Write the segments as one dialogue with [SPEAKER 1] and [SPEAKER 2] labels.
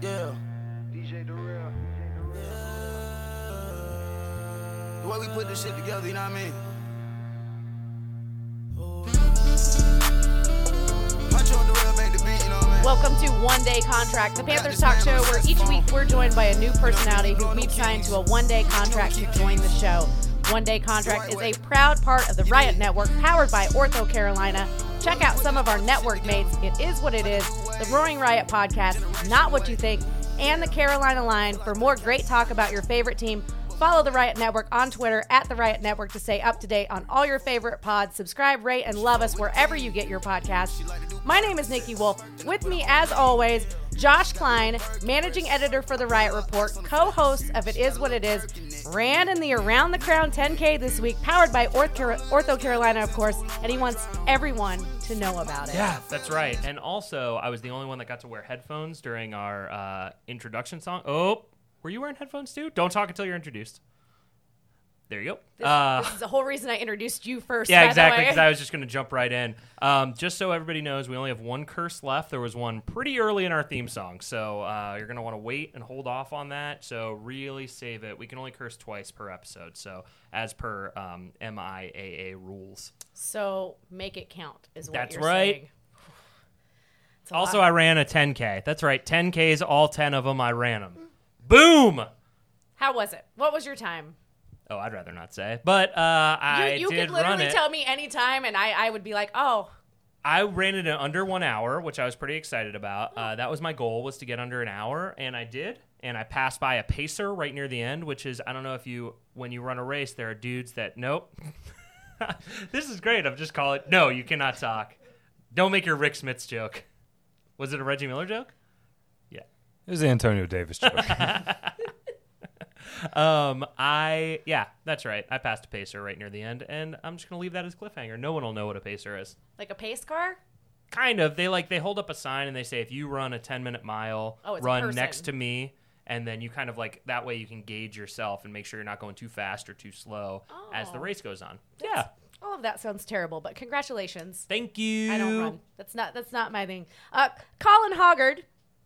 [SPEAKER 1] Yeah.
[SPEAKER 2] DJ Durrell.
[SPEAKER 1] The way we put this shit together, you know what I mean?
[SPEAKER 2] Oh.
[SPEAKER 1] Huncho and Darrell made the beat, you know what I mean?
[SPEAKER 3] Welcome to One Day Contract, the Panthers talk show where each week we're joined by a new personality who we've signed to a one day contract to join the show. One Day Contract is a proud part of the Riot Network powered by Ortho Carolina. Check out some of our network mates. It is what it is, the Roaring Riot podcast, Not What You Think, and the Carolina Line for more great talk about your favorite team. Follow the Riot Network on Twitter at the Riot Network to stay up to date on all your favorite pods. Subscribe, rate, and love us wherever you get your podcast. My name is Nikki Wolf. With me, as always, Josh Klein, managing editor for the Riot Report, co-host of It Is What It Is, ran in the Around the Crown 10K this week, powered by Orth- Ortho Carolina, of course, and he wants everyone to know about it.
[SPEAKER 4] Yeah, that's right. And also, I was the only one that got to wear headphones during our uh, introduction song. Oh, were you wearing headphones too? Don't talk until you're introduced. There you go. Uh,
[SPEAKER 3] This is the whole reason I introduced you first. by
[SPEAKER 4] yeah,
[SPEAKER 3] the
[SPEAKER 4] exactly.
[SPEAKER 3] way.
[SPEAKER 4] Because I was just going to jump right in. Um, just so everybody knows, we only have one curse left. There was one pretty early in our theme song, so uh, you're going to want to wait and hold off on that. So really save it. We can only curse twice per episode, so as per um, MIAA rules.
[SPEAKER 3] So make it count is what
[SPEAKER 4] That's
[SPEAKER 3] you're
[SPEAKER 4] right.
[SPEAKER 3] saying. It's a
[SPEAKER 4] Also,
[SPEAKER 3] lot.
[SPEAKER 4] I ran a 10K. That's right. 10Ks, all 10 of them, I ran them. Boom!
[SPEAKER 3] how was it? What was your time?
[SPEAKER 4] Oh, I'd rather not say. But uh,
[SPEAKER 3] You,
[SPEAKER 4] I
[SPEAKER 3] you
[SPEAKER 4] did
[SPEAKER 3] could
[SPEAKER 4] run
[SPEAKER 3] literally
[SPEAKER 4] it.
[SPEAKER 3] tell me any time, and I, I would be like, oh,
[SPEAKER 4] I ran it in under one hour, which I was pretty excited about. Uh, that was my goal, was to get under an hour, and I did. And I passed by a pacer right near the end, which is, I don't know if you, when you run a race, there are dudes that, nope. this is great. I'm just calling, no, you cannot talk. Don't make your Rick Smiths joke. Was it a Reggie Miller joke? Yeah.
[SPEAKER 5] It was the Antonio Davis joke.
[SPEAKER 4] Um, I yeah, that's right. I passed a pacer right near the end, and I'm just gonna leave that as cliffhanger. No one will know what a pacer is.
[SPEAKER 3] like a pace car?
[SPEAKER 4] Kind of. They like they hold up a sign and they say if you run a 10 minute mile,
[SPEAKER 3] Oh, it's a
[SPEAKER 4] run
[SPEAKER 3] person.
[SPEAKER 4] next to me, and then you kind of like that way you can gauge yourself and make sure you're not going too fast or too slow as the
[SPEAKER 3] Oh.
[SPEAKER 4] race goes on. yeah.
[SPEAKER 3] That's- All of that sounds terrible, but congratulations.
[SPEAKER 4] Thank you.
[SPEAKER 3] I don't run. That's not that's not my thing. Uh, Colin Hoggard.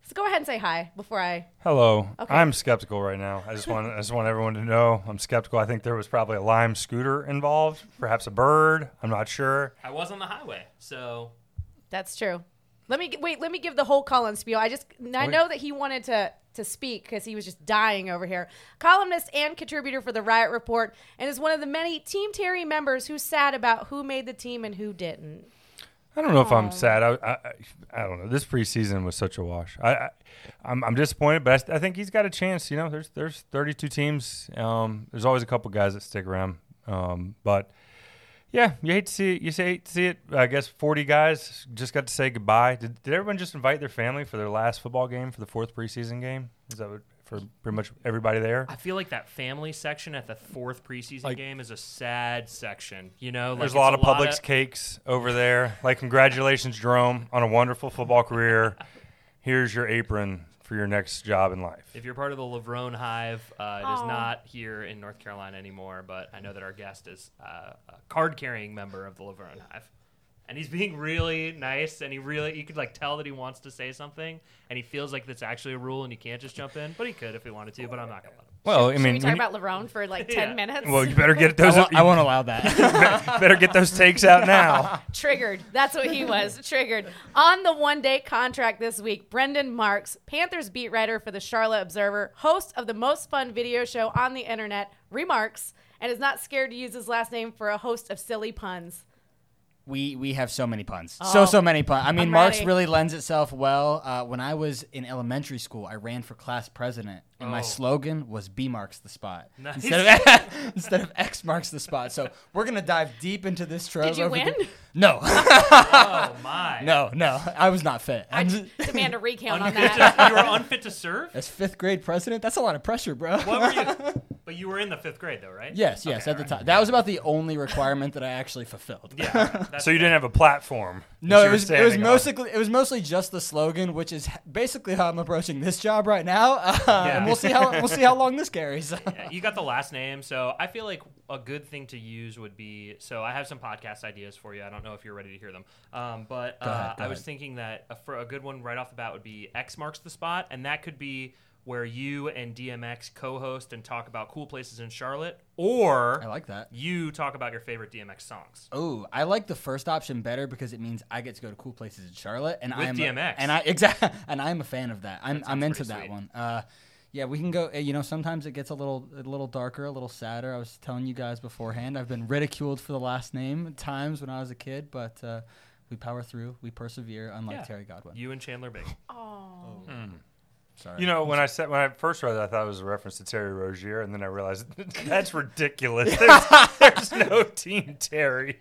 [SPEAKER 3] So go ahead and say hi before I.
[SPEAKER 5] Hello.
[SPEAKER 3] Okay.
[SPEAKER 5] I'm skeptical right now. I just want I just want everyone to know I'm skeptical. I think there was probably a lime scooter involved, perhaps a bird. I'm not sure.
[SPEAKER 4] I was on the highway, so
[SPEAKER 3] That's true. Let me g- wait. Let me give the whole Colin spiel. I just I
[SPEAKER 5] Wait.
[SPEAKER 3] know that he wanted to to speak because he was just dying over here. Columnist and contributor for the Riot Report, and is one of the many Team Terry members who's sad about who made the team and who didn't.
[SPEAKER 5] I don't know if I'm sad. I, I I- I don't know. This preseason was such a wash. I, I I'm, I'm disappointed, but I, st- I think he's got a chance. You know, there's there's 32 teams. Um, there's always a couple guys that stick around. Um, but yeah, you hate to see it. You say hate to see it. I guess 40 guys just got to say goodbye. Did, did everyone just invite their family for their last football game for the fourth preseason game? Is that what, for pretty much everybody there?
[SPEAKER 4] I feel like that family section at the fourth preseason
[SPEAKER 5] Like-
[SPEAKER 4] game is a sad section. You know, like,
[SPEAKER 5] There's
[SPEAKER 4] it's
[SPEAKER 5] a lot of Publix cakes over there. Like, congratulations, Jerome, on a wonderful football career. Here's your apron for your next job in life.
[SPEAKER 4] If you're part of the Lavrone Hive, uh, it is
[SPEAKER 3] Oh.
[SPEAKER 4] not here in North Carolina anymore, but I know that our guest is uh, a card carrying member of the Lavrone Hive. And he's being really nice, and he really, you could like tell that he wants to say something, and he feels like that's actually a rule and he can't just jump in, but he could if he wanted to, but I'm not going to let him.
[SPEAKER 5] Well, I
[SPEAKER 3] Should we
[SPEAKER 5] mean,
[SPEAKER 3] talk
[SPEAKER 5] when you-
[SPEAKER 3] about Lerone for like ten
[SPEAKER 4] Yeah.
[SPEAKER 3] minutes?
[SPEAKER 5] well, you better get those.
[SPEAKER 6] I, won't,
[SPEAKER 5] you
[SPEAKER 6] I won't allow that.
[SPEAKER 5] better get those takes out now.
[SPEAKER 3] Triggered. That's what he was. Triggered. On the one day contract this week, Brendan Marks, Panthers beat writer for the Charlotte Observer, host of the most fun video show on the internet, Remarks, and is not scared to use his last name for a host of silly puns.
[SPEAKER 6] we we have so many puns.
[SPEAKER 3] Oh.
[SPEAKER 6] So so many puns. I mean,
[SPEAKER 3] I'm
[SPEAKER 6] Marks
[SPEAKER 3] ready.
[SPEAKER 6] really lends itself well. Uh, when I was in elementary school, I ran for class president, and
[SPEAKER 4] Oh.
[SPEAKER 6] my slogan was "B marks the spot"
[SPEAKER 4] Nice.
[SPEAKER 6] instead of instead of X marks the spot. So we're gonna dive deep into this trove.
[SPEAKER 3] Did you
[SPEAKER 6] over the-
[SPEAKER 3] win?
[SPEAKER 6] no,
[SPEAKER 4] Oh, my.
[SPEAKER 6] no, no. I was not fit.
[SPEAKER 3] I
[SPEAKER 6] I'm just-
[SPEAKER 3] demand a recount on
[SPEAKER 4] Unfit
[SPEAKER 3] that.
[SPEAKER 4] to- you were unfit to serve?
[SPEAKER 6] as fifth grade president, that's a lot of pressure, bro.
[SPEAKER 4] What were you? But you were in the fifth grade though, right?
[SPEAKER 6] Yes, yes,
[SPEAKER 4] Okay,
[SPEAKER 6] at the
[SPEAKER 4] all
[SPEAKER 6] time. That was about the only requirement that I actually fulfilled.
[SPEAKER 4] right. Yeah. that's-
[SPEAKER 5] So you didn't have a platform. that
[SPEAKER 6] No,
[SPEAKER 5] you
[SPEAKER 6] it
[SPEAKER 5] were
[SPEAKER 6] was it was
[SPEAKER 5] standing on.
[SPEAKER 6] mostly it was mostly just the slogan, which is h- basically how I'm approaching this job right now, uh, and we'll see how we'll see how long this carries.
[SPEAKER 4] Yeah, you got the last name, so I feel like a good thing to use would be. So I have some podcast ideas for you. I don't know if you're ready to hear them, um, but uh,
[SPEAKER 6] ahead, go
[SPEAKER 4] I was
[SPEAKER 6] ahead.
[SPEAKER 4] thinking that a, for a good one right off the bat would be X marks the spot, and that could be where you and DMX co-host and talk about cool places in Charlotte, or
[SPEAKER 6] I like that.
[SPEAKER 4] you talk about your favorite DMX songs.
[SPEAKER 6] Oh, I like the first option better because it means I get to go to cool places in Charlotte, and
[SPEAKER 4] With
[SPEAKER 6] I'm
[SPEAKER 4] DMX.
[SPEAKER 6] and I exactly, and I'm a fan of that. I'm I'm
[SPEAKER 4] sounds
[SPEAKER 6] into
[SPEAKER 4] pretty
[SPEAKER 6] that
[SPEAKER 4] sweet.
[SPEAKER 6] one. Uh, yeah, we can go. uh, You know, sometimes it gets a little a little darker, a little sadder. I was telling you guys beforehand. I've been ridiculed for the last name at times when I was a kid, but uh, we power through. We persevere, unlike
[SPEAKER 4] Yeah.
[SPEAKER 6] Terry Godwin.
[SPEAKER 4] You and Chandler Bing.
[SPEAKER 3] Oh.
[SPEAKER 6] Sorry,
[SPEAKER 5] You know, when I said when I first read that, I thought it was a reference to Terry Rozier, and then I realized that's ridiculous. There's, there's no Team Terry.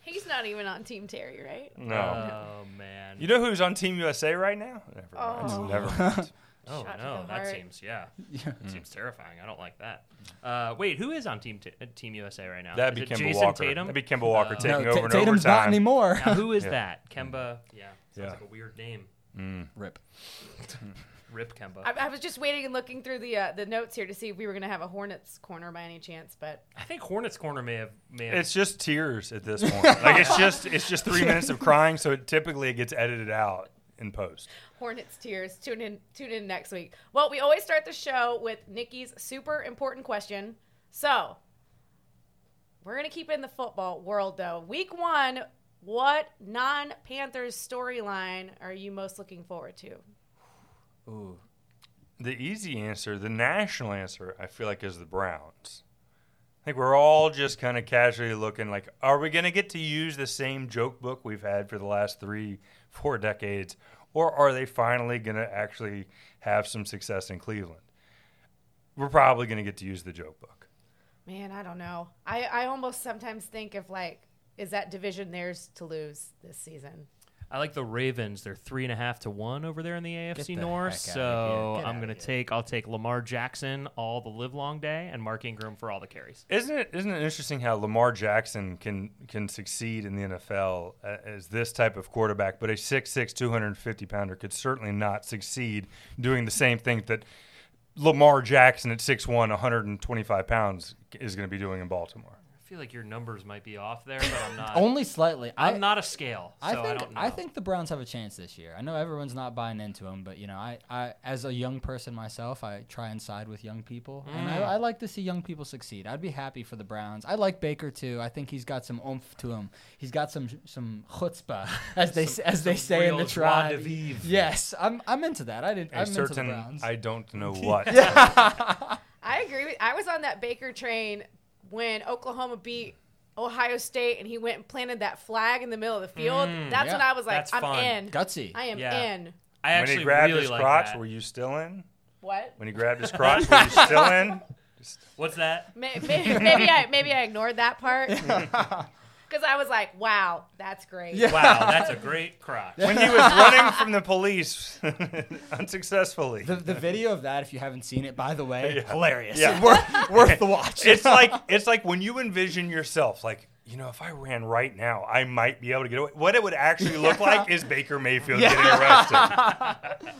[SPEAKER 3] He's not even on Team Terry, right?
[SPEAKER 5] No.
[SPEAKER 4] Oh man.
[SPEAKER 5] you know who's on Team USA right now? Never mind.
[SPEAKER 3] Oh.
[SPEAKER 5] Never mind.
[SPEAKER 4] oh
[SPEAKER 3] Shot to
[SPEAKER 4] no,
[SPEAKER 3] the
[SPEAKER 4] that
[SPEAKER 3] heart.
[SPEAKER 4] seems yeah. That seems terrifying. I don't like that. Uh, wait, who is on Team T- uh, Team USA right now?
[SPEAKER 5] That'd
[SPEAKER 4] Is
[SPEAKER 5] be
[SPEAKER 4] it
[SPEAKER 5] Kemba
[SPEAKER 4] Jason
[SPEAKER 5] Walker.
[SPEAKER 4] Tatum?
[SPEAKER 5] That'd be Kemba Walker
[SPEAKER 4] No,
[SPEAKER 5] taking
[SPEAKER 6] no,
[SPEAKER 5] over
[SPEAKER 6] Ta-
[SPEAKER 5] in
[SPEAKER 6] Tatum's
[SPEAKER 5] overtime.
[SPEAKER 6] not anymore.
[SPEAKER 4] Now, who is
[SPEAKER 5] Yeah.
[SPEAKER 4] that? Kemba. Yeah. Sounds
[SPEAKER 5] Yeah.
[SPEAKER 4] like a weird name.
[SPEAKER 6] Rip.
[SPEAKER 4] Rip Kemba.
[SPEAKER 3] I,
[SPEAKER 4] I,
[SPEAKER 3] I was just waiting and looking through the uh, the notes here to see if we were going to have a Hornets corner by any chance, but
[SPEAKER 4] think Hornets corner may have may have
[SPEAKER 5] It's just tears at this point. like it's just it's just three minutes of crying, so it typically it gets edited out in post.
[SPEAKER 3] Hornets tears. Tune in tune in next week. Well, we always start the show with Nikki's super important question. So, we're going to keep it in the football world though. Week 1, what non-Panthers storyline are you most looking forward to?
[SPEAKER 6] Ooh.
[SPEAKER 5] The easy answer, the national answer, I feel like is the Browns. I think we're all just kind of casually looking like, are we going to get to use the same joke book we've had for the last three, four decades, or are they finally going to actually have some success in Cleveland? We're probably going to get to use the joke book.
[SPEAKER 3] Man, I don't know. I I almost sometimes think of like is that division theirs to lose this season?
[SPEAKER 4] I like the Ravens. They're three and a half to one over there in the AFC
[SPEAKER 6] the
[SPEAKER 4] North.
[SPEAKER 6] heck outta
[SPEAKER 4] So
[SPEAKER 6] here. Get
[SPEAKER 4] I'm
[SPEAKER 6] outta
[SPEAKER 4] gonna take I'll take Lamar Jackson all the live long day and Mark Ingram for all the carries.
[SPEAKER 5] Isn't it isn't it interesting how Lamar Jackson can can succeed in the NFL a- uh, as this type of quarterback, but a 6'6", 250 pounder could certainly not succeed doing the same thing that Lamar Jackson at 6'1", 125 pounds is going to be doing in Baltimore.
[SPEAKER 4] I feel like your numbers might be off there, but I'm not.
[SPEAKER 6] Only slightly. I-
[SPEAKER 4] I'm not a scale, so
[SPEAKER 6] I
[SPEAKER 4] I,
[SPEAKER 6] think
[SPEAKER 4] don't know.
[SPEAKER 6] think the Browns have a chance this year. I know everyone's not buying into them, but you know, I, I as a young person myself, I try and side with young people, and
[SPEAKER 4] Mm.
[SPEAKER 6] I, I like to see young people succeed. I'd be happy for the Browns. I like Baker too. I think he's got some oomph to him. He's got some some chutzpah, as they s as they say in
[SPEAKER 4] real
[SPEAKER 6] the
[SPEAKER 4] joie de
[SPEAKER 6] tribe.
[SPEAKER 4] vivre.
[SPEAKER 6] Yes, I'm I'm into that. I did.
[SPEAKER 5] A
[SPEAKER 6] I'm into the
[SPEAKER 5] certain
[SPEAKER 6] Browns.
[SPEAKER 5] I don't know what.
[SPEAKER 3] I agree. With, I was on that Baker train when Oklahoma beat Ohio State, and he went and planted that flag in the middle of the field. that's
[SPEAKER 6] yeah.
[SPEAKER 3] when I was like,
[SPEAKER 4] Mm, That's
[SPEAKER 3] I'm
[SPEAKER 4] fun.
[SPEAKER 3] in.
[SPEAKER 6] Gutsy.
[SPEAKER 3] I am
[SPEAKER 4] Yeah.
[SPEAKER 3] in.
[SPEAKER 4] I
[SPEAKER 5] When
[SPEAKER 4] actually
[SPEAKER 5] he grabbed
[SPEAKER 4] really
[SPEAKER 5] his
[SPEAKER 4] like
[SPEAKER 5] crotch,
[SPEAKER 4] that.
[SPEAKER 5] were you still in?
[SPEAKER 3] What?
[SPEAKER 5] When he grabbed his crotch, were you still in?
[SPEAKER 4] What's that?
[SPEAKER 3] May- Maybe, maybe I maybe I ignored that part because I was like, wow, that's great.
[SPEAKER 6] Yeah.
[SPEAKER 4] Wow, that's a great crotch.
[SPEAKER 5] When he was running from the police unsuccessfully.
[SPEAKER 6] The, the video of that, if you haven't seen it, by the way,
[SPEAKER 5] Yeah.
[SPEAKER 6] hilarious.
[SPEAKER 5] Yeah.
[SPEAKER 6] worth, worth the watch.
[SPEAKER 5] it's like it's like when you envision yourself like you know if i ran right now i might be able to get away what it would actually look like is baker mayfield getting arrested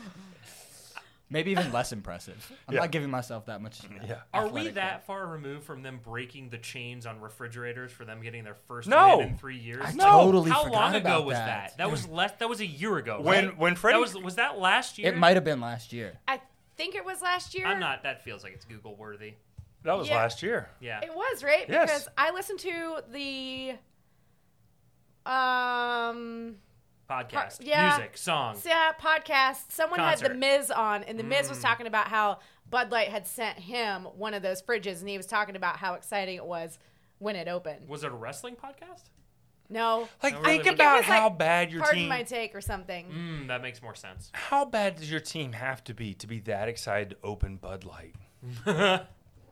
[SPEAKER 6] Maybe even less impressive. I'm
[SPEAKER 5] Yeah.
[SPEAKER 6] not giving myself that much.
[SPEAKER 5] yeah
[SPEAKER 4] Are we
[SPEAKER 6] athletic
[SPEAKER 4] that far removed from them breaking the chains on refrigerators for them getting their first
[SPEAKER 5] No.
[SPEAKER 4] win in three years?
[SPEAKER 6] I totally
[SPEAKER 4] How
[SPEAKER 6] forgot
[SPEAKER 4] long ago
[SPEAKER 6] about
[SPEAKER 4] was
[SPEAKER 6] that.
[SPEAKER 4] that? That was less. That was a year ago.
[SPEAKER 5] When-
[SPEAKER 4] right?
[SPEAKER 5] when Freddie-
[SPEAKER 4] that was was that last year?
[SPEAKER 6] It might have been last year.
[SPEAKER 3] I think it was last year.
[SPEAKER 4] I'm not. That feels like it's Google worthy.
[SPEAKER 5] that was
[SPEAKER 3] Yeah.
[SPEAKER 5] last year
[SPEAKER 4] Yeah.
[SPEAKER 3] It was right
[SPEAKER 5] Yes.
[SPEAKER 3] because I listened to the um
[SPEAKER 4] Podcast,
[SPEAKER 3] yeah.
[SPEAKER 4] music, song.
[SPEAKER 3] Yeah, podcast. Someone had
[SPEAKER 4] Concert. Mm.
[SPEAKER 3] the Miz on, and the Miz was talking about how Bud Light had sent him one of those fridges, and he was talking about how exciting it was when it opened.
[SPEAKER 4] Was it a wrestling podcast?
[SPEAKER 3] No,
[SPEAKER 5] like
[SPEAKER 4] really.
[SPEAKER 5] think
[SPEAKER 4] It was
[SPEAKER 5] about
[SPEAKER 3] like,
[SPEAKER 5] how bad your
[SPEAKER 3] pardon
[SPEAKER 5] team
[SPEAKER 3] my take or something.
[SPEAKER 4] Hmm, that makes more sense.
[SPEAKER 5] how bad does your team have to be to be that excited to open bud light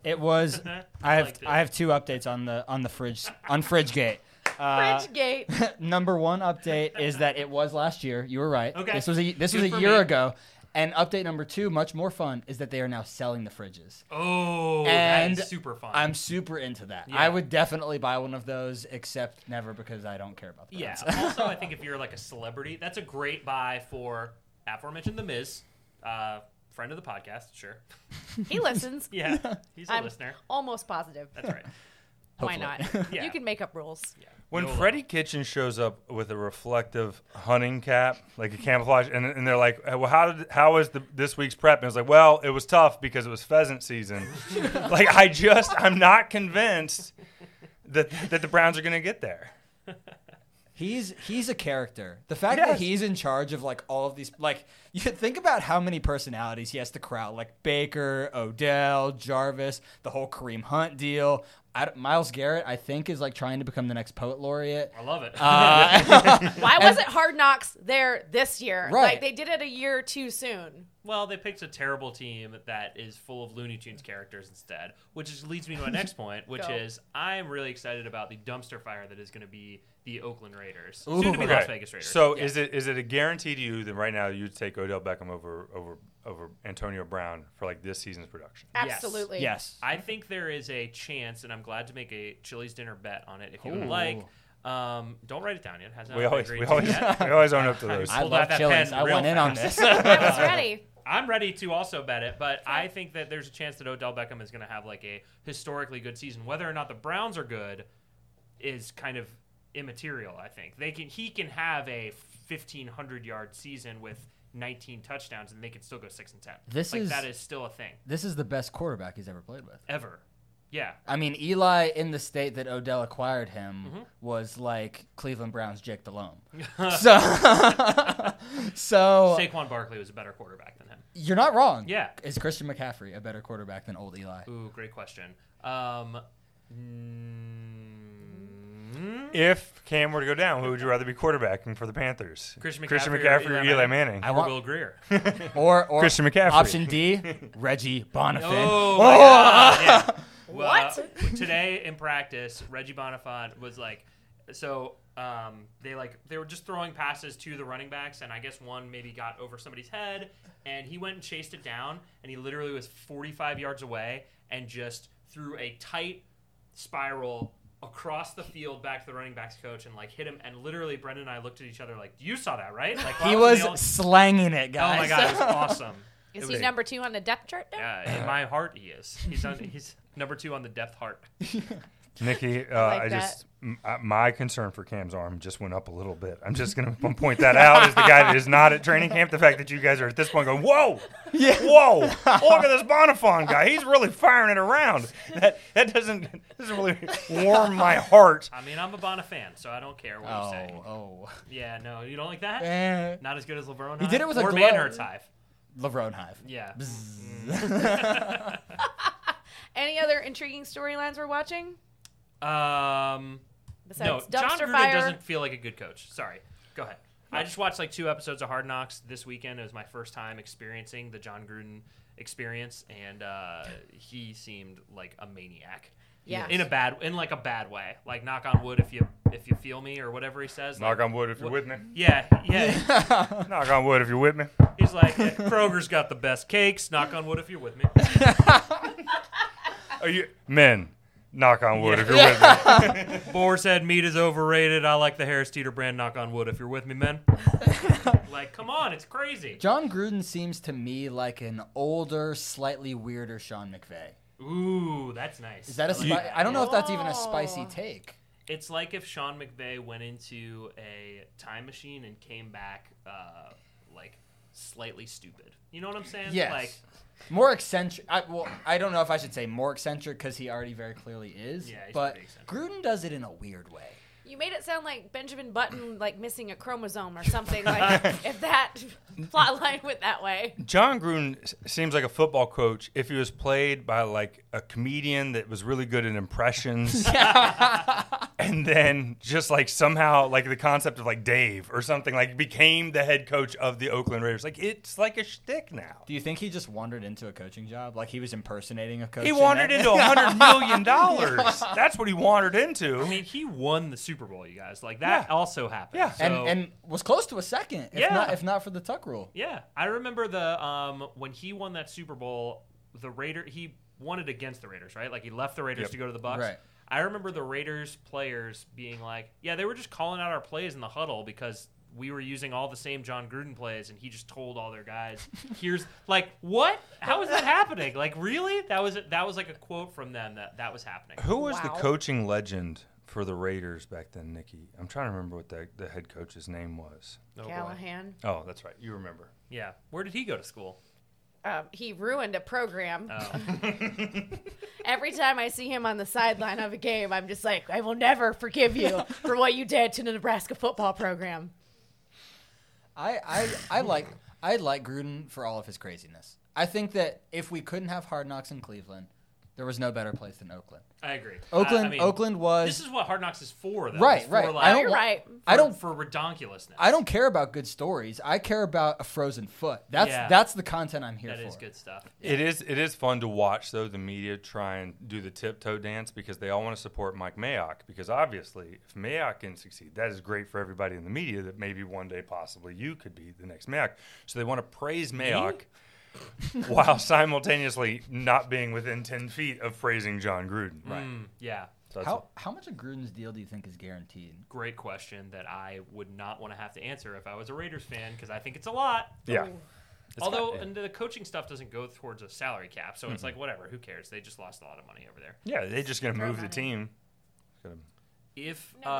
[SPEAKER 6] It was. I have
[SPEAKER 4] Liked it.
[SPEAKER 6] I have two updates on the on the fridge on fridge gate.
[SPEAKER 4] Mm.
[SPEAKER 6] Uh,
[SPEAKER 3] Fridge gate.
[SPEAKER 6] number one update is that it was last year. You were right.
[SPEAKER 4] Okay.
[SPEAKER 6] This was a this
[SPEAKER 4] Good
[SPEAKER 6] was
[SPEAKER 4] for
[SPEAKER 6] a year
[SPEAKER 4] me.
[SPEAKER 6] ago, And update number two, much more fun, is that they are now selling the fridges.
[SPEAKER 4] Oh,
[SPEAKER 6] and
[SPEAKER 4] that is super fun.
[SPEAKER 6] I'm super into that.
[SPEAKER 4] Yeah.
[SPEAKER 6] I would definitely buy one of those, except never because I don't care about the
[SPEAKER 4] yeah.
[SPEAKER 6] brands.
[SPEAKER 4] also, I think if you're like a celebrity, that's a great buy for aforementioned The Miz, uh, friend of the podcast. Sure.
[SPEAKER 3] He listens.
[SPEAKER 4] Yeah, he's a
[SPEAKER 3] I'm
[SPEAKER 4] listener.
[SPEAKER 3] almost positive.
[SPEAKER 4] That's right.
[SPEAKER 3] Why
[SPEAKER 6] Hopefully.
[SPEAKER 3] not?
[SPEAKER 4] Yeah.
[SPEAKER 3] You can make up rules.
[SPEAKER 4] Yeah.
[SPEAKER 5] When
[SPEAKER 4] YOLO.
[SPEAKER 5] Freddie Kitchen shows up with a reflective hunting cap, like a camouflage, and, and they're like, "Well, how did how was the, this week's prep?" And it's like, "Well, it was tough because it was pheasant season." like, I just I'm not convinced that that the Browns are going to get there.
[SPEAKER 6] He's he's a character. The fact that
[SPEAKER 5] Yes.
[SPEAKER 6] he's in charge of like all of these, like you think about how many personalities he has to crowd, like Baker, Odell, Jarvis, the whole Kareem Hunt deal. I, don't- Miles Garrett, I think, is like trying to become the next poet laureate.
[SPEAKER 4] I love it.
[SPEAKER 5] Uh,
[SPEAKER 3] Why wasn't Hard Knocks there this year?
[SPEAKER 6] Right.
[SPEAKER 3] Like they did it a year too soon.
[SPEAKER 4] well, they picked a terrible team that is full of Looney Tunes characters instead, which is, leads me to my next point, which
[SPEAKER 3] Go.
[SPEAKER 4] is I'm really excited about the dumpster fire that is going to be the Oakland Raiders,
[SPEAKER 6] Ooh.
[SPEAKER 4] soon to be
[SPEAKER 5] Okay.
[SPEAKER 4] Las Vegas Raiders.
[SPEAKER 5] So
[SPEAKER 4] Yeah.
[SPEAKER 5] is it is it a guarantee to you that right now you'd take Odell Beckham over over over Antonio Brown for like this season's production?
[SPEAKER 4] Yes.
[SPEAKER 3] Absolutely.
[SPEAKER 6] Yes,
[SPEAKER 4] I think there is a chance, and I'm glad to make a Chili's dinner bet on it if you would
[SPEAKER 6] Ooh.
[SPEAKER 4] like. Um, don't write it down yet. Has not
[SPEAKER 5] We always
[SPEAKER 4] agreed
[SPEAKER 5] we
[SPEAKER 4] to
[SPEAKER 5] always
[SPEAKER 4] yet.
[SPEAKER 5] we always own up to those.
[SPEAKER 4] I
[SPEAKER 6] I
[SPEAKER 4] pulled out
[SPEAKER 6] love
[SPEAKER 4] that
[SPEAKER 6] Chili's.
[SPEAKER 4] pen
[SPEAKER 6] I
[SPEAKER 4] real
[SPEAKER 6] went in on this.
[SPEAKER 4] fast.
[SPEAKER 3] I was ready.
[SPEAKER 4] I'm ready to also bet it, but I think that there's a chance that Odell Beckham is going to have like a historically good season. Whether or not the Browns are good is kind of immaterial. I think they can he can have a 1500 yard season with 19 touchdowns, and they can still go six and ten.
[SPEAKER 6] This
[SPEAKER 4] like
[SPEAKER 6] is-
[SPEAKER 4] that is still a thing
[SPEAKER 6] this is the best quarterback he's ever played with.
[SPEAKER 4] ever. Yeah,
[SPEAKER 6] I mean, Eli in the state that Odell acquired him
[SPEAKER 4] Mm-hmm.
[SPEAKER 6] was like Cleveland Browns Jake Delhomme. so, so
[SPEAKER 4] Saquon Barkley was a better quarterback than him.
[SPEAKER 6] you're not wrong.
[SPEAKER 4] Yeah.
[SPEAKER 6] is Christian McCaffrey a better quarterback than old Eli?
[SPEAKER 4] Ooh, great question. Um, mm,
[SPEAKER 5] If Cam were to go down, who would you rather be quarterbacking for the Panthers?
[SPEAKER 4] Christian McCaffrey,
[SPEAKER 5] McCaffrey or Eli Manning?
[SPEAKER 6] I
[SPEAKER 4] or
[SPEAKER 6] want-
[SPEAKER 4] Will Greer.
[SPEAKER 6] Or, or
[SPEAKER 5] Christian McCaffrey.
[SPEAKER 6] Option D, Reggie Bonifant.
[SPEAKER 4] Oh, my God. Yeah. Well,
[SPEAKER 3] What?
[SPEAKER 4] uh, today in practice, Reggie Bonifant was like, so um, they like they were just throwing passes to the running backs, and I guess one maybe got over somebody's head, and he went and chased it down, and he literally was 45 yards away and just threw a tight spiral across the field back to the running backs coach and like hit him and literally Brendan and I looked at each other like you saw that right like
[SPEAKER 6] He
[SPEAKER 4] why wasn't
[SPEAKER 6] was
[SPEAKER 4] he all-
[SPEAKER 6] slanging it,
[SPEAKER 4] oh
[SPEAKER 6] guys.
[SPEAKER 4] my god it was awesome
[SPEAKER 3] Is
[SPEAKER 4] It
[SPEAKER 3] he
[SPEAKER 4] was-
[SPEAKER 3] number two on the depth chart now?
[SPEAKER 4] yeah, uh, in my heart, he is. He's on. He's number two on the depth heart.
[SPEAKER 5] Nikki, uh,
[SPEAKER 3] like
[SPEAKER 5] I just m- I- my concern for Cam's arm just went up a little bit. I'm just going to point that out as the guy that is not at training camp. The fact that you guys are at this point going, whoa,
[SPEAKER 6] Yeah.
[SPEAKER 5] whoa, look at this Bonifon guy. He's really firing it around. That that doesn't doesn't really warm my heart.
[SPEAKER 4] I mean, I'm a Bona fan, so I don't care what you say.
[SPEAKER 6] Oh,
[SPEAKER 4] Yeah, no, you don't like that.
[SPEAKER 6] Eh.
[SPEAKER 4] Not as good as LeBron.
[SPEAKER 6] He did it with a
[SPEAKER 4] or
[SPEAKER 6] glove.
[SPEAKER 4] Manhurt's hive.
[SPEAKER 6] Laverne Hive.
[SPEAKER 4] Yeah.
[SPEAKER 3] Any other intriguing storylines we're watching?
[SPEAKER 4] Um. no,
[SPEAKER 3] Besides
[SPEAKER 4] John
[SPEAKER 3] dumpster
[SPEAKER 4] Gruden
[SPEAKER 3] fire.
[SPEAKER 4] doesn't feel like a good coach. Sorry. Go ahead. I just watched like two episodes of Hard Knocks this weekend. It was my first time experiencing the John Gruden experience, and uh, he seemed like a maniac.
[SPEAKER 3] Yeah.
[SPEAKER 4] In a bad, in like a bad way. Like knock on wood, if you if you feel me or whatever he says.
[SPEAKER 5] Knock
[SPEAKER 4] like,
[SPEAKER 5] on wood if you're with me.
[SPEAKER 4] Yeah, yeah.
[SPEAKER 5] Knock on wood if you're with me.
[SPEAKER 4] He's like, "Eh, Kroger's got the best cakes. Knock on wood if you're with me.
[SPEAKER 5] Are you men? Knock on wood if you're with me.
[SPEAKER 4] Boar's head meat is overrated. I like the Harris Teeter brand. Knock on wood if you're with me, men. like, come on, it's crazy.
[SPEAKER 6] John Gruden seems to me like an older, slightly weirder Sean McVay.
[SPEAKER 4] Ooh, that's nice.
[SPEAKER 6] Is that a?
[SPEAKER 4] I like
[SPEAKER 6] Spi- I don't know if that's even a
[SPEAKER 3] Oh.
[SPEAKER 6] spicy take.
[SPEAKER 4] It's like if Sean McVay went into a time machine and came back, uh, like slightly stupid. You know what I'm saying?
[SPEAKER 6] Yes.
[SPEAKER 4] Like,
[SPEAKER 6] more eccentric. I, well, I don't know if I should say more eccentric because he already very clearly is.
[SPEAKER 4] Yeah, he's
[SPEAKER 6] but
[SPEAKER 4] pretty eccentric.
[SPEAKER 6] Gruden does it in a weird way.
[SPEAKER 3] You made it sound like Benjamin Button, like missing a chromosome or something. Like if that plot line went that way.
[SPEAKER 5] John Gruden s- seems like a football coach if he was played by like a comedian that was really good at impressions and then just like somehow like the concept of like Dave or something like became the head coach of the Oakland Raiders. Like it's like a shtick now.
[SPEAKER 6] Do you think he just wandered into a coaching job? Like he was impersonating a coach?
[SPEAKER 5] He
[SPEAKER 6] in
[SPEAKER 5] wandered
[SPEAKER 6] that-
[SPEAKER 5] into a hundred million dollars. That's what he wandered into.
[SPEAKER 4] I mean, he won the Super Bowl, you guys. Like that
[SPEAKER 5] Yeah.
[SPEAKER 4] also happened.
[SPEAKER 5] Yeah.
[SPEAKER 4] So,
[SPEAKER 6] and and was close to a second. If
[SPEAKER 4] Yeah.
[SPEAKER 6] not if not for the tuck rule.
[SPEAKER 4] yeah, I remember the um when he won that Super Bowl, the Raider he won it against the Raiders, right? Like he left the Raiders
[SPEAKER 5] Yep.
[SPEAKER 4] to go to the Bucks.
[SPEAKER 6] Right.
[SPEAKER 4] I remember the Raiders players being like, "Yeah, they were just calling out our plays in the huddle because." We were using all the same John Gruden plays, and he just told all their guys, "Here's like what? How is that happening? Like really? That was that was like a quote from them that that was happening.
[SPEAKER 5] Who was the
[SPEAKER 3] Wow.
[SPEAKER 5] coaching legend for the Raiders back then, Nikki? I'm trying to remember what the, the head coach's name was.
[SPEAKER 4] Oh, boy.
[SPEAKER 3] Callahan.
[SPEAKER 5] Oh, that's right. You remember.
[SPEAKER 4] Yeah. Where did he go to school? Oh,
[SPEAKER 3] Um, he ruined a program. Every time I see him on the sideline of a game, I'm just like, I will never forgive you for what you did to the Nebraska football program.
[SPEAKER 6] I, I I like I like Gruden for all of his craziness. I think that if we couldn't have hard knocks in Cleveland, there was no better place than Oakland.
[SPEAKER 4] I agree.
[SPEAKER 6] Oakland
[SPEAKER 4] I- I mean,
[SPEAKER 6] Oakland
[SPEAKER 4] This
[SPEAKER 6] was
[SPEAKER 4] is what Hard Knocks is for, though.
[SPEAKER 6] Right,
[SPEAKER 4] It's
[SPEAKER 6] right.
[SPEAKER 4] For,
[SPEAKER 6] I
[SPEAKER 4] like,
[SPEAKER 6] don't
[SPEAKER 3] You're
[SPEAKER 6] wa-
[SPEAKER 3] right.
[SPEAKER 6] I don't
[SPEAKER 4] for redonkulousness.
[SPEAKER 6] I don't care about good stories. I care about a frozen foot. That's
[SPEAKER 4] Yeah.
[SPEAKER 6] that's the content I'm here
[SPEAKER 4] That
[SPEAKER 6] for.
[SPEAKER 4] is good stuff.
[SPEAKER 5] It is it is fun to watch though the media try and do the tiptoe dance because they all want to support Mike Mayock because obviously if Mayock can succeed that is great for everybody in the media that maybe one day possibly you could be the next Mayock so they want to praise Mayock while simultaneously not being within ten feet of praising John Gruden right
[SPEAKER 4] Mm, yeah.
[SPEAKER 5] so that's
[SPEAKER 6] How how much of Gruden's deal do you think is guaranteed?
[SPEAKER 4] Great question that I would not want to have to answer if I was a Raiders fan because I think it's a lot.
[SPEAKER 5] yeah
[SPEAKER 4] Although
[SPEAKER 5] got-
[SPEAKER 4] and the coaching stuff doesn't go towards a salary cap, so it's like whatever. Who cares? They just lost a lot of money over there.
[SPEAKER 5] yeah they're just gonna move the
[SPEAKER 3] money.
[SPEAKER 5] team. Gonna-
[SPEAKER 4] If
[SPEAKER 3] No
[SPEAKER 4] uh,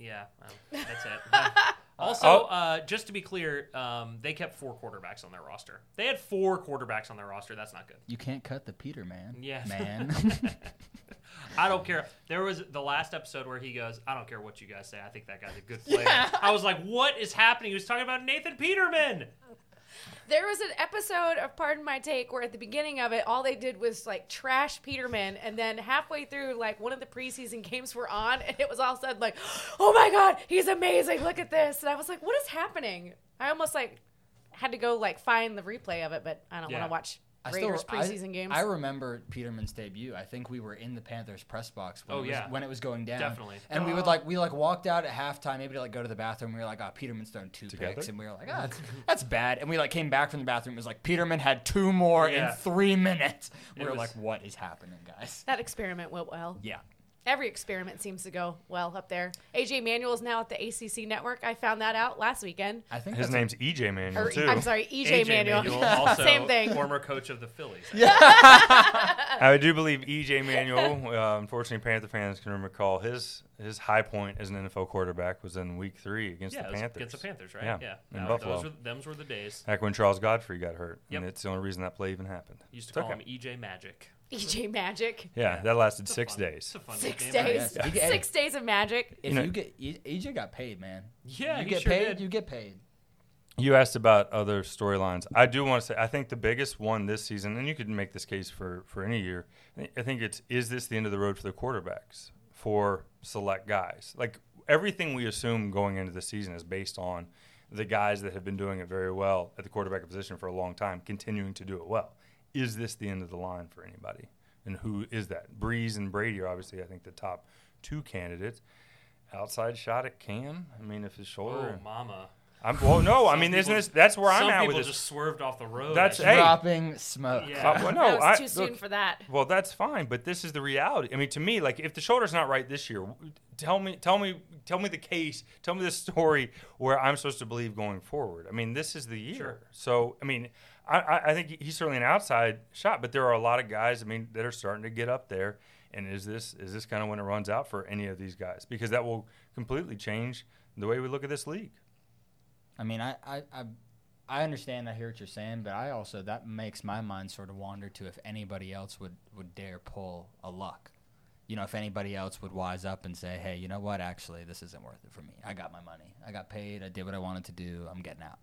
[SPEAKER 3] idea.
[SPEAKER 4] yeah, well, that's it. also,
[SPEAKER 5] Oh.
[SPEAKER 4] uh, just to be clear, um, they kept four quarterbacks on their roster. They had four quarterbacks on their roster. That's not good.
[SPEAKER 6] You can't cut the Peter man.
[SPEAKER 4] Yeah.
[SPEAKER 6] Man.
[SPEAKER 4] I don't care. There was the last episode where he goes, I don't care what you guys say. I think that guy's a good player. I was like, what is happening? He was talking about Nathan Peterman.
[SPEAKER 3] There was an episode of Pardon My Take where at the beginning of it, all they did was like trash Peterman, and then halfway through, like one of the preseason games were on, and it was all said like, "Oh my God, he's amazing! Look at this!" And I was like, "What is happening?" I almost like had to go like find the replay of it, but I don't
[SPEAKER 4] Yeah.
[SPEAKER 3] want to watch
[SPEAKER 6] I still-
[SPEAKER 3] Raiders
[SPEAKER 6] I-
[SPEAKER 3] preseason games.
[SPEAKER 6] I remember Peterman's debut. I think we were in the Panthers press box when,
[SPEAKER 4] Oh,
[SPEAKER 6] it, was,
[SPEAKER 4] yeah.
[SPEAKER 6] when it was going down.
[SPEAKER 4] Definitely.
[SPEAKER 6] And we would like we like walked out at halftime, maybe to like go to the bathroom. We were like, oh, Peterman's thrown two
[SPEAKER 5] Together?
[SPEAKER 6] picks, and we were like, oh, that's, that's bad. And we like came back from the bathroom. It was like Peterman had two more
[SPEAKER 4] Yeah.
[SPEAKER 6] in three minutes. We
[SPEAKER 4] It
[SPEAKER 6] were
[SPEAKER 4] was-
[SPEAKER 6] like, what is happening, guys?
[SPEAKER 3] that experiment went well.
[SPEAKER 6] Yeah.
[SPEAKER 3] Every experiment seems to go well up there. AJ Manuel is now at the ACC network. I found that out last weekend.
[SPEAKER 6] I think
[SPEAKER 5] his
[SPEAKER 6] that's-
[SPEAKER 5] name's EJ Manuel
[SPEAKER 3] Or, E
[SPEAKER 5] too
[SPEAKER 3] I'm sorry, EJ, Manuel.
[SPEAKER 4] also
[SPEAKER 3] Same thing.
[SPEAKER 4] former coach of the Phillies.
[SPEAKER 5] I do believe EJ Manuel. Uh, unfortunately, Panther fans can recall his his high point as an NFL quarterback was in Week Three against
[SPEAKER 4] Yeah,
[SPEAKER 5] the
[SPEAKER 4] it was
[SPEAKER 5] Panthers.
[SPEAKER 4] against the Panthers, right?
[SPEAKER 5] Yeah,
[SPEAKER 4] Yeah.
[SPEAKER 5] in
[SPEAKER 4] That-
[SPEAKER 5] Buffalo.
[SPEAKER 4] Those were, thems were the days.
[SPEAKER 5] Back when Charles Godfrey got hurt,
[SPEAKER 4] Yep.
[SPEAKER 5] and it's the only reason that play even happened.
[SPEAKER 4] Used to
[SPEAKER 5] It's
[SPEAKER 4] call
[SPEAKER 5] okay.
[SPEAKER 4] him EJ Magic.
[SPEAKER 3] EJ E Magic.
[SPEAKER 5] Yeah, that lasted
[SPEAKER 4] It's a
[SPEAKER 5] six
[SPEAKER 4] fun-
[SPEAKER 5] days.
[SPEAKER 4] It's a fun
[SPEAKER 3] Six
[SPEAKER 4] nickname, I
[SPEAKER 3] days.
[SPEAKER 4] guess.
[SPEAKER 6] Yeah. Yeah.
[SPEAKER 3] Six days of magic.
[SPEAKER 6] If
[SPEAKER 5] You know-
[SPEAKER 6] you get E- EJ got paid, man.
[SPEAKER 4] Yeah,
[SPEAKER 6] you
[SPEAKER 4] he
[SPEAKER 6] get
[SPEAKER 4] sure
[SPEAKER 6] paid.
[SPEAKER 4] did.
[SPEAKER 6] You get paid.
[SPEAKER 5] You asked about other storylines. I do want to say I think the biggest one this season, and you could make this case for for any year. I thi- I think it's is this the end of the road for the quarterbacks for select guys? Like everything we assume going into the season is based on the guys that have been doing it very well at the quarterback position for a long time, continuing to do it well. Is this the end of the line for anybody? And who is that? Breeze and Brady are obviously I think the top two candidates. Outside shot at Cam. I mean, if his
[SPEAKER 4] Oh,
[SPEAKER 5] shoulder.
[SPEAKER 4] mama.
[SPEAKER 5] I'm, well, no. I
[SPEAKER 4] Some
[SPEAKER 5] mean, isn't
[SPEAKER 4] people-
[SPEAKER 5] this that's where I'm
[SPEAKER 4] Some
[SPEAKER 5] at
[SPEAKER 4] people
[SPEAKER 5] with
[SPEAKER 4] just
[SPEAKER 5] this?
[SPEAKER 4] swerved off the road.
[SPEAKER 5] That's-
[SPEAKER 4] actually.
[SPEAKER 5] Hey.
[SPEAKER 6] Dropping smoke.
[SPEAKER 4] Yeah.
[SPEAKER 5] Uh, well, no,
[SPEAKER 3] that was
[SPEAKER 5] I-
[SPEAKER 3] too soon
[SPEAKER 5] look,
[SPEAKER 3] for that.
[SPEAKER 5] Well, that's fine, but this is the reality. I mean, to me, like if the shoulder's not right this year, w- tell me, tell me, tell me the case, tell me the story where I'm supposed to believe going forward. I mean, this is the year.
[SPEAKER 4] Sure.
[SPEAKER 5] So, I mean, I- I, I think he's certainly an outside shot, but there are a lot of guys. I mean, that are starting to get up there. And is this is this kind of when it runs out for any of these guys? Because that will completely change the way we look at this league.
[SPEAKER 6] I mean, I, I, I, I understand. I hear what you're saying, but I also that makes my mind sort of wander to if anybody else would would dare pull a luck. You know, if anybody else would wise up and say, "Hey, you know what? Actually, this isn't worth it for me. I got my money. I got paid. I did what I wanted to do. I'm getting out."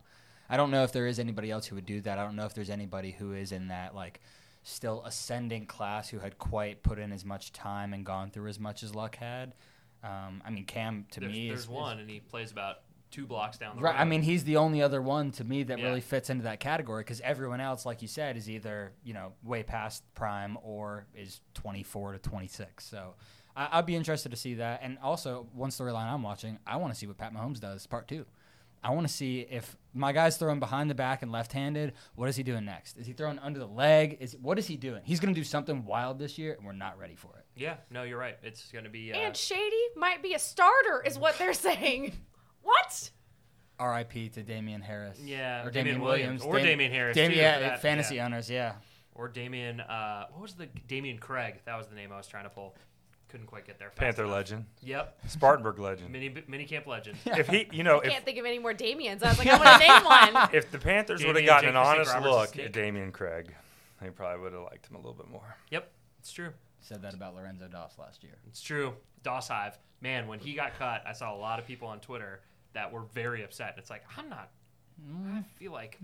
[SPEAKER 6] I don't know if there is anybody else who would do that. I don't know if there's anybody who is in that like still ascending class who had quite put in as much time and gone through as much as Luck had. Um, I mean, Cam to
[SPEAKER 4] There's,
[SPEAKER 6] me
[SPEAKER 4] there's
[SPEAKER 6] is,
[SPEAKER 4] one, and he plays about two blocks down the
[SPEAKER 6] Right.
[SPEAKER 4] road.
[SPEAKER 6] I mean, he's the only other one to me that
[SPEAKER 4] Yeah.
[SPEAKER 6] really fits into that category because everyone else, like you said, is either you know way past prime or is 24 to 26. So I, I'd be interested to see that. And also, one storyline I'm watching, I want to see what Pat Mahomes does part two. I want to see if my guy's throwing behind the back and left-handed. What is he doing next? Is he throwing under the leg? Is what is he doing? He's going to do something wild this year, and we're not ready for it.
[SPEAKER 4] yeah, no, you're right. It's going to be. Uh,
[SPEAKER 3] And Shady might be a starter, is what they're saying. what?
[SPEAKER 6] R.I.P. to Damian Harris.
[SPEAKER 4] Yeah,
[SPEAKER 6] or
[SPEAKER 4] Damian
[SPEAKER 6] Damian
[SPEAKER 4] Williams.
[SPEAKER 6] Williams,
[SPEAKER 4] Or Damian Harris, too,
[SPEAKER 6] yeah,
[SPEAKER 4] for that,
[SPEAKER 6] fantasy
[SPEAKER 4] yeah.
[SPEAKER 6] owners. Yeah.
[SPEAKER 4] or Damien. Uh, what was the Damien Craig? That was the name I was trying to pull. Couldn't quite get there. fast
[SPEAKER 5] Panther
[SPEAKER 4] enough.
[SPEAKER 5] legend,
[SPEAKER 4] Yep,
[SPEAKER 5] Spartanburg legend.
[SPEAKER 4] mini mini camp legend.
[SPEAKER 5] If he, you know, if
[SPEAKER 3] Can't think of any more Damians. I was like, I want to name one.
[SPEAKER 5] if the Panthers would have
[SPEAKER 4] Damian
[SPEAKER 5] gotten an
[SPEAKER 4] Jefferson,
[SPEAKER 5] honest
[SPEAKER 4] Robertson
[SPEAKER 5] look
[SPEAKER 4] Stick.
[SPEAKER 5] at Damian Craig, they probably would have liked him a little bit more.
[SPEAKER 4] Yep, it's true.
[SPEAKER 6] Said that about Lorenzo Doss last year.
[SPEAKER 4] It's true. Doss Hive, man, when he got cut, I saw a lot of people on Twitter that were very upset. It's like I'm not. I feel like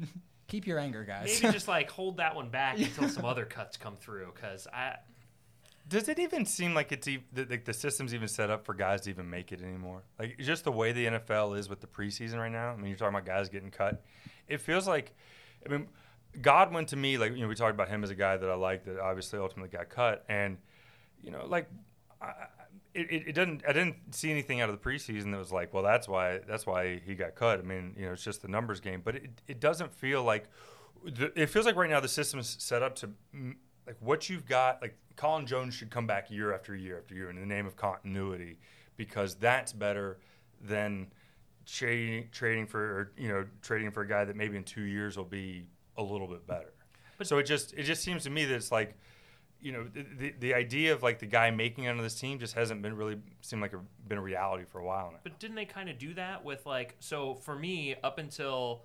[SPEAKER 6] Keep your anger, guys.
[SPEAKER 4] maybe just like hold that one back until some other cuts come through because I
[SPEAKER 5] Does it even seem like it's e- that like the system's even set up for guys to even make it anymore? Like just the way the NFL is with the preseason right now. I mean, you're talking about guys getting cut. It feels like, I mean, Godwin to me, like you know, we talked about him as a guy that I like that obviously ultimately got cut, and you know, like it, it, it doesn't I didn't see anything out of the preseason that was like, well, that's why that's why he got cut. I mean, you know, it's just the numbers game, but it, it doesn't feel like the, it feels like right now the system's set up to mm, like what you've got. Like Colin Jones should come back year after year after year in the name of continuity because that's better than trading trading for or, you know trading for a guy that maybe in two years will be a little bit better. so it just it just seems to me that it's like you know the, the the idea of like the guy making it on this team just hasn't been really seemed like a, been a reality for a while now.
[SPEAKER 4] But didn't they kind of do that with like so for me up until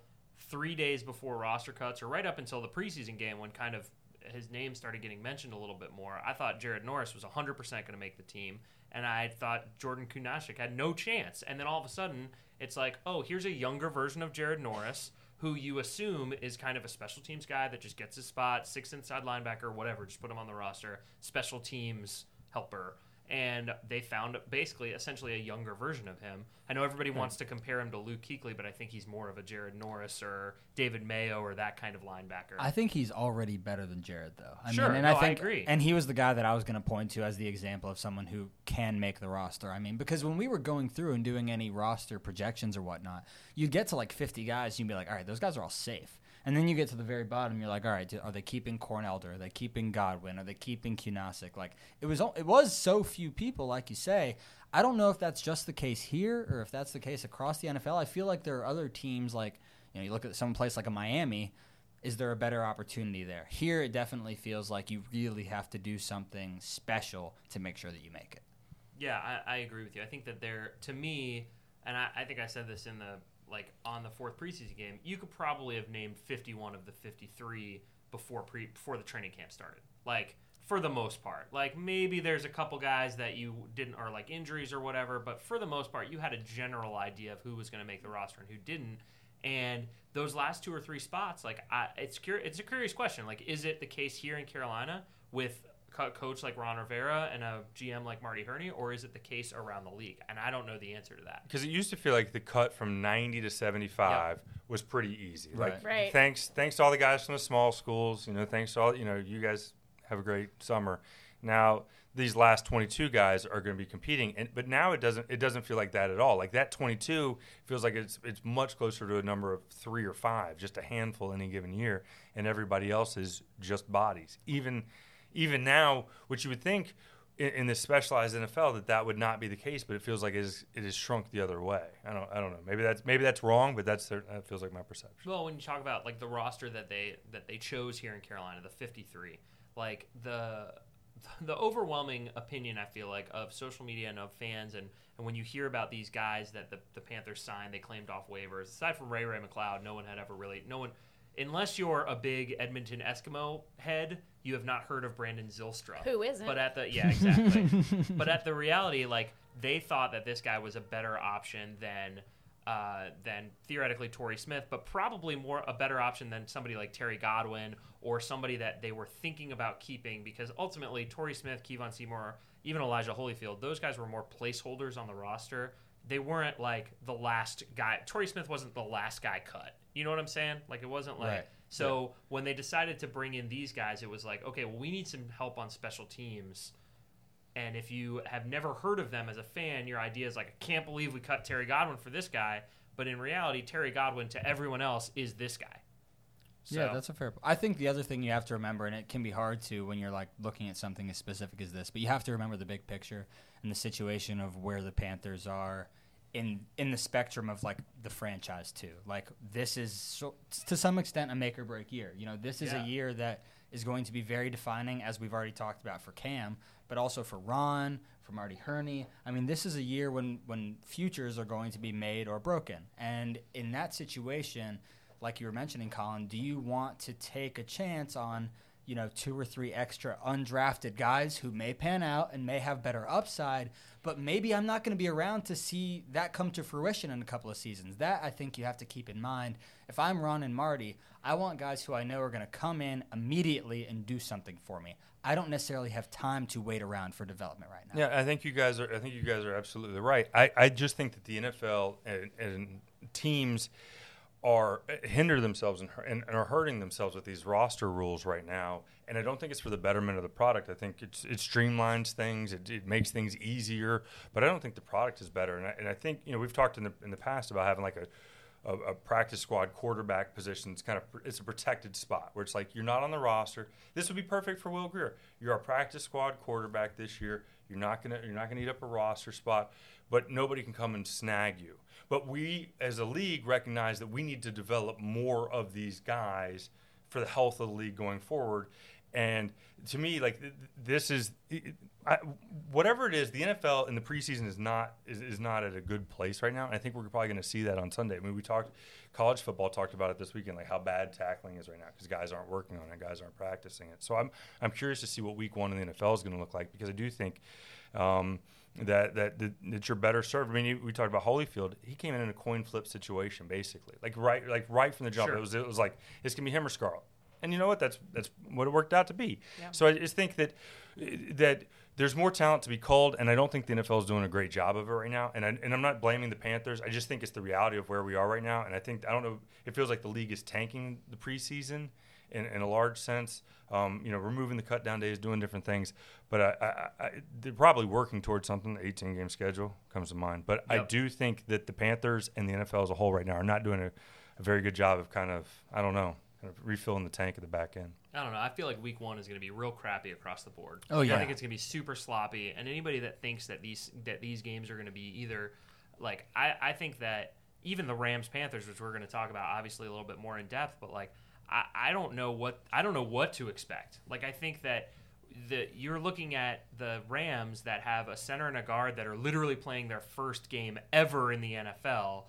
[SPEAKER 4] three days before roster cuts or right up until the preseason game when kind of his name started getting mentioned a little bit more, I thought Jared Norris was 100% going to make the team, and I thought Jordan Kunashik had no chance. And then all of a sudden, it's like, oh, here's a younger version of Jared Norris who you assume is kind of a special teams guy that just gets his spot, six inside linebacker, whatever, just put him on the roster, special teams helper and they found basically essentially a younger version of him. I know everybody wants to compare him to Luke Kuechly, but I think he's more of a Jared Norris or David Mayo or that kind of linebacker.
[SPEAKER 6] I think he's already better than Jared, though. I
[SPEAKER 4] Sure,
[SPEAKER 6] mean, and
[SPEAKER 4] no, I
[SPEAKER 6] I think,
[SPEAKER 4] agree.
[SPEAKER 6] And he was the guy that I was going to point to as the example of someone who can make the roster. I mean, because when we were going through and doing any roster projections or whatnot, you get to like 50 guys, you'd be like, all right, those guys are all safe. And then you get to the very bottom, you're like, all right, do- are they keeping Cornelder? Are they keeping Godwin? Are they keeping Kunasic? Like it was, al- it was so few people, like you say. I don't know if that's just the case here or if that's the case across the NFL. I feel like there are other teams, like you know, you look at some place like a Miami is there a better opportunity there? Here, it definitely feels like you really have to do something special to make sure that you make it.
[SPEAKER 4] yeah, I, I agree with you. I think that they're to me, and I, I think I said this in the like on the fourth preseason game. You could probably have named fifty-one of the fifty-three before pre before the training camp started. Like for the most part, like maybe there's a couple guys that you didn't are like injuries or whatever, but for the most part, you had a general idea of who was going to make the roster and who didn't. And those last two or three spots, like I, it's cur- it's a curious question. Like, is it the case here in Carolina with co- coach like Ron Rivera and a GM like Marty Herney, or is it the case around the league? And I don't know the answer to that.
[SPEAKER 5] Because it used to feel like the cut from 90 to 75 was pretty easy. Like
[SPEAKER 6] Right.
[SPEAKER 3] Right.
[SPEAKER 5] thanks thanks to all the guys from the small schools, you know, thanks to all, you know, you guys have a great summer. Now, these last 22 guys are going to be competing and but now it doesn't it doesn't feel like that at all. Like that 22 feels like it's it's much closer to a number of 3 or 5, just a handful any given year and everybody else is just bodies. Even even now, which you would think in, in this specialized NFL that that would not be the case, but it feels like it is it is shrunk the other way. I don't I don't know. Maybe that's maybe that's wrong, but that's their, that feels like my perception.
[SPEAKER 4] Well, when you talk about like the roster that they that they chose here in Carolina, the 53, like the the overwhelming opinion I feel like of social media and of fans and and when you hear about these guys that the, the Panthers signed, they claimed off waivers. Aside from Ray Ray McLeod, no one had ever really no one unless you're a big Edmonton Eskimo head, you have not heard of Brandon Zilstra.
[SPEAKER 3] Who isn't?
[SPEAKER 4] But at the yeah, exactly. but at the reality, like they thought that this guy was a better option than uh, than theoretically Torrey Smith, but probably more a better option than somebody like Terry Godwin or somebody that they were thinking about keeping because ultimately Torrey Smith, Kevon Seymour, even Elijah Holyfield, those guys were more placeholders on the roster. They weren't like the last guy. Torrey Smith wasn't the last guy cut. You know what I'm saying? Like it wasn't like
[SPEAKER 6] Right.
[SPEAKER 4] so when they decided to bring in these guys, it was like, okay, well, we need some help on special teams. And if you have never heard of them as a fan, your idea is like, I can't believe we cut Terry Godwin for this guy. But in reality, Terry Godwin to everyone else is this guy.
[SPEAKER 6] Yeah,
[SPEAKER 4] So-
[SPEAKER 6] that's a fair. p- I think the other thing you have to remember, and it can be hard to when you're like looking at something as specific as this, but you have to remember the big picture and the situation of where the Panthers are in in the spectrum of like the franchise too. Like this is so, to some extent a make or break year. You know, this is
[SPEAKER 4] Yeah.
[SPEAKER 6] a year that is going to be very defining, as we've already talked about for Cam, but also for Ron, for Marty Herney. I mean, this is a year when when futures are going to be made or broken, and in that situation like you were mentioning, Colin, do you want to take a chance on, you know, two or three extra undrafted guys who may pan out and may have better upside, but maybe I'm not going to be around to see that come to fruition in a couple of seasons? That I think you have to keep in mind. If I'm Ron and Marty, I want guys who I know are going to come in immediately and do something for me. I don't necessarily have time to wait around for development right now.
[SPEAKER 5] Yeah, I think you guys are. I think you guys are absolutely right. I, I just think that the NFL and, and teams are eh, hinder themselves and, hu- and, and are hurting themselves with these roster rules right now. And I don't think it's for the betterment of the product. I think it's, it streamlines things. It, it makes things easier. But I don't think the product is better. And I, and I think you know we've talked in the in the past about having like a a, a practice squad quarterback position. It's kind of it's a protected spot where it's like you're not on the roster. This would be perfect for Will Greer. You're a practice squad quarterback this year. You're not gonna you're not gonna eat up a roster spot, but nobody can come and snag you. But we as a league recognize that we need to develop more of these guys for the health of the league going forward. And to me, like th- th- this is it- I, whatever it is, the NFL in the preseason is not is, is not at a good place right now. And I think we're probably going to see that on Sunday. I mean, we talked college football talked about it this weekend, like how bad tackling is right now because guys aren't working on it, guys aren't practicing it. So I'm I'm curious to see what Week One in the NFL is going to look like because I do think. Um, that, that that that you're better served. I mean, you, we talked about Holyfield. He came in in a coin flip situation, basically, like right like right from the jump.
[SPEAKER 4] Sure.
[SPEAKER 5] It was it was like it's gonna be him or Scarlett. And you know what? That's that's what it worked out to be. So I just think that that there's more talent to be culled, and I don't think the NFL is doing a great job of it right now. And I, and I'm not blaming the Panthers. I just think it's the reality of where we are right now. And I think I don't know. It feels like the league is tanking the preseason in, in a large sense. Um, you know, removing the cut down days, doing different things. But I, I, I, they're probably working towards something. The 18 game schedule comes to mind. But I
[SPEAKER 4] Yep.
[SPEAKER 5] do think that the Panthers and the NFL as a whole right now are not doing a, a very good job of kind of I don't know, kind of refilling the tank at the back end.
[SPEAKER 4] I don't know. I feel like week one is going to be real crappy across the board.
[SPEAKER 6] Oh, yeah.
[SPEAKER 4] I think it's going to be super sloppy. And anybody that thinks that these that these games are going to be either like I, I think that even the Rams Panthers, which we're going to talk about obviously a little bit more in depth, but like I, I don't know what I don't know what to expect. Like I think that the you're looking at the Rams that have a center and a guard that are literally playing their first game ever in the NFL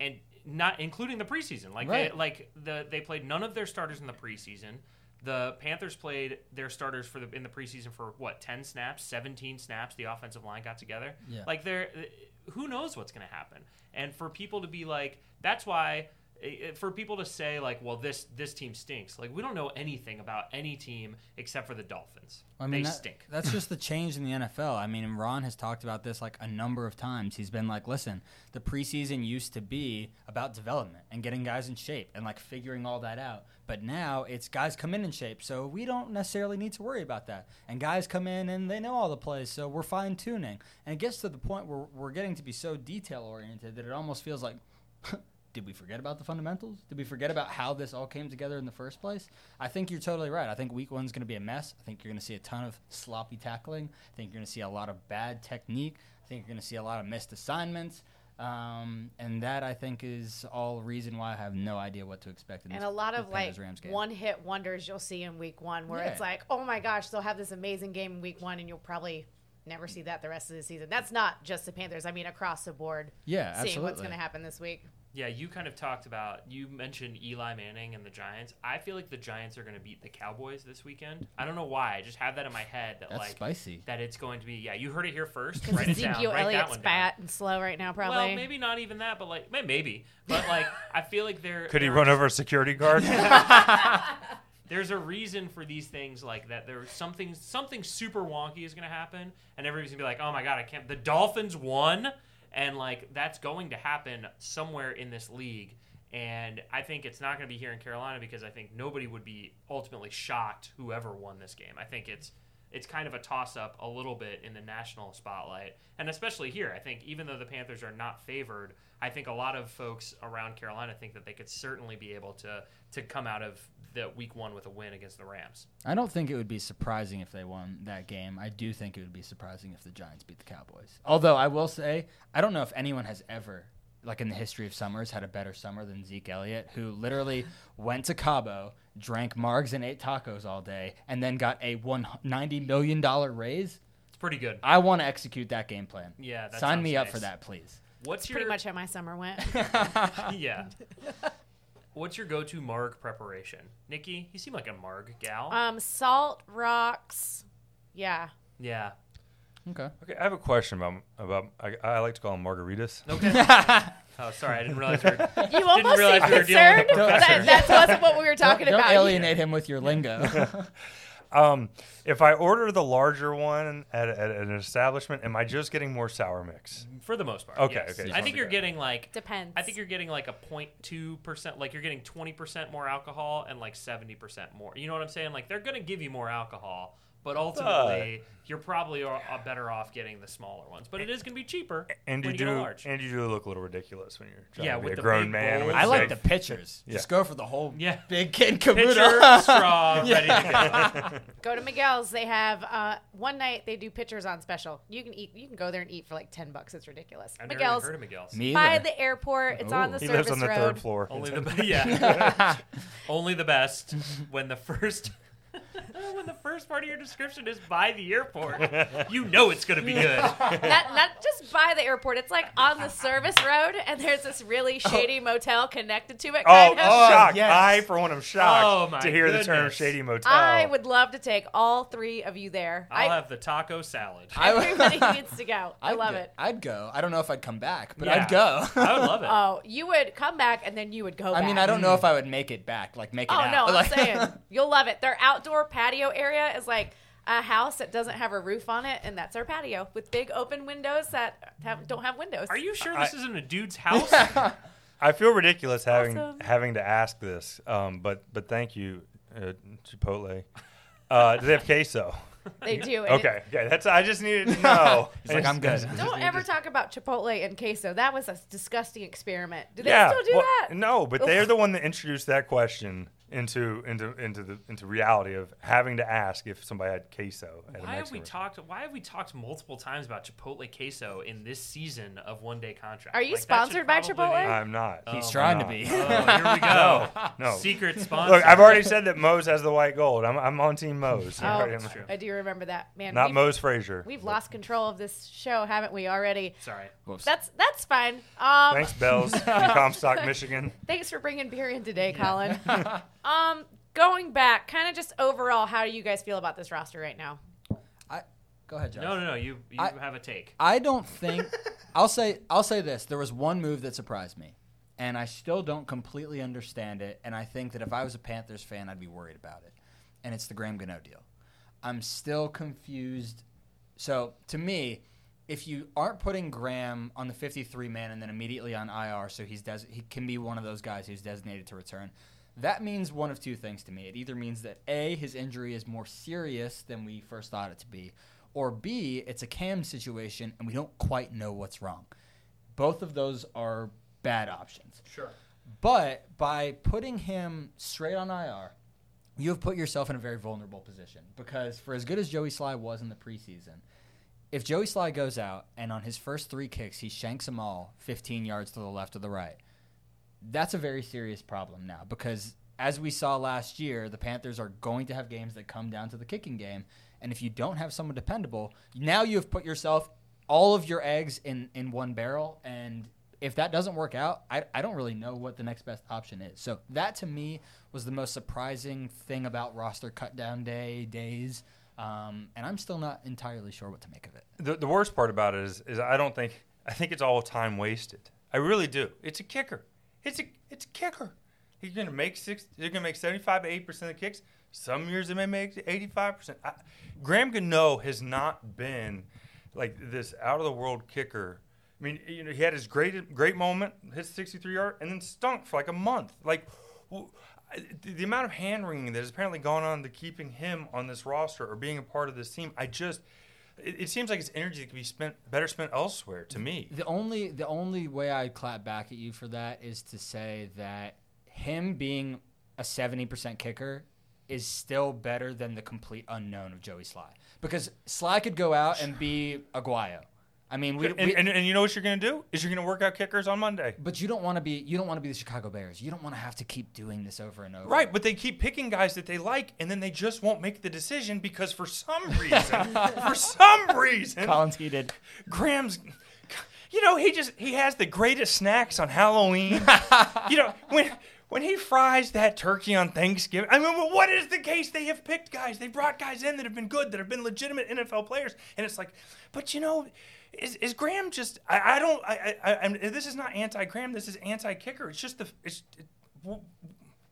[SPEAKER 4] and not including the preseason. Like
[SPEAKER 6] Right.
[SPEAKER 4] they, like the they played none of their starters in the preseason. The Panthers played their starters for the in the preseason for what ten snaps, seventeen snaps. The offensive line got together.
[SPEAKER 6] Yeah.
[SPEAKER 4] Like they're who knows what's going to happen. And for people to be like, that's why eh, eh, for people to say like, well, this this team stinks. Like we don't know anything about any team except for the Dolphins. they
[SPEAKER 6] that-
[SPEAKER 4] stink.
[SPEAKER 6] That's just the change in the NFL. I mean, and Ron has talked about this like a number of times. He's been like, listen, the preseason used to be about development and getting guys in shape and like figuring all that out. But now it's guys come in in shape, so we don't necessarily need to worry about that. And guys come in and they know all the plays, so we're fine tuning. And it gets to the point where we're getting to be so detail oriented that it almost feels like did we forget about the fundamentals? Did we forget about how this all came together in the first place? I think you're totally right. I think week one's going to be a mess. I think you're going to see a ton of sloppy tackling. I think you're going to see a lot of bad technique. I think you're going to see a lot of missed assignments. Um, and that I think is all reason why I have no idea what to expect in
[SPEAKER 3] and
[SPEAKER 6] this
[SPEAKER 3] a lot of like
[SPEAKER 6] Rams game.
[SPEAKER 3] one hit wonders you'll see in week one where it's
[SPEAKER 6] Yeah.
[SPEAKER 3] like oh my gosh they'll have this amazing game in week one and you'll probably never see that the rest of the season that's not just the panthers i mean across the board
[SPEAKER 6] yeah,
[SPEAKER 3] seeing
[SPEAKER 6] absolutely.
[SPEAKER 3] what's going to happen this week
[SPEAKER 4] Yeah, you kind of talked about you mentioned Eli Manning and the Giants. I feel like the Giants are going to beat the Cowboys this weekend. I don't know why. I just have that in my head that
[SPEAKER 6] That's
[SPEAKER 4] like
[SPEAKER 6] spicy.
[SPEAKER 4] that it's going to be. Yeah, you heard it here first.
[SPEAKER 3] because
[SPEAKER 4] Write it down.
[SPEAKER 3] ezekiel
[SPEAKER 4] Write that
[SPEAKER 3] elliott's
[SPEAKER 4] one down.
[SPEAKER 3] fat and slow right now probably
[SPEAKER 4] Well, maybe not even that, but like may- maybe. But like I feel like they're
[SPEAKER 5] Could he
[SPEAKER 4] they're-
[SPEAKER 5] run over a security guard?
[SPEAKER 4] there's a reason for these things like that. There's something something super wonky is going to happen, and everybody's going to be like, "Oh my god, I can't." The Dolphins won, and like that's going to happen somewhere in this league. And I think it's not going to be here in Carolina because I think nobody would be ultimately shocked whoever won this game. I think it's it's kind of a toss up a little bit in the national spotlight. And especially here, I think even though the Panthers are not favored, I think a lot of folks around Carolina think that they could certainly be able to to come out of the week 1 with a win against the Rams.
[SPEAKER 6] I don't think it would be surprising if they won that game. I do think it would be surprising if the Giants beat the Cowboys. Although I will say, I don't know if anyone has ever like in the history of summers had a better summer than Zeke Elliott, who literally went to Cabo, drank margs and ate tacos all day, and then got a one ninety million dollar raise.
[SPEAKER 4] It's pretty good.
[SPEAKER 3] Uh,
[SPEAKER 6] I want to execute that game plan.
[SPEAKER 4] Yeah, that
[SPEAKER 6] sign
[SPEAKER 4] sounds
[SPEAKER 6] me up
[SPEAKER 4] nice.
[SPEAKER 6] for that, please.
[SPEAKER 4] What's your
[SPEAKER 3] Pretty much how my summer went.
[SPEAKER 4] yeah. What's your go-to marg preparation, Nikki? You seem like a marg gal.
[SPEAKER 3] um, salt rocks. Yeah.
[SPEAKER 4] yeah.
[SPEAKER 6] Okay.
[SPEAKER 5] Okay, I have a question about about I, I like to call them margaritas.
[SPEAKER 4] Okay. oh, sorry, I didn't realize you were.
[SPEAKER 3] You almost
[SPEAKER 4] realize
[SPEAKER 3] seem
[SPEAKER 4] we were dealing with
[SPEAKER 3] concerned.
[SPEAKER 4] a
[SPEAKER 3] That,
[SPEAKER 4] professor.
[SPEAKER 3] that wasn't what we were
[SPEAKER 6] Don't,
[SPEAKER 3] talking
[SPEAKER 6] don't
[SPEAKER 3] about.
[SPEAKER 6] alienate him with your lingo.
[SPEAKER 5] Um, if I order the larger one at, at an establishment, am I just getting more sour mix?
[SPEAKER 4] For the most part.
[SPEAKER 5] Okay,
[SPEAKER 4] yes.
[SPEAKER 5] okay,
[SPEAKER 4] I think
[SPEAKER 5] sounds
[SPEAKER 4] you're
[SPEAKER 5] good.
[SPEAKER 4] getting like
[SPEAKER 3] Depends.
[SPEAKER 4] I think you're getting like a 0.2 percent, like you're getting 20 percent more alcohol and like 70 percent more. You know what I'm saying? Like they're gonna give you more alcohol, but ultimately you're probably are, are better off getting the smaller ones. But it is gonna be cheaper
[SPEAKER 5] And
[SPEAKER 4] when you
[SPEAKER 5] you
[SPEAKER 4] get a
[SPEAKER 5] do,
[SPEAKER 4] large.
[SPEAKER 5] and you do look a little ridiculous when you're trying
[SPEAKER 4] Yeah,
[SPEAKER 5] to be
[SPEAKER 4] with
[SPEAKER 5] a
[SPEAKER 4] the
[SPEAKER 5] grown
[SPEAKER 4] big
[SPEAKER 5] man.
[SPEAKER 4] bowl.
[SPEAKER 5] With
[SPEAKER 6] I
[SPEAKER 5] the
[SPEAKER 6] like the
[SPEAKER 5] big-
[SPEAKER 6] pictures.
[SPEAKER 5] Yeah.
[SPEAKER 6] Just go for the whole
[SPEAKER 4] Yeah.
[SPEAKER 6] big kid
[SPEAKER 4] Pitcher,
[SPEAKER 6] Kabuto.
[SPEAKER 4] straw, ready to go.
[SPEAKER 3] Go to Miguel's. They have uh, one night they do pitchers on special. You can eat. You can go there and eat for like ten bucks. It's ridiculous.
[SPEAKER 4] I've never even
[SPEAKER 3] Miguel's
[SPEAKER 4] heard of Miguel's.
[SPEAKER 6] Me
[SPEAKER 3] by
[SPEAKER 6] either.
[SPEAKER 3] the airport. It's on the
[SPEAKER 5] Oh. He
[SPEAKER 3] service
[SPEAKER 5] lives on the
[SPEAKER 3] road.
[SPEAKER 5] third floor.
[SPEAKER 4] Only
[SPEAKER 5] It's-
[SPEAKER 4] the yeah. Only the best when the first when the first part of your description is by the airport. You know it's gonna be good.
[SPEAKER 3] Not, not just by the airport. It's like on the service road, and there's this really shady motel connected to it.
[SPEAKER 5] oh,
[SPEAKER 3] Kind of.
[SPEAKER 5] oh shocked!
[SPEAKER 6] yes.
[SPEAKER 5] I for one am shocked
[SPEAKER 4] Oh, my
[SPEAKER 5] to hear the term
[SPEAKER 4] goodness.
[SPEAKER 5] shady motel.
[SPEAKER 3] I would love to take all three of you there.
[SPEAKER 4] I'll
[SPEAKER 3] I-
[SPEAKER 4] have the taco salad. I,
[SPEAKER 6] I would-
[SPEAKER 3] everybody needs to go. I
[SPEAKER 6] I'd
[SPEAKER 3] love
[SPEAKER 6] go-
[SPEAKER 3] it.
[SPEAKER 6] I'd go. I don't know if I'd come back, but I'd
[SPEAKER 4] Yeah.
[SPEAKER 6] go.
[SPEAKER 4] would love it.
[SPEAKER 3] Oh, you would come back and then you would go.
[SPEAKER 6] I mean,
[SPEAKER 3] back.
[SPEAKER 6] I don't know if I would make it back, like make it
[SPEAKER 3] Oh
[SPEAKER 6] out.
[SPEAKER 3] no, I'm
[SPEAKER 6] Like-
[SPEAKER 3] saying you'll love it. Their outdoor patio area is like a house that doesn't have a roof on it, and that's our patio with big open windows that have, don't have windows.
[SPEAKER 4] Are you sure this
[SPEAKER 5] I-
[SPEAKER 4] isn't a dude's house?
[SPEAKER 5] I feel ridiculous having
[SPEAKER 3] Awesome.
[SPEAKER 5] having to ask this, um, but but thank you, uh, Chipotle. Uh, do they have queso?
[SPEAKER 3] They do. and
[SPEAKER 5] Okay, okay. That's I just needed to know.
[SPEAKER 6] He's like, I'm good.
[SPEAKER 3] it- don't ever talk about Chipotle and queso. That was a disgusting experiment. Do they
[SPEAKER 5] yeah.
[SPEAKER 3] still do
[SPEAKER 5] well,
[SPEAKER 3] that?
[SPEAKER 5] No, but
[SPEAKER 3] Ugh.
[SPEAKER 5] they're the one that introduced that question into into into the into reality of having to ask if somebody had queso. At a
[SPEAKER 4] Why have
[SPEAKER 5] Mexican
[SPEAKER 4] we
[SPEAKER 5] restaurant.
[SPEAKER 4] talked? Why have we talked multiple times about Chipotle queso in this season of One Day Contract?
[SPEAKER 3] Are you
[SPEAKER 4] Like, that should
[SPEAKER 3] sponsored by
[SPEAKER 4] probably be-
[SPEAKER 5] I'm not.
[SPEAKER 6] He's
[SPEAKER 4] Oh,
[SPEAKER 6] trying
[SPEAKER 5] no.
[SPEAKER 6] to be.
[SPEAKER 4] Oh, here we go.
[SPEAKER 5] no.
[SPEAKER 4] Secret sponsor.
[SPEAKER 5] Look, I've already said that Moe's has the white gold. I'm, I'm on team Moe's.
[SPEAKER 3] Oh,
[SPEAKER 5] Alright,
[SPEAKER 4] that's
[SPEAKER 5] I'm-
[SPEAKER 4] true.
[SPEAKER 3] I do remember that man.
[SPEAKER 5] Not
[SPEAKER 3] we've,
[SPEAKER 5] Moe's Frazier.
[SPEAKER 3] We've lost control of this show, haven't we already?
[SPEAKER 4] Sorry.
[SPEAKER 6] Whoops.
[SPEAKER 3] That's that's fine. Um,
[SPEAKER 5] Thanks, Bells from Comstock, Michigan.
[SPEAKER 3] Thanks for bringing beer in today, Colin. um, going back, kind of just overall, how do you guys feel about this roster right now?
[SPEAKER 6] I, go ahead, Josh.
[SPEAKER 4] No, no, no. You you
[SPEAKER 6] I-
[SPEAKER 4] have a take.
[SPEAKER 6] I don't think I'll say I'll say this. There was one move that surprised me, and I still don't completely understand it. And I think that if I was a Panthers fan, I'd be worried about it. And it's the Graham Gano deal. I'm still confused. So to me, if you aren't putting Graham on the 53 man and then immediately on IR, so he's des- he can be one of those guys who's designated to return. That means one of two things to me. It either means that A, his injury is more serious than we first thought it to be, or B, it's a cam situation and we don't quite know what's wrong. Both of those are bad options.
[SPEAKER 4] Sure.
[SPEAKER 6] But by putting him straight on IR, you have put yourself in a very vulnerable position because for as good as Joey Sly was in the preseason, if Joey Sly goes out and on his first three kicks he shanks them all 15 yards to the left or the right, that's a very serious problem now because as we saw last year, the Panthers are going to have games that come down to the kicking game, and if you don't have someone dependable, now you have put yourself all of your eggs in in one barrel and if that doesn't work out, I, I don't really know what the next best option is. So that to me was the most surprising thing about roster cut down day days, um, and I'm still not entirely sure what to make of it.
[SPEAKER 5] The, the worst part about it is, is I don't think I think it's all time wasted. I really do. It's a kicker. It's a it's a kicker. He's going to make six. They're going to make seventy-five to eighty percent of the kicks. Some years they may make eighty-five percent. Graham Gano has not been like this out of the world kicker. I mean, you know, he had his great great moment, his sixty-three yard, and then stunk for like a month. Like w- I- the the amount of hand wringing that has apparently gone on to keeping him on this roster or being a part of this team, I just. It, it seems like his energy could be spent better spent elsewhere. To me,
[SPEAKER 6] The only the only way I clap back at you for that is to say that him being a seventy percent kicker is still better than the complete unknown of Joey Sly because Sly could go out and be Aguayo. I mean, we,
[SPEAKER 5] and,
[SPEAKER 6] we-
[SPEAKER 5] and, and you know what you're going to do is you're going to work out kickers on Monday.
[SPEAKER 6] but you don't want to be you don't want to be the Chicago Bears. You don't want to have to keep doing this over and over.
[SPEAKER 5] Right, but they keep picking guys that they like, and then they just won't make the decision because for some reason, for some reason,
[SPEAKER 6] Collins heated.
[SPEAKER 5] Graham's. You know, he just he has the greatest snacks on Halloween. you know when. When he fries that turkey on Thanksgiving, I mean, well, what is the case? They have picked guys. They brought guys in that have been good, that have been legitimate NFL players, and it's like, but you know, is, is Graham just? I, I don't. I, I, I, I'm, this is not anti-Graham. This is anti-kicker. It's just the. It's, it, w-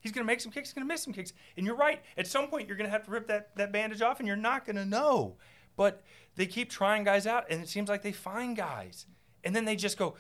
[SPEAKER 5] he's gonna make some kicks. He's gonna miss some kicks. And you're right. At some point, you're gonna have to rip that that bandage off, and you're not gonna know. But they keep trying guys out, and it seems like they find guys, and then they just go,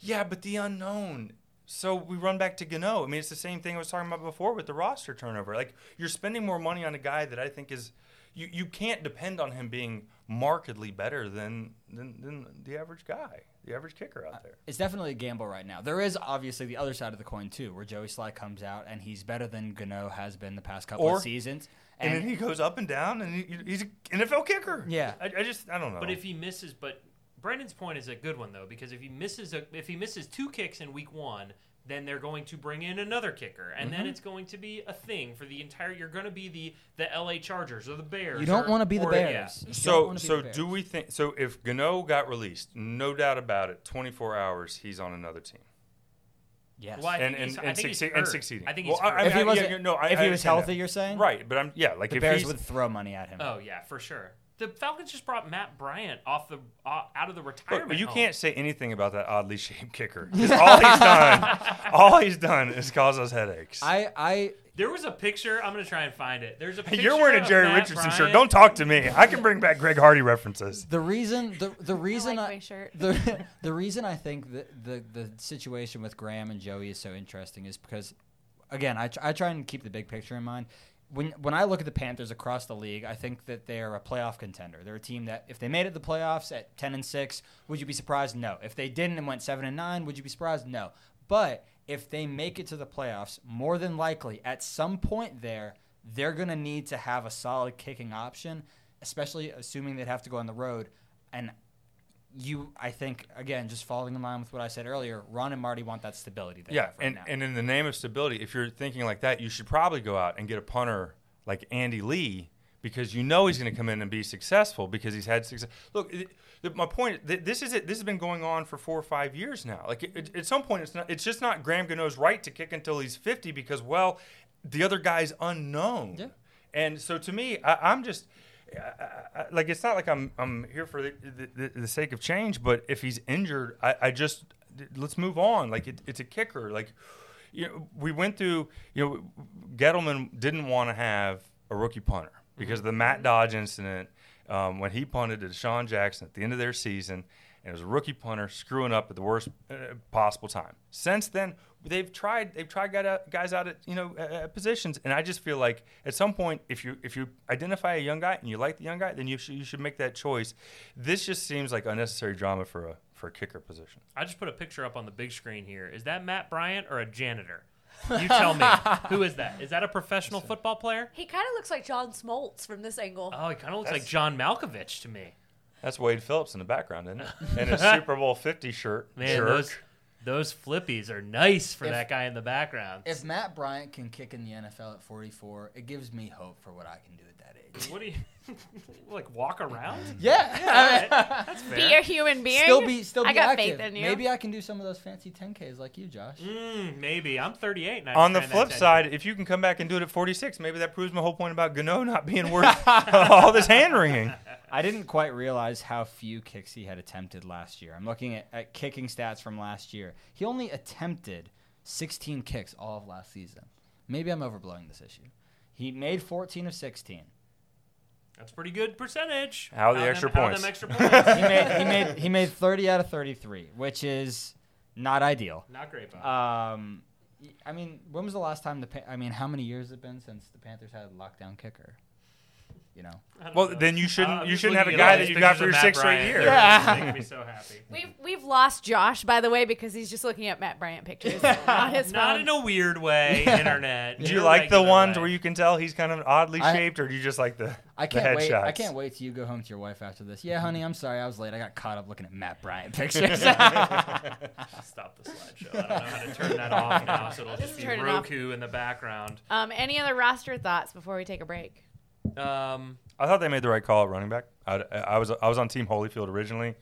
[SPEAKER 5] yeah, but the unknown. So we run back to Gano. I mean, it's the same thing I was talking about before with the roster turnover. Like you're spending more money on a guy that I think is you, you can't depend on him being markedly better than, than than the average guy, the average kicker out there.
[SPEAKER 6] It's definitely a gamble right now. There is obviously the other side of the coin too, where Joey Sly comes out and he's better than Gano has been the past couple
[SPEAKER 5] Or-
[SPEAKER 6] of seasons.
[SPEAKER 5] And, then he goes up and down, and he, he's an NFL kicker.
[SPEAKER 6] Yeah.
[SPEAKER 5] I, I just I don't know.
[SPEAKER 4] But if he misses, but Brendan's point is a good one though, because if he misses a, if he misses two kicks in week one, then they're going to bring in another kicker, and
[SPEAKER 5] Mm-hmm.
[SPEAKER 4] then it's going to be a thing for the entire. You're going to be the the L.A. Chargers or the Bears.
[SPEAKER 6] You don't
[SPEAKER 4] or-
[SPEAKER 6] want to be the
[SPEAKER 4] or- yeah.
[SPEAKER 6] Bears. You don't
[SPEAKER 5] So
[SPEAKER 6] wanna be
[SPEAKER 5] so
[SPEAKER 6] the Bears.
[SPEAKER 5] do we think so if Gano got released, no doubt about it, 24 hours he's on another team.
[SPEAKER 6] Yes.
[SPEAKER 4] Well, I
[SPEAKER 5] And
[SPEAKER 4] think
[SPEAKER 5] and,
[SPEAKER 4] he's- I
[SPEAKER 5] and,
[SPEAKER 4] think he's
[SPEAKER 5] succeed- and
[SPEAKER 4] hurt.
[SPEAKER 5] succeeding.
[SPEAKER 4] I think he's.
[SPEAKER 5] Well,
[SPEAKER 4] hurt.
[SPEAKER 5] I- I-
[SPEAKER 6] If he
[SPEAKER 5] I-
[SPEAKER 6] wasn't-
[SPEAKER 5] yeah, no, I- I
[SPEAKER 6] if he was
[SPEAKER 5] understand
[SPEAKER 6] healthy,
[SPEAKER 5] that.
[SPEAKER 6] you're saying?
[SPEAKER 5] Right, but I'm yeah, like
[SPEAKER 6] the
[SPEAKER 5] if
[SPEAKER 6] Bears
[SPEAKER 5] he's,
[SPEAKER 6] would throw money at him.
[SPEAKER 4] oh yeah, for sure. The Falcons just brought Matt Bryant off the uh, out of the retirement.
[SPEAKER 5] But you
[SPEAKER 4] home.
[SPEAKER 5] can't say anything about that oddly shaped kicker. 'Cause all he's done, all he's done is cause us headaches.
[SPEAKER 6] I, I
[SPEAKER 4] There was a picture. I'm going to try and find it. There's a.
[SPEAKER 5] Hey,
[SPEAKER 4] Picture
[SPEAKER 5] You're wearing
[SPEAKER 4] of
[SPEAKER 5] a Jerry
[SPEAKER 4] Matt
[SPEAKER 5] Richardson
[SPEAKER 4] Bryant.
[SPEAKER 5] shirt. Don't talk to me. I can bring back Greg Hardy references.
[SPEAKER 6] the reason the the reason
[SPEAKER 3] like
[SPEAKER 6] I,
[SPEAKER 3] my shirt.
[SPEAKER 6] the the reason I think that the the situation with Graham and Joey is so interesting is because again I tr- I try and keep the big picture in mind. When when I look at the Panthers across the league, I think that they are a playoff contender. They're a team that if they made it the playoffs at ten and six, would you be surprised? No. If they didn't and went seven and nine, would you be surprised? No. But if they make it to the playoffs, more than likely at some point there, they're going to need to have a solid kicking option, especially assuming they'd have to go on the road. And you, I think, again, just falling in line with what I said earlier, Ron and Marty want that stability. They
[SPEAKER 5] Yeah,
[SPEAKER 6] have right
[SPEAKER 5] and,
[SPEAKER 6] now.
[SPEAKER 5] and in the name of stability, if you're thinking like that, you should probably go out and get a punter like Andy Lee because you know he's going to come in and be successful because he's had success. Look, it- th- my point th- this is it. This has been going on for four or five years now. Like it, it- at some point, it's not. It's just not Graham Gano's right to kick until he's 50 because well, the other guy's unknown.
[SPEAKER 6] Yeah.
[SPEAKER 5] And so to me, I, I'm just I- I- like it's not like I'm I'm here for the, the, the sake of change, but if he's injured, I, I just let's move on. Like it, it's a kicker. Like you know, we went through. You know, Gettleman didn't want to have a rookie punter because of the Matt Dodge incident um, when he punted to Deshaun Jackson at the end of their season, and it was a rookie punter screwing up at the worst uh, possible time. Since then, they've tried they've tried guy- guys out at you know uh, positions, and I just feel like at some point, if you if you identify a young guy and you like the young guy, then you should you should make that choice. This just seems like unnecessary drama for a for a kicker position.
[SPEAKER 4] I just put a picture up on the big screen here. Is that Matt Bryant or a janitor? You tell me. Who is that? Is that a professional football player?
[SPEAKER 2] He kind of looks like John Smoltz from this angle.
[SPEAKER 4] Oh, he kind of looks
[SPEAKER 5] That's-
[SPEAKER 4] like John Malkovich to me.
[SPEAKER 5] That's Wade Phillips in the background, isn't it? And his Super Bowl Fifty shirt.
[SPEAKER 4] Man,
[SPEAKER 5] Jerk.
[SPEAKER 4] those those flippies are nice for
[SPEAKER 6] If-
[SPEAKER 4] that guy in the background.
[SPEAKER 6] if Matt Bryant can kick in the NFL at 44, it gives me hope for what I can do at that age.
[SPEAKER 4] what do you like? Walk around?
[SPEAKER 6] Yeah,
[SPEAKER 4] That's
[SPEAKER 3] Be a
[SPEAKER 4] fair.
[SPEAKER 3] human being.
[SPEAKER 6] still be still be
[SPEAKER 3] I got
[SPEAKER 6] active.
[SPEAKER 3] faith in you.
[SPEAKER 6] Maybe I can do some of those fancy 10ks like you, Josh.
[SPEAKER 4] Mm, maybe I'm 38. And I
[SPEAKER 5] On the
[SPEAKER 4] understand
[SPEAKER 5] flip
[SPEAKER 4] that
[SPEAKER 5] side, if you can come back and do it at 46, maybe that proves my whole point about Gano not being worth all this hand wringing.
[SPEAKER 6] I didn't quite realize how few kicks he had attempted last year. I'm looking at, at kicking stats from last year. He only attempted 16 kicks all of last season. Maybe I'm overblowing this issue. He made 14 of 16.
[SPEAKER 4] That's pretty good percentage.
[SPEAKER 5] How are the
[SPEAKER 4] them-
[SPEAKER 5] extra
[SPEAKER 4] how them
[SPEAKER 5] points?
[SPEAKER 4] extra points.
[SPEAKER 6] He made, he made he made 30 out of 33, which is not ideal.
[SPEAKER 4] Not great, Bob.
[SPEAKER 6] Um, y- I mean, when was the last time the pa- I mean, how many years has it been since the Panthers had a lockdown kicker? You know,
[SPEAKER 4] I don't
[SPEAKER 5] Well,
[SPEAKER 4] know.
[SPEAKER 5] then you shouldn't-
[SPEAKER 4] I'm
[SPEAKER 5] you
[SPEAKER 4] just
[SPEAKER 5] shouldn't have
[SPEAKER 4] looking
[SPEAKER 5] a
[SPEAKER 4] at
[SPEAKER 5] guy
[SPEAKER 4] all
[SPEAKER 5] that
[SPEAKER 4] these
[SPEAKER 5] you got
[SPEAKER 4] pictures of
[SPEAKER 5] for your
[SPEAKER 4] Matt
[SPEAKER 5] sixth straight
[SPEAKER 4] Bryant.
[SPEAKER 5] year.
[SPEAKER 4] It's making me so happy.
[SPEAKER 3] We've we've lost Josh, by the way, because he's just looking at Matt Bryant pictures on his
[SPEAKER 4] Not
[SPEAKER 3] phone.
[SPEAKER 4] in a weird way, internet.
[SPEAKER 5] Do
[SPEAKER 4] in a
[SPEAKER 5] you like the
[SPEAKER 4] regular
[SPEAKER 5] ones
[SPEAKER 4] way.
[SPEAKER 5] where you can tell he's kind of oddly
[SPEAKER 6] I-
[SPEAKER 5] shaped, or do you just like the,
[SPEAKER 6] I
[SPEAKER 5] the
[SPEAKER 6] can't wait.
[SPEAKER 5] headshots?
[SPEAKER 6] I can't wait till you go home to your wife after this. Yeah, honey, I'm sorry, I was late. I got caught up looking at Matt Bryant pictures.
[SPEAKER 4] stop the slideshow? I don't know how to turn that off now, so it'll just
[SPEAKER 3] Just
[SPEAKER 4] be
[SPEAKER 3] turn it off.
[SPEAKER 4] Roku in the background.
[SPEAKER 3] um, any other roster thoughts before we take a break?
[SPEAKER 4] Um,
[SPEAKER 5] I thought they made the right call at running back. I, I was I was on Team Holyfield originally.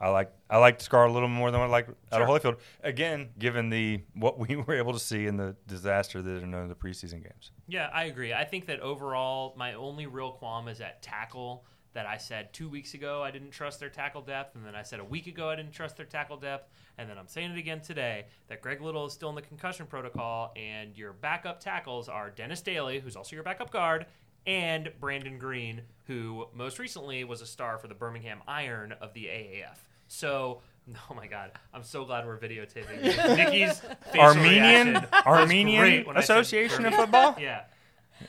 [SPEAKER 5] I like I liked Scar a little more than I liked out of
[SPEAKER 4] Sure.
[SPEAKER 5] Holyfield. Again, given the what we were able to see in the disaster that are known as the preseason games.
[SPEAKER 4] yeah, I agree. I think that overall, my only real qualm is at tackle. That I said two weeks ago I didn't trust their tackle depth, and then I said a week ago I didn't trust their tackle depth, and then I'm saying it again today that Greg Little is still in the concussion protocol, and your backup tackles are Dennis Daly, who's also your backup guard, and Brandon Green, who most recently was a star for the Birmingham Iron of the AAF. So, oh my God, I'm so glad we're videotaping this. Nikki's facial reaction
[SPEAKER 5] Armenian
[SPEAKER 4] was great
[SPEAKER 5] Armenian
[SPEAKER 4] when I said
[SPEAKER 5] Association of
[SPEAKER 4] Birmingham.
[SPEAKER 5] Football,
[SPEAKER 4] Yeah.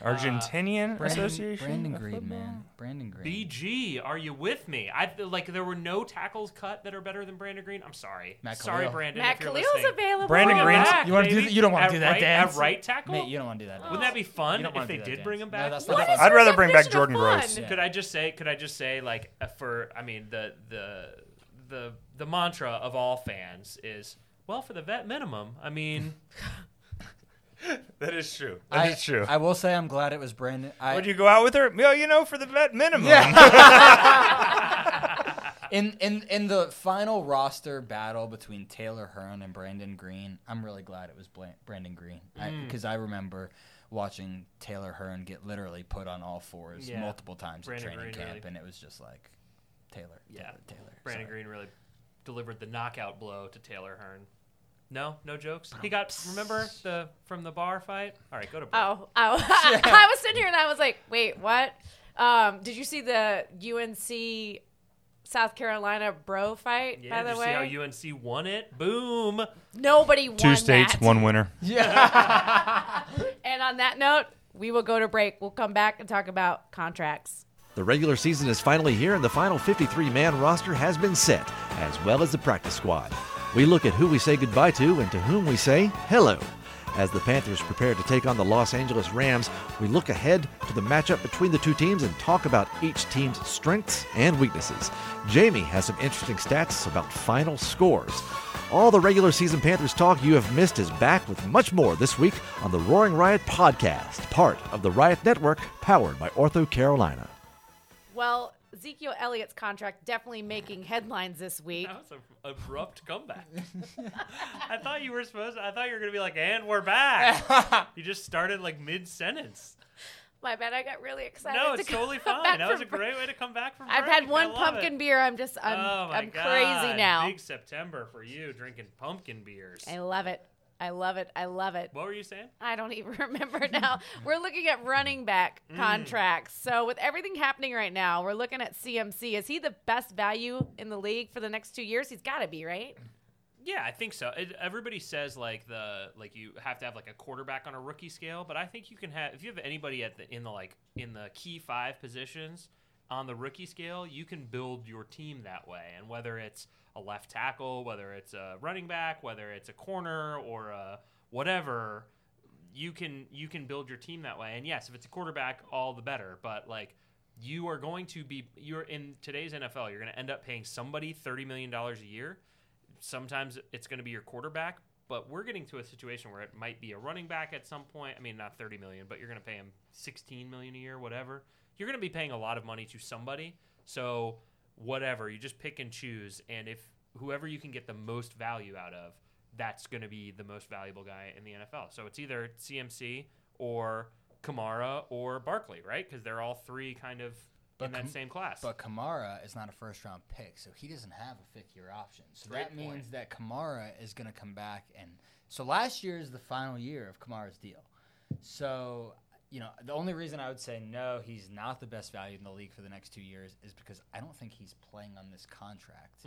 [SPEAKER 5] Argentinian
[SPEAKER 6] Brandon,
[SPEAKER 5] Association.
[SPEAKER 6] Brandon
[SPEAKER 5] of
[SPEAKER 6] Green,
[SPEAKER 5] Football?
[SPEAKER 6] man. Brandon Green.
[SPEAKER 4] BG, are you with me? I feel like there were no tackles cut that are better than Brandon Green. I'm sorry.
[SPEAKER 6] Matt
[SPEAKER 4] sorry,
[SPEAKER 6] Khalil.
[SPEAKER 4] Brandon.
[SPEAKER 3] Matt
[SPEAKER 4] if you're
[SPEAKER 3] Khalil's
[SPEAKER 4] listening.
[SPEAKER 3] available.
[SPEAKER 4] Bring
[SPEAKER 5] Brandon
[SPEAKER 4] him
[SPEAKER 5] Green's-
[SPEAKER 4] back,
[SPEAKER 6] You wanna do
[SPEAKER 4] baby.
[SPEAKER 6] th- you don't wanna
[SPEAKER 4] At
[SPEAKER 6] do that
[SPEAKER 4] right,
[SPEAKER 6] dance.
[SPEAKER 4] At right tackle?
[SPEAKER 6] Mate, you don't want to do that.
[SPEAKER 4] Wouldn't that be fun
[SPEAKER 6] You don't
[SPEAKER 4] if
[SPEAKER 6] wanna
[SPEAKER 4] they
[SPEAKER 6] do that
[SPEAKER 4] did
[SPEAKER 6] dance.
[SPEAKER 4] bring him
[SPEAKER 6] No,
[SPEAKER 4] back?
[SPEAKER 6] that's not
[SPEAKER 3] What
[SPEAKER 6] fun.
[SPEAKER 3] is
[SPEAKER 5] I'd
[SPEAKER 3] your
[SPEAKER 5] rather bring back
[SPEAKER 3] definition of
[SPEAKER 5] Jordan Gross.
[SPEAKER 3] fun?
[SPEAKER 6] Yeah.
[SPEAKER 4] Could I just say? Could I just say like uh, for? I mean the the the the mantra of all fans is well for the vet minimum. I mean
[SPEAKER 5] That is true. That
[SPEAKER 6] I,
[SPEAKER 5] is true.
[SPEAKER 6] I will say I'm glad it was Brandon. I,
[SPEAKER 5] Would you go out with her? Well, you know, for the vet minimum.
[SPEAKER 6] in in in the final roster battle between Taylor Hearn and Brandon Green, I'm really glad it was Bla- Brandon Green
[SPEAKER 4] Mm.
[SPEAKER 6] because I, remember watching Taylor Hearn get literally put on all fours
[SPEAKER 4] Yeah.
[SPEAKER 6] multiple times
[SPEAKER 4] Brandon
[SPEAKER 6] at training
[SPEAKER 4] Green
[SPEAKER 6] camp,
[SPEAKER 4] really-
[SPEAKER 6] and it was just like Taylor,
[SPEAKER 4] yeah,
[SPEAKER 6] Taylor, Taylor.
[SPEAKER 4] Brandon
[SPEAKER 6] sorry.
[SPEAKER 4] Green really delivered the knockout blow to Taylor Hearn. No, no jokes. He got remember the from the bar fight. All right, go to break.
[SPEAKER 3] Oh, oh! I, was sitting here and I was like, "Wait, what? Um, did you see the UNC South Carolina bro fight?
[SPEAKER 4] Yeah,
[SPEAKER 3] by
[SPEAKER 4] did
[SPEAKER 3] the
[SPEAKER 4] you see
[SPEAKER 3] way,
[SPEAKER 4] how UNC won it? Boom.
[SPEAKER 3] nobody won
[SPEAKER 5] Two states,
[SPEAKER 3] that.
[SPEAKER 5] one winner.
[SPEAKER 3] And on that note, we will go to break. We'll come back and talk about contracts.
[SPEAKER 7] The regular season is finally here, and the final 53 man roster has been set, as well as the practice squad. We look at who we say goodbye to and to whom we say hello. As the Panthers prepare to take on the Los Angeles Rams, we look ahead to the matchup between the two teams and talk about each team's strengths and weaknesses. Jamie has some interesting stats about final scores. All the regular season Panthers talk you have missed is back with much more this week on the Roaring Riot podcast, part of the Riot Network powered by Ortho Carolina.
[SPEAKER 3] Well, Ezekiel Elliott's contract definitely making headlines this week.
[SPEAKER 4] That was an abrupt comeback. I thought you were supposed. I thought you were gonna be like, "And we're back." you just started like mid sentence.
[SPEAKER 3] My bad, I got really excited.
[SPEAKER 4] No,
[SPEAKER 3] to
[SPEAKER 4] it's
[SPEAKER 3] go-
[SPEAKER 4] totally
[SPEAKER 3] come back
[SPEAKER 4] fine. That was a
[SPEAKER 3] from
[SPEAKER 4] great way to come back from.
[SPEAKER 3] I've
[SPEAKER 4] break.
[SPEAKER 3] had
[SPEAKER 4] I
[SPEAKER 3] one
[SPEAKER 4] love
[SPEAKER 3] pumpkin
[SPEAKER 4] it.
[SPEAKER 3] beer. I'm just, I'm,
[SPEAKER 4] oh my
[SPEAKER 3] I'm
[SPEAKER 4] God.
[SPEAKER 3] crazy now.
[SPEAKER 4] Big September for you drinking pumpkin beers.
[SPEAKER 3] I love it. I love it. I love it.
[SPEAKER 4] What were you saying?
[SPEAKER 3] I don't even remember now. We're looking at running back contracts. So with everything happening right now, we're looking at CMC. Is he the best value in the league for the next two years? He's got to be, right?
[SPEAKER 4] Yeah, I think so. It, everybody says like the like you have to have like a quarterback on a rookie scale, but I think you can have if you have anybody at the in the like in the key five positions on the rookie scale, you can build your team that way. And whether it's a left tackle, whether it's a running back, whether it's a corner or a whatever, you can you can build your team that way. And yes, if it's a quarterback, all the better. But like you are going to be you're in today's NFL, you're going to end up paying somebody thirty million dollars a year sometimes it's going to be your quarterback, but we're getting to a situation where it might be a running back at some point. I mean, not 30 million, but you're going to pay him 16 million a year, whatever. You're going to be paying a lot of money to somebody. So, whatever, you just pick and choose and if whoever you can get the most value out of, that's going to be the most valuable guy in the NFL. So, it's either CMC or Kamara or Barkley, right? Cuz they're all three kind of in
[SPEAKER 6] But
[SPEAKER 4] that
[SPEAKER 6] Kam-
[SPEAKER 4] same class.
[SPEAKER 6] But Kamara is not a first round pick, so he doesn't have a fifth year option. So
[SPEAKER 4] Great
[SPEAKER 6] that means that Kamara is going to come back and So last year is the final year of Kamara's deal. So, you know, the only reason I would say no, he's not the best value in the league for the next two years is because I don't think he's playing on this contract.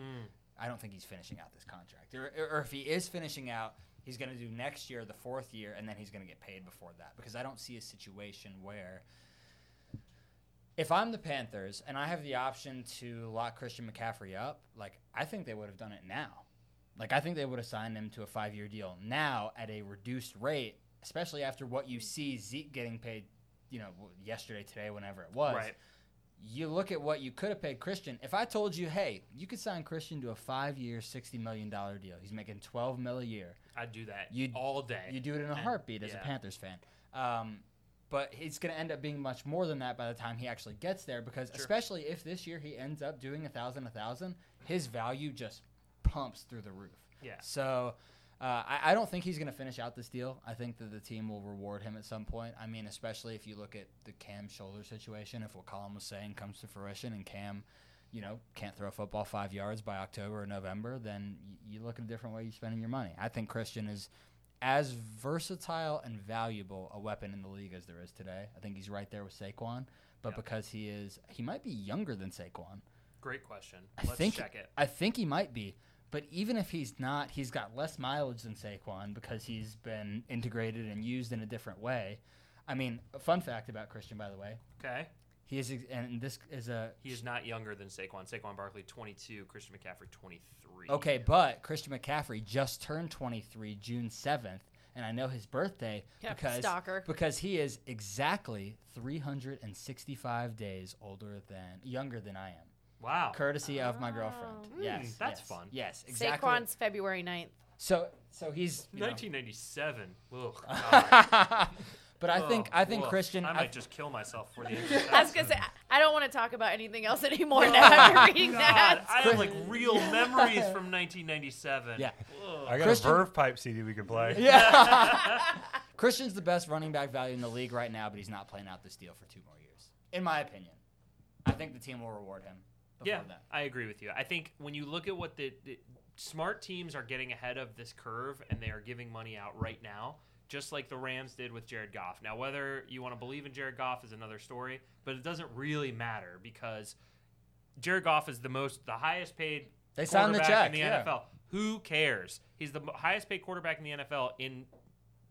[SPEAKER 6] I don't think he's finishing out this contract. Or, or if he is finishing out, he's going to do next year, the fourth year, and then he's going to get paid before that because I don't see a situation where if I'm the Panthers and I have the option to lock Christian McCaffrey up, like I think they would have done it now. Like I think they would have signed him to a five-year deal now at a reduced rate, especially after what you see Zeke getting paid, you know, yesterday, today, whenever it was.
[SPEAKER 4] Right.
[SPEAKER 6] You look at what you could have paid Christian. If I told you, hey, you could sign Christian to a five-year, sixty million dollar deal. He's making twelve mil a year.
[SPEAKER 4] I'd do that
[SPEAKER 6] You'd-
[SPEAKER 4] all day.
[SPEAKER 6] You do it in a
[SPEAKER 4] And-
[SPEAKER 6] heartbeat as a
[SPEAKER 4] yeah.
[SPEAKER 6] Panthers fan. Um, but it's going to end up being much more than that by the time he actually gets there, because especially if this year he ends up doing a thousand, a thousand, his value just pumps through the roof.
[SPEAKER 4] Yeah.
[SPEAKER 6] So uh, I, I don't think he's going to finish out this deal. I think that the team will reward him at some point. I mean, especially if you look at the Cam shoulder situation, if what Colin was saying comes to fruition and Cam, you know, can't throw a football five yards by October or November, then y- you look at a different way you're spending your money. I think Christian is as versatile and valuable a weapon in the league as there is today. I think he's right there with Saquon, but because he is, he might be younger than Saquon.
[SPEAKER 4] Great question.
[SPEAKER 6] I
[SPEAKER 4] Let's
[SPEAKER 6] think
[SPEAKER 4] check it.
[SPEAKER 6] I think he might be. But even if he's not, he's got less mileage than Saquon because he's been integrated and used in a different way. I mean, a fun fact about Christian, by the way,
[SPEAKER 4] Okay.
[SPEAKER 6] he is, ex- and this is a
[SPEAKER 4] He is not younger than Saquon. Saquon Barkley, 22. Christian McCaffrey, 23.
[SPEAKER 6] okay, but Christian McCaffrey just turned 23 June 7th, and I know his birthday
[SPEAKER 3] Yeah,
[SPEAKER 6] because
[SPEAKER 3] stalker.
[SPEAKER 6] because he is exactly 365 days older than younger than I am,
[SPEAKER 4] Wow.
[SPEAKER 6] courtesy of my girlfriend. yes,
[SPEAKER 4] Oh. Hmm, that's
[SPEAKER 6] yes,
[SPEAKER 4] fun.
[SPEAKER 6] Yes, exactly.
[SPEAKER 3] Saquon's February 9th.
[SPEAKER 6] So so he's you know,
[SPEAKER 4] 1997. Ugh, God.
[SPEAKER 6] but I think I think
[SPEAKER 4] Ugh.
[SPEAKER 6] Christian
[SPEAKER 4] Oh, I
[SPEAKER 6] I
[SPEAKER 4] might just kill myself for the.
[SPEAKER 3] I was gonna say I- I don't want to talk about anything else anymore now after reading
[SPEAKER 4] God,
[SPEAKER 3] that.
[SPEAKER 4] I have like real memories from 1997.
[SPEAKER 6] yeah.
[SPEAKER 5] I got
[SPEAKER 6] Christian-
[SPEAKER 5] a Verve pipe CD we could play.
[SPEAKER 6] Christian's the best running back value in the league right now, but he's not playing out this deal for two more years. In my opinion. I think the team will reward him before
[SPEAKER 4] Yeah,
[SPEAKER 6] that.
[SPEAKER 4] I agree with you. I think when you look at what the, the smart teams are getting ahead of this curve and they are giving money out right now, just like the Rams did with Jared Goff. Now, whether you want to believe in Jared Goff is another story, but it doesn't really matter because Jared Goff is the most, the highest paid
[SPEAKER 6] They signed the
[SPEAKER 4] quarterback
[SPEAKER 6] check,
[SPEAKER 4] in the
[SPEAKER 6] yeah.
[SPEAKER 4] NFL. Who cares? He's the mo- highest paid quarterback in the NFL in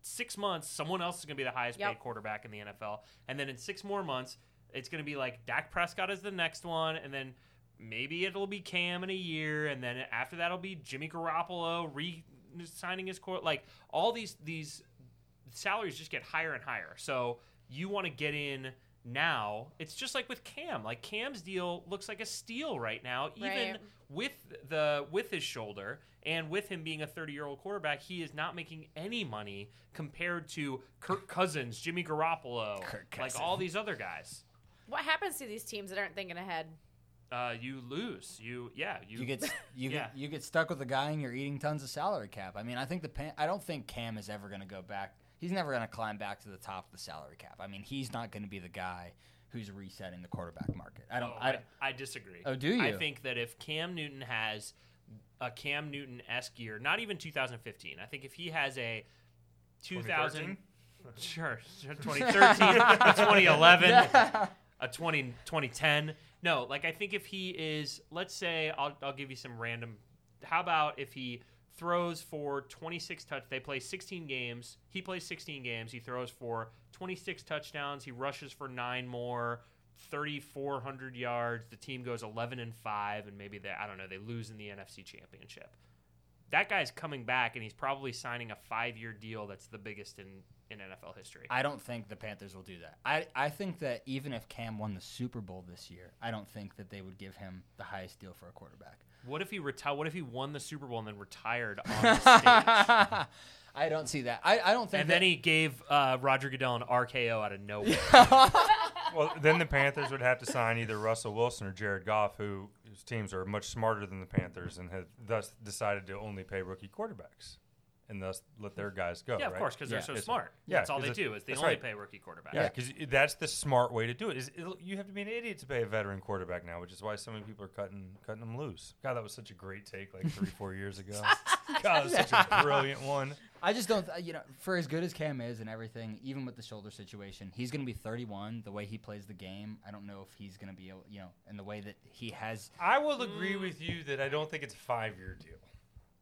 [SPEAKER 4] six months, someone else is going to be the highest
[SPEAKER 3] Yep.
[SPEAKER 4] paid quarterback in the NFL. And then in six more months, it's going to be like Dak Prescott is the next one. And then maybe it'll be Cam in a year. And then after that, it'll be Jimmy Garoppolo re signing his court. Like all these, these salaries just get higher and higher. So you want to get in now. It's just like with Cam. Like Cam's deal looks like a steal right now, even
[SPEAKER 3] Right.
[SPEAKER 4] with the with his shoulder and with him being a 30 year old quarterback. He is not making any money compared to Kirk Cousins, Jimmy Garoppolo,
[SPEAKER 6] Kirk
[SPEAKER 4] like all these other guys.
[SPEAKER 3] What happens to these teams that aren't thinking ahead?
[SPEAKER 4] Uh, you lose. You yeah. You,
[SPEAKER 6] You get you
[SPEAKER 4] Yeah.
[SPEAKER 6] get you get stuck with a guy and you're eating tons of salary cap. I mean, I think the Pan- I don't think Cam is ever going to go back. He's never going to climb back to the top of the salary cap. I mean, he's not going to be the guy who's resetting the quarterback market. I don't
[SPEAKER 4] Oh,
[SPEAKER 6] I,
[SPEAKER 4] I, I disagree.
[SPEAKER 6] Oh, do
[SPEAKER 4] I
[SPEAKER 6] you?
[SPEAKER 4] think that if Cam Newton has a Cam Newton esque year, not even 2015, I think if he has a 2000, sure, sure, 2013, a 2011, a 20, 2010. No, like I think if he is, let's say, I'll, I'll give you some random. How about if he throws for 26 touch? They play 16 games. He plays 16 games. He throws for 26 touchdowns. He rushes for nine more. 3,400 yards. The team goes 11 and five, and maybe they, I don't know, they lose in the NFC Championship that guy's coming back and he's probably signing a five year deal that's the biggest in, in NFL history.
[SPEAKER 6] I don't think the Panthers will do that. I, I think that even if Cam won the Super Bowl this year, I don't think that they would give him the highest deal for a quarterback.
[SPEAKER 4] what if he reti- What if he won the Super Bowl and then retired on the stage?
[SPEAKER 6] I don't see that. I, I don't think
[SPEAKER 4] and
[SPEAKER 6] that
[SPEAKER 4] then he gave uh, Roger Goodell an RKO out of nowhere.
[SPEAKER 5] Well, then the Panthers would have to sign either Russell Wilson or Jared Goff, who whose teams are much smarter than the Panthers and have thus decided to only pay rookie quarterbacks, and thus let their guys go.
[SPEAKER 4] yeah, of
[SPEAKER 5] right?
[SPEAKER 4] course, because
[SPEAKER 6] Yeah.
[SPEAKER 4] they're so
[SPEAKER 5] Yes, sir.
[SPEAKER 4] smart.
[SPEAKER 5] Yeah,
[SPEAKER 4] that's all
[SPEAKER 5] 'cause
[SPEAKER 4] they
[SPEAKER 5] it's-
[SPEAKER 4] do is they
[SPEAKER 5] that's
[SPEAKER 4] only
[SPEAKER 5] right.
[SPEAKER 4] pay rookie quarterbacks.
[SPEAKER 5] Yeah, because that's the smart way to do it. Is it'll- you have to be an idiot to pay a veteran quarterback now, which is why so many people are cutting cutting them loose. God, that was such a great take like three, four years ago. God, that was such a brilliant one.
[SPEAKER 6] I just don't. You know, for as good as Cam is and everything, even with the shoulder situation, he's going to be 31. The way he plays the game, I don't know if he's going to be able. You know, and the way that he has.
[SPEAKER 5] I will
[SPEAKER 6] Mm.
[SPEAKER 5] agree with you that I don't think it's a five year deal.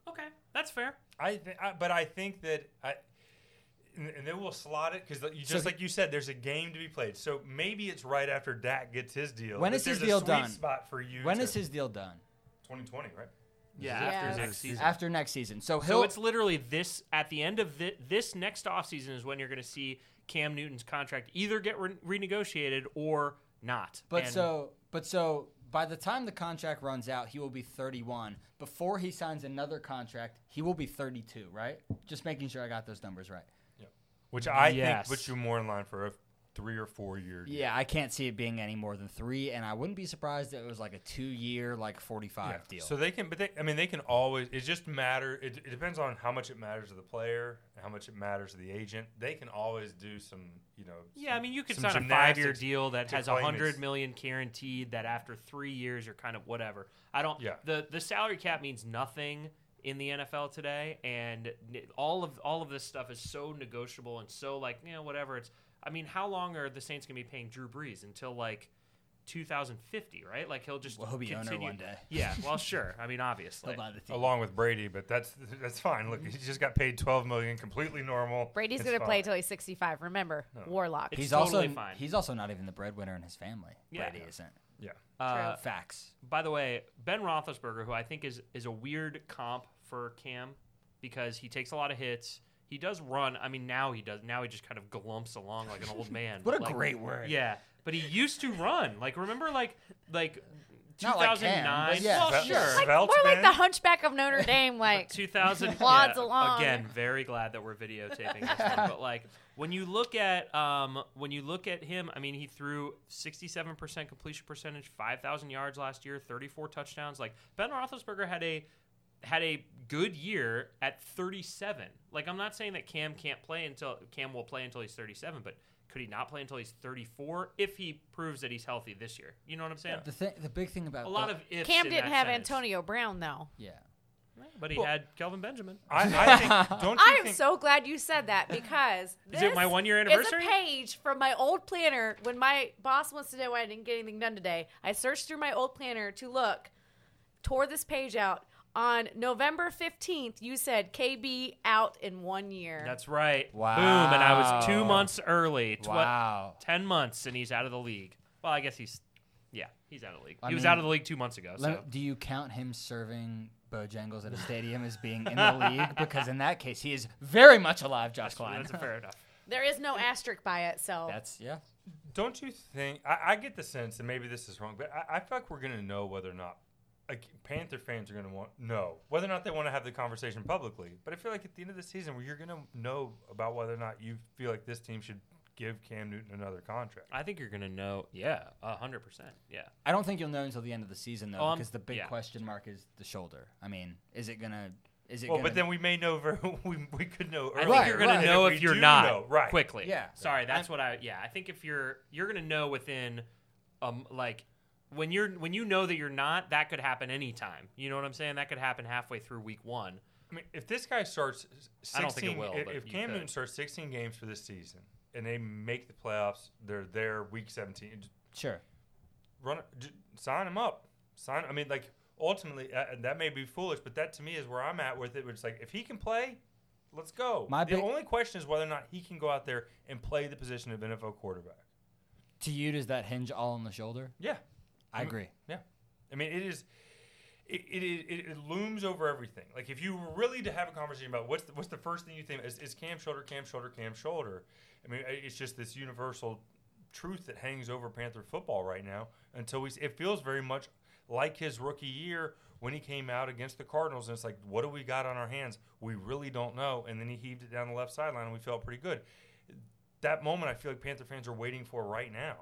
[SPEAKER 4] Okay, that's fair.
[SPEAKER 5] I, th- I but I think that I and, and they will slot it because just
[SPEAKER 6] So-
[SPEAKER 5] like you said, there's a game to be played. So maybe it's right after Dak gets his deal.
[SPEAKER 6] When
[SPEAKER 5] that
[SPEAKER 6] is his
[SPEAKER 5] there's a
[SPEAKER 6] deal
[SPEAKER 5] sweet
[SPEAKER 6] done?
[SPEAKER 5] Spot for you.
[SPEAKER 6] When
[SPEAKER 5] to-
[SPEAKER 6] is his deal done?
[SPEAKER 5] 2020? Right.
[SPEAKER 4] Yeah,
[SPEAKER 3] after
[SPEAKER 4] after
[SPEAKER 3] Yeah.
[SPEAKER 4] next season.
[SPEAKER 6] After next season. So he'll.
[SPEAKER 4] So it's literally this at the end of thi- this next offseason is when you're going to see Cam Newton's contract either get re- renegotiated or not.
[SPEAKER 6] But
[SPEAKER 4] And-
[SPEAKER 6] so, but so, by the time the contract runs out, he will be 31. Before he signs another contract, he will be 32. Right? Just making sure I got those numbers right.
[SPEAKER 5] Which I
[SPEAKER 4] Yes.
[SPEAKER 5] think puts you more in line for a three or four year. Deal.
[SPEAKER 6] Yeah, I can't see it being any more than three, and I wouldn't be surprised if it was like a two-year, like 45 deal.
[SPEAKER 5] So they can, but they, I mean, they can always. It just matter. It, it depends on how much it matters to the player, and how much it matters to the agent. They can always do some, you know.
[SPEAKER 4] yeah, I mean, you could
[SPEAKER 5] some
[SPEAKER 4] sign a five-year
[SPEAKER 5] gymnastics
[SPEAKER 4] deal that
[SPEAKER 5] to
[SPEAKER 4] has a
[SPEAKER 5] claim
[SPEAKER 4] hundred
[SPEAKER 5] it's-
[SPEAKER 4] million guaranteed. That after three years, you're kind of whatever. I don't.
[SPEAKER 5] Yeah.
[SPEAKER 4] The the salary cap means nothing in the NFL today, and n- all of all of this stuff is so negotiable and so like you know whatever. It's. I mean, how long are the Saints going to be paying Drew Brees until like 2050? Right? Like he'll just
[SPEAKER 6] Well, he'll be owner
[SPEAKER 4] continue.
[SPEAKER 6] one day.
[SPEAKER 4] Yeah. Well, sure. I mean, obviously.
[SPEAKER 6] He'll buy the team.
[SPEAKER 5] Along with Brady, but that's that's fine. Look, he just got paid twelve million, completely normal.
[SPEAKER 3] Brady's
[SPEAKER 5] It's
[SPEAKER 3] going to play
[SPEAKER 5] fine.
[SPEAKER 3] till he's 65. Remember, Warlock.
[SPEAKER 4] It's
[SPEAKER 6] he's
[SPEAKER 4] totally
[SPEAKER 6] also
[SPEAKER 4] fine.
[SPEAKER 6] he's also not even the breadwinner in his family.
[SPEAKER 4] Yeah.
[SPEAKER 6] Brady isn't.
[SPEAKER 5] Yeah.
[SPEAKER 4] Uh,
[SPEAKER 6] Facts.
[SPEAKER 4] by the way, Ben Roethlisberger, who I think is is a weird comp for Cam because he takes a lot of hits. He does run. I mean, now he does. Now he just kind of glumps along like an old man.
[SPEAKER 6] What
[SPEAKER 4] but
[SPEAKER 6] a
[SPEAKER 4] like-
[SPEAKER 6] great word.
[SPEAKER 4] Yeah, but he used to run. Like remember, like like
[SPEAKER 6] Not like Cam,
[SPEAKER 4] 2009.
[SPEAKER 6] but yeah.
[SPEAKER 4] Well,
[SPEAKER 5] Sure.
[SPEAKER 4] sure.
[SPEAKER 3] like, more
[SPEAKER 5] Svelte,
[SPEAKER 3] like
[SPEAKER 5] man.
[SPEAKER 3] the Hunchback of Notre Dame. Like,
[SPEAKER 4] 2000
[SPEAKER 3] Plods
[SPEAKER 4] yeah,
[SPEAKER 3] along.
[SPEAKER 4] again very glad that we're videotaping this one but like when you look at um when you look at him i mean he threw 67% completion percentage 5000 yards last year 34 touchdowns like ben roethlisberger had a had a good year at 37 like i'm not saying that cam can't play until cam will play until he's 37 but could he not play until he's 34 if he proves that he's healthy this year you know what i'm saying
[SPEAKER 6] The thing, the big thing about
[SPEAKER 4] a lot
[SPEAKER 6] the-
[SPEAKER 4] of ifs
[SPEAKER 3] Cam
[SPEAKER 4] in
[SPEAKER 3] didn't
[SPEAKER 4] that
[SPEAKER 3] have
[SPEAKER 4] sentence.
[SPEAKER 3] Antonio Brown, though.
[SPEAKER 6] yeah.
[SPEAKER 4] but he had kelvin benjamin
[SPEAKER 5] I, I think. Don't you
[SPEAKER 3] I am
[SPEAKER 5] think,
[SPEAKER 3] so glad you said that because
[SPEAKER 4] Is it
[SPEAKER 3] this
[SPEAKER 4] my one-year anniversary?
[SPEAKER 3] Is a page from my old planner. When my boss wants to know why I didn't get anything done today, I searched through my old planner to look. Tore this page out on November fifteenth. You said KB out in one year.
[SPEAKER 4] That's right.
[SPEAKER 6] Wow.
[SPEAKER 4] Boom. And I was two months ely. Tw-
[SPEAKER 6] Wow.
[SPEAKER 4] Ten months, and he's out of the league. Well, I guess he's, yeah, he's out of the league.
[SPEAKER 6] I
[SPEAKER 4] he was
[SPEAKER 6] mean,
[SPEAKER 4] out of the league two months ago. So.
[SPEAKER 6] Lem- do you count him serving Bojangles at a stadium as being in the league? Because in that case, he is very much alive, Josh Klein.
[SPEAKER 4] that's fair enough.
[SPEAKER 3] there is no asterisk by it, so
[SPEAKER 6] That's yeah.
[SPEAKER 5] Don't you think? I, I get the sense, and maybe this is wrong, but I, I feel like we're gonna know whether or not. Like Panther fans are going to want know whether or not they want to have the conversation publicly, but I feel like at the end of the season, where you're going to know about whether or not you feel like this team should give Cam Newton another contract.
[SPEAKER 4] I think you're gonna know. Yeah, hundred percent. Yeah.
[SPEAKER 6] I don't think you'll know until the end of the season though,
[SPEAKER 4] Um,
[SPEAKER 6] because the big
[SPEAKER 4] yeah.
[SPEAKER 6] question mark is the shoulder. I mean, is it gonna? Is it?
[SPEAKER 5] Well,
[SPEAKER 6] gonna,
[SPEAKER 5] but then we may know. Very, we we could know.
[SPEAKER 4] I
[SPEAKER 5] Earlier.
[SPEAKER 4] think you're gonna
[SPEAKER 5] And
[SPEAKER 4] know
[SPEAKER 5] we
[SPEAKER 4] if, you're
[SPEAKER 5] do
[SPEAKER 4] not
[SPEAKER 5] know, right
[SPEAKER 4] quickly.
[SPEAKER 6] Yeah.
[SPEAKER 4] Sorry, that's what I. Yeah, I think if you're you're gonna know within, um, like when you're when you know that you're not, that could happen anytime. You know what I'm saying? That could happen halfway through week one.
[SPEAKER 5] I mean, if this guy starts, 16,
[SPEAKER 4] I don't think it will,
[SPEAKER 5] If,
[SPEAKER 4] but
[SPEAKER 5] if
[SPEAKER 4] you
[SPEAKER 5] Cam
[SPEAKER 4] could.
[SPEAKER 5] Newton starts 16 games for this season and they make the playoffs, they're there week 17. just
[SPEAKER 6] sure.
[SPEAKER 5] Run, just sign him up. Sign. I mean, like ultimately, uh, that may be foolish, but that to me is where I'm at with it. Where it's like, if he can play, let's go.
[SPEAKER 6] My
[SPEAKER 5] the
[SPEAKER 6] big-
[SPEAKER 5] only question is whether or not he can go out there and play the position of NFL quarterback.
[SPEAKER 6] To you, does that hinge all on the shoulder?
[SPEAKER 5] Yeah,
[SPEAKER 6] I agree.
[SPEAKER 5] Yeah, I mean it is. It, it, it, it looms over everything. Like if you were really to have a conversation about what's the, what's the first thing you think is, is cam shoulder, cam shoulder, cam shoulder. I mean it's just this universal truth that hangs over Panther football right now. Until we, s- it feels very much like his rookie year when he came out against the Cardinals, and it's like, what do we got on our hands? We really don't know. And then he heaved it down the left sideline, and we felt pretty good. That moment, I feel like Panther fans are waiting for right now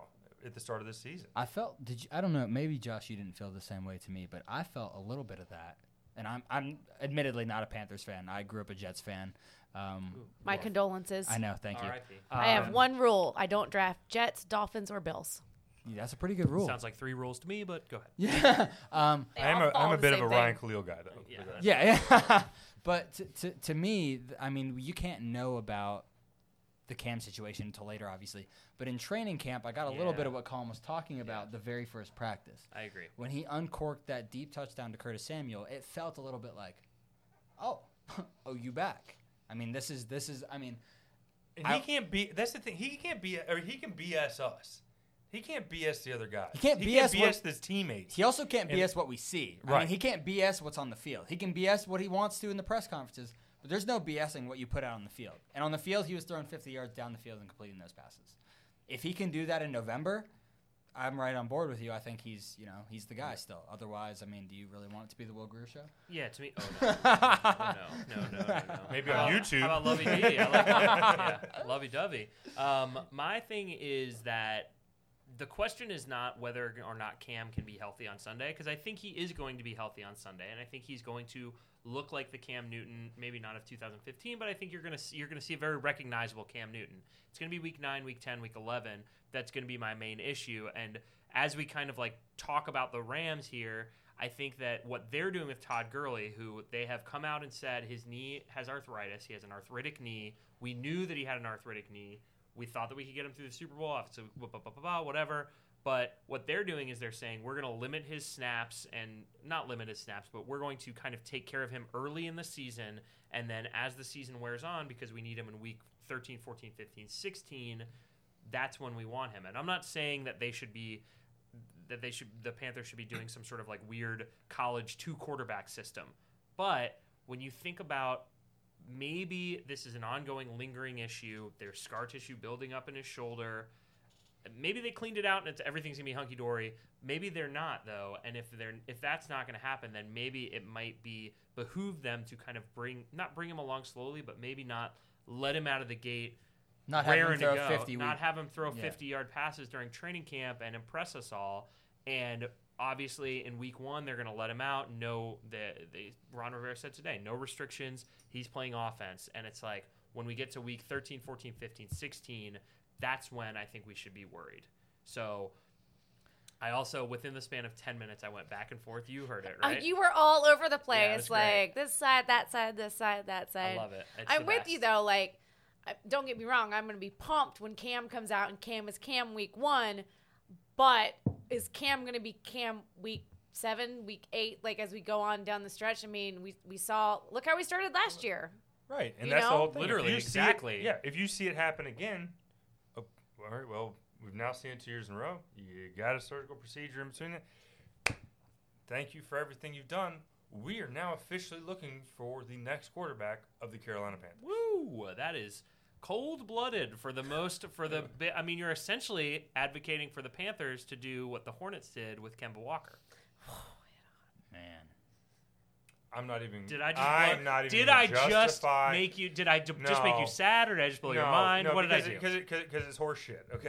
[SPEAKER 5] at the start of this season.
[SPEAKER 6] I felt. Did you, I don't know? Maybe Josh, you didn't feel the same way to me, but I felt a little bit of that. And I'm I'm admittedly not a Panthers fan. I grew up a Jets fan. Um,
[SPEAKER 3] my condolences.
[SPEAKER 6] I know. Thank you.
[SPEAKER 4] R.I.P.
[SPEAKER 3] I have one rule: I don't draft Jets, Dolphins, or Bills.
[SPEAKER 6] Yeah, That's a pretty good rule.
[SPEAKER 4] Sounds like three rules to me, but go ahead.
[SPEAKER 6] yeah. Um,
[SPEAKER 3] They
[SPEAKER 5] I'm
[SPEAKER 3] all
[SPEAKER 5] a,
[SPEAKER 3] fall
[SPEAKER 5] I'm a
[SPEAKER 3] the
[SPEAKER 5] bit of
[SPEAKER 3] same
[SPEAKER 5] a
[SPEAKER 3] thing.
[SPEAKER 5] Ryan Khalil guy, though.
[SPEAKER 4] Yeah.
[SPEAKER 6] Yeah, yeah. But to, to, to me, th- I mean, you can't know about the Cam situation until later, obviously. But in training camp, I got a little
[SPEAKER 4] Yeah.
[SPEAKER 6] bit of what Colin was talking about the very first practice.
[SPEAKER 4] I agree.
[SPEAKER 6] When he uncorked that deep touchdown to Curtis Samuel, it felt a little bit like, oh, oh, you back. I mean, this is this is. I mean,
[SPEAKER 5] And
[SPEAKER 6] I-
[SPEAKER 5] he can't be. That's the thing. He can't be. Or he can BS us. He can't BS the other guys.
[SPEAKER 6] He can't BS what-
[SPEAKER 5] BS his teammates.
[SPEAKER 6] He also can't BS what we see. I mean,
[SPEAKER 5] Right.
[SPEAKER 6] he can't BS what's on the field. He can BS what he wants to in the press conferences, but there's no BSing what you put out on the field. And on the field, he was throwing 50 yards down the field and completing those passes. If he can do that in November, I'm right on board with you. I think he's, you know, he's the guy still. Otherwise, I mean, do you really want it to be the Will Greer show?
[SPEAKER 4] Yeah, to me. Oh, no. Oh, no, no, no, no, no.
[SPEAKER 5] Maybe on
[SPEAKER 4] How about-
[SPEAKER 5] YouTube.
[SPEAKER 4] How about Lovey Dovey? I like that. Yeah, Lovey Dovey. Um, my thing is that the question is not whether or not Cam can be healthy on Sunday, because I think he is going to be healthy on Sunday, and I think he's going to look like the Cam Newton, maybe not of 2015, but I think you're gonna see, you're gonna see a very recognizable Cam Newton. It's gonna be Week Nine, Week Ten, Week Eleven. That's gonna be my main issue, and as we kind of like talk about the Rams here. I think that what they're doing with Todd Gurley, who they have come out and said his knee has arthritis, he has an arthritic knee. We knew that he had an arthritic knee. We thought that we could get him through the Super Bowl, obviously, blah, blah, blah, blah, blah, whatever. But what they're doing is they're saying we're going to limit his snaps and not limit his snaps, but we're going to kind of take care of him early in the season. And then as the season wears on, because we need him in week 13, 14, 15, 16, that's when we want him. And I'm not saying that they should be that they should the Panthers should be doing some sort of like weird college two quarterback system. But when you think about maybe this is an ongoing lingering issue, there's scar tissue building up in his shoulder. Maybe they cleaned it out and it's, everything's gonna be hunky dory. Maybe they're not though, and if they're if that's not gonna happen, then maybe it might be behoove them to kind of bring not bring him along slowly, but maybe not let him out of the gate
[SPEAKER 6] Not having him
[SPEAKER 4] raring to
[SPEAKER 6] throw
[SPEAKER 4] go,
[SPEAKER 6] 50
[SPEAKER 4] not
[SPEAKER 6] week-
[SPEAKER 4] have him throw
[SPEAKER 6] Yeah.
[SPEAKER 4] 50 yard passes during training camp and impress us all. And obviously, in week one, they're going to let him out. No, the, the Ron Rivera said today, no restrictions. He's playing offense. And it's like when we get to week 13, 14, 15, 16, that's when I think we should be worried. So. I also, within the span of 10 minutes, I went back and forth. You heard it,
[SPEAKER 3] Oh,
[SPEAKER 4] right?
[SPEAKER 3] you were all over the place,
[SPEAKER 4] was great.
[SPEAKER 3] like this side, that side, this side, that side.
[SPEAKER 4] love it. It's
[SPEAKER 3] I'm
[SPEAKER 4] the
[SPEAKER 3] with
[SPEAKER 4] best.
[SPEAKER 3] you though. Like, I- don't get me wrong. I'm going to be pumped when Cam comes out and Cam is Cam week one, but is Cam going to be Cam week seven, week eight? Like as we go on down the stretch. I mean, we we saw. Look how we started last year.
[SPEAKER 5] Right, and
[SPEAKER 3] You
[SPEAKER 5] that's
[SPEAKER 3] know?
[SPEAKER 5] the whole thing. If
[SPEAKER 4] Literally,
[SPEAKER 5] you see it-
[SPEAKER 4] exactly.
[SPEAKER 5] yeah, if you see it happen again, uh, all right. Well, we've now seen it two years in a row. You got a surgical procedure in between it. Thank you for everything you've done. We are now officially looking for the next quarterback of the Carolina Panthers.
[SPEAKER 4] Woo! That is cold blooded for the most for the. bi- I mean, you're essentially advocating for the Panthers to do what the Hornets did with Kemba Walker.
[SPEAKER 6] Man.
[SPEAKER 5] I'm not even.
[SPEAKER 4] Did I just?
[SPEAKER 5] I'm
[SPEAKER 4] blow-
[SPEAKER 5] not even.
[SPEAKER 4] did I
[SPEAKER 5] justify-
[SPEAKER 4] just make you? Did I d- just make
[SPEAKER 5] No.
[SPEAKER 4] you sad, or did I just blow your
[SPEAKER 5] No,
[SPEAKER 4] mind?
[SPEAKER 5] no,
[SPEAKER 4] what did I
[SPEAKER 5] because
[SPEAKER 4] do?
[SPEAKER 5] it- 'cause it- 'cause it- 'cause it's horse shit. Okay.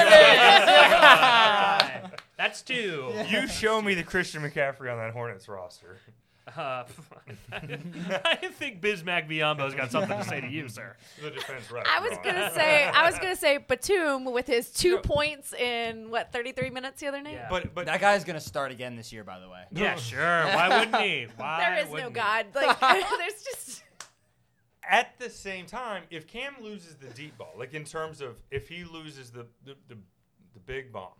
[SPEAKER 4] All right. That's two.
[SPEAKER 5] you show me the Christian McCaffrey on that Hornets roster.
[SPEAKER 4] Uh, I think Bismack Biombo's got something to say to you, sir.
[SPEAKER 5] The defense rep.
[SPEAKER 3] I was
[SPEAKER 5] wrong.
[SPEAKER 3] gonna say. I was gonna say Batum with his two points in what 33 minutes the other night.
[SPEAKER 4] Yeah.
[SPEAKER 5] But but
[SPEAKER 6] That guy's going to start again this year, by the way.
[SPEAKER 4] Yeah, sure. Why wouldn't he? Why
[SPEAKER 3] There is no
[SPEAKER 4] wouldn't he?
[SPEAKER 3] God. Like, there's just.
[SPEAKER 5] at the same time, if Cam loses the deep ball, like in terms of if he loses the the, the, the big bomb,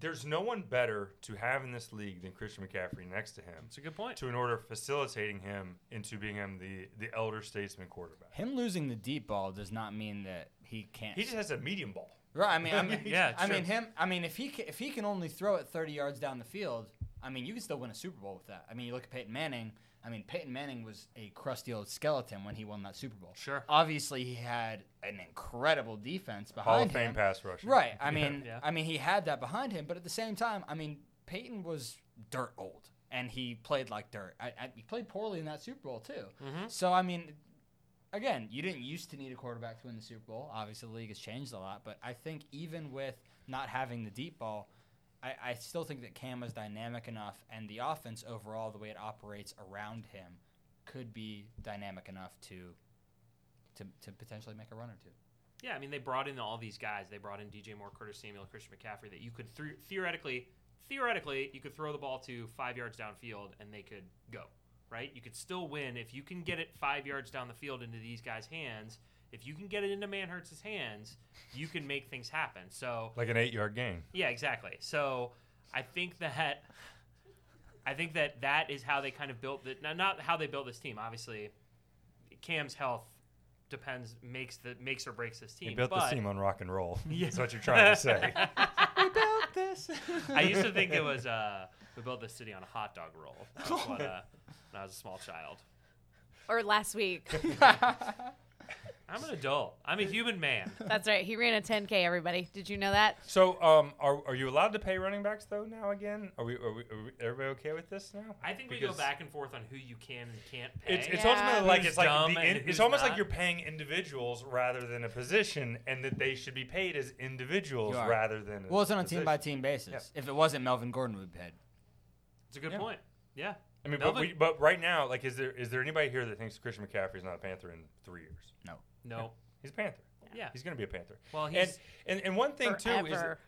[SPEAKER 5] there's no one better to have in this league than Christian McCaffrey next to him.
[SPEAKER 4] That's a good point.
[SPEAKER 5] To in order of facilitating him into being him the the elder statesman quarterback.
[SPEAKER 6] Him losing the deep ball does not mean that he can't.
[SPEAKER 5] He just has a medium ball.
[SPEAKER 6] Right. I mean, I mean,
[SPEAKER 4] Yeah,
[SPEAKER 6] I
[SPEAKER 4] true.
[SPEAKER 6] mean him. I mean, if he ca if he can only throw it 30 yards down the field, I mean, you can still win a Super Bowl with that. I mean, you look at Peyton Manning. I mean, Peyton Manning was a crusty old skeleton when he won that Super Bowl.
[SPEAKER 4] Sure.
[SPEAKER 6] Obviously, he had an incredible defense behind
[SPEAKER 5] Hall of Fame
[SPEAKER 6] him.
[SPEAKER 5] pass rusher.
[SPEAKER 6] Right. I mean,
[SPEAKER 4] Yeah.
[SPEAKER 6] I mean, he had that behind him, but at the same time, I mean, Peyton was dirt old, and he played like dirt. I, I, he played poorly in that Super Bowl too. So I mean, again, you didn't used to need a quarterback to win the Super Bowl. Obviously, the league has changed a lot, but I think even with not having the deep ball. I, I still think that Cam is dynamic enough, and the offense overall, the way it operates around him, could be dynamic enough to, to, to potentially make a run or two.
[SPEAKER 4] Yeah, I mean, they brought in all these guys. They brought in DJ Moore, Curtis Samuel, Christian McCaffrey. That you could thre- theoretically, theoretically, you could throw the ball to five yards downfield and they could go. right? You could still win if you can get it five yards down the field into these guys' hands. If you can get it into Manhurst's hands, you can make things happen. So
[SPEAKER 5] Like an eight yard gain.
[SPEAKER 4] yeah, exactly. So I think that I think that that is how they kind of built the now not how they built this team. Obviously, Cam's health depends makes the makes or breaks this team.
[SPEAKER 5] He built
[SPEAKER 4] but
[SPEAKER 5] this team on rock and roll. That's what you're trying to say.
[SPEAKER 4] I used to think it was uh, we built this city on a hot dog roll. That was what, uh, when I was a small child.
[SPEAKER 3] Or last week.
[SPEAKER 4] I'm an adult. I'm a human man.
[SPEAKER 3] That's right. He ran a 10K, everybody. Did you know that?
[SPEAKER 5] So, um, are, are you allowed to pay running backs though now again? Are we? Are, we, are we, everybody okay with this now?
[SPEAKER 4] I think we
[SPEAKER 5] Because
[SPEAKER 4] go back and forth on who you can and can't pay.
[SPEAKER 5] It's, it's
[SPEAKER 3] Yeah.
[SPEAKER 5] ultimately like
[SPEAKER 4] Who's
[SPEAKER 5] it's like
[SPEAKER 4] dumb
[SPEAKER 5] the
[SPEAKER 4] and
[SPEAKER 5] in, it's
[SPEAKER 4] who's
[SPEAKER 5] almost
[SPEAKER 4] not?
[SPEAKER 5] like you're paying individuals rather than a position, and that they should be paid as individuals
[SPEAKER 6] You are.
[SPEAKER 5] rather than. as
[SPEAKER 6] Well, it's on a team
[SPEAKER 5] position.
[SPEAKER 6] by team basis.
[SPEAKER 5] Yeah.
[SPEAKER 6] If it wasn't Melvin Gordon, we'd be paid.
[SPEAKER 4] It's a good
[SPEAKER 6] Yeah.
[SPEAKER 4] point. Yeah.
[SPEAKER 5] I mean,
[SPEAKER 4] Melvin-
[SPEAKER 5] but we, but right now, like, is there is there anybody here that thinks Christian McCaffrey is not a Panther in three years?
[SPEAKER 6] No.
[SPEAKER 4] no.
[SPEAKER 5] He's a Panther.
[SPEAKER 4] Yeah.
[SPEAKER 5] He's going to be a Panther.
[SPEAKER 4] Well, he's-
[SPEAKER 5] and, and and one thing too is
[SPEAKER 3] Forever.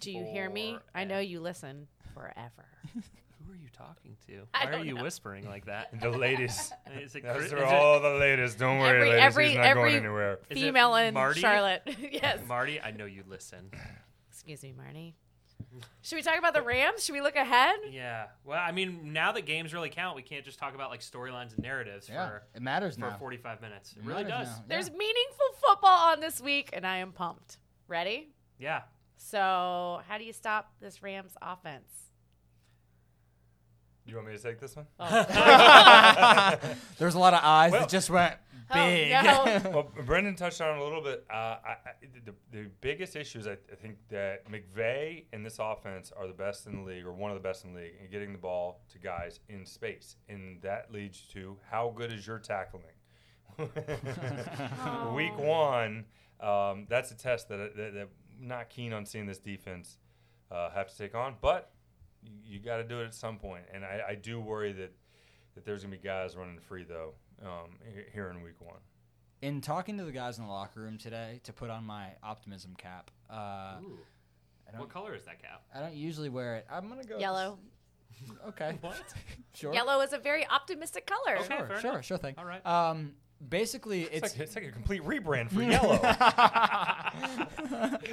[SPEAKER 3] Do you hear me? I know
[SPEAKER 4] Forever.
[SPEAKER 3] you listen forever.
[SPEAKER 4] Who are you talking to?
[SPEAKER 3] I
[SPEAKER 4] Why are
[SPEAKER 3] don't
[SPEAKER 4] you
[SPEAKER 3] know.
[SPEAKER 4] whispering like that?
[SPEAKER 5] the latest.
[SPEAKER 4] Is it, Chris-
[SPEAKER 5] Those
[SPEAKER 4] is
[SPEAKER 5] are
[SPEAKER 4] it-
[SPEAKER 5] all the latest. Don't worry,
[SPEAKER 3] Every- every-
[SPEAKER 5] ladies. he's not
[SPEAKER 3] every-
[SPEAKER 5] going anywhere.
[SPEAKER 4] it
[SPEAKER 3] Female in
[SPEAKER 4] Marty?
[SPEAKER 3] Charlotte. yes.
[SPEAKER 4] Marty, I know you listen.
[SPEAKER 3] Excuse me, Marnie. Should we talk about the Rams? Should we look ahead?
[SPEAKER 4] Yeah. Well, I mean, now that games really count, we can't just talk about like storylines and narratives
[SPEAKER 6] Yeah.
[SPEAKER 4] for
[SPEAKER 6] it matters
[SPEAKER 4] for
[SPEAKER 6] now.
[SPEAKER 4] 45 minutes. It
[SPEAKER 6] It
[SPEAKER 4] really
[SPEAKER 6] matters
[SPEAKER 4] does.
[SPEAKER 6] now.
[SPEAKER 3] There's
[SPEAKER 6] Yeah.
[SPEAKER 3] meaningful football on this week, and I am pumped. Ready?
[SPEAKER 4] Yeah.
[SPEAKER 3] So, how do you stop this Rams offense?
[SPEAKER 5] You want me to take this one?
[SPEAKER 6] There's a lot of eyes
[SPEAKER 5] Well-
[SPEAKER 6] that just went big.
[SPEAKER 3] Oh, no.
[SPEAKER 5] well, Brendan touched on it a little bit. Uh, I, I, the, the biggest issues I, I think that McVay and this offense are the best in the league, or one of the best in the league, in getting the ball to guys in space, and that leads to how good is your tackling. Week one, um, that's a test that, I- that, that I'm not keen on seeing this defense uh, have to take on, but you, you got to do it at some point, and I, I do worry that. That there's gonna be guys running free though um, he- here in week one.
[SPEAKER 6] In talking to the guys in the locker room today to put on my optimism cap, uh,
[SPEAKER 4] Ooh.
[SPEAKER 6] don't-
[SPEAKER 4] What color is that cap?
[SPEAKER 6] I don't usually wear it. I'm gonna go
[SPEAKER 3] Yellow.
[SPEAKER 6] Okay.
[SPEAKER 4] What?
[SPEAKER 6] Sure.
[SPEAKER 3] Yellow is a very optimistic color.
[SPEAKER 4] Okay,
[SPEAKER 6] Sure.
[SPEAKER 4] fair
[SPEAKER 6] Sure.
[SPEAKER 4] enough.
[SPEAKER 6] Sure thing.
[SPEAKER 4] All right.
[SPEAKER 6] Um, basically,
[SPEAKER 5] It's,
[SPEAKER 6] it's
[SPEAKER 5] like, it's like a complete rebrand for yellow.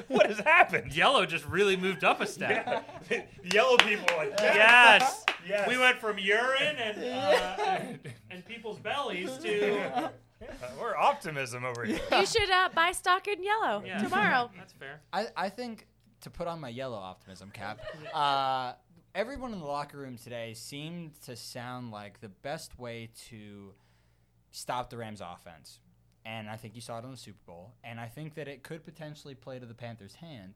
[SPEAKER 5] what has happened?
[SPEAKER 4] Yellow just really moved up a step.
[SPEAKER 5] The yellow people are like
[SPEAKER 4] Yes.
[SPEAKER 5] Yes.
[SPEAKER 4] We went from urine and uh, and, and people's bellies to
[SPEAKER 5] "Yeah, Uh, we're optimism over here.
[SPEAKER 3] You should uh, buy stock in yellow
[SPEAKER 4] Yeah.
[SPEAKER 3] tomorrow.
[SPEAKER 4] That's fair.
[SPEAKER 6] I, I think to put on my yellow optimism cap, uh, everyone in the locker room today seemed to sound like the best way to stop the Rams' offense. And I think you saw it on the Super Bowl. And I think that it could potentially play to the Panthers' hand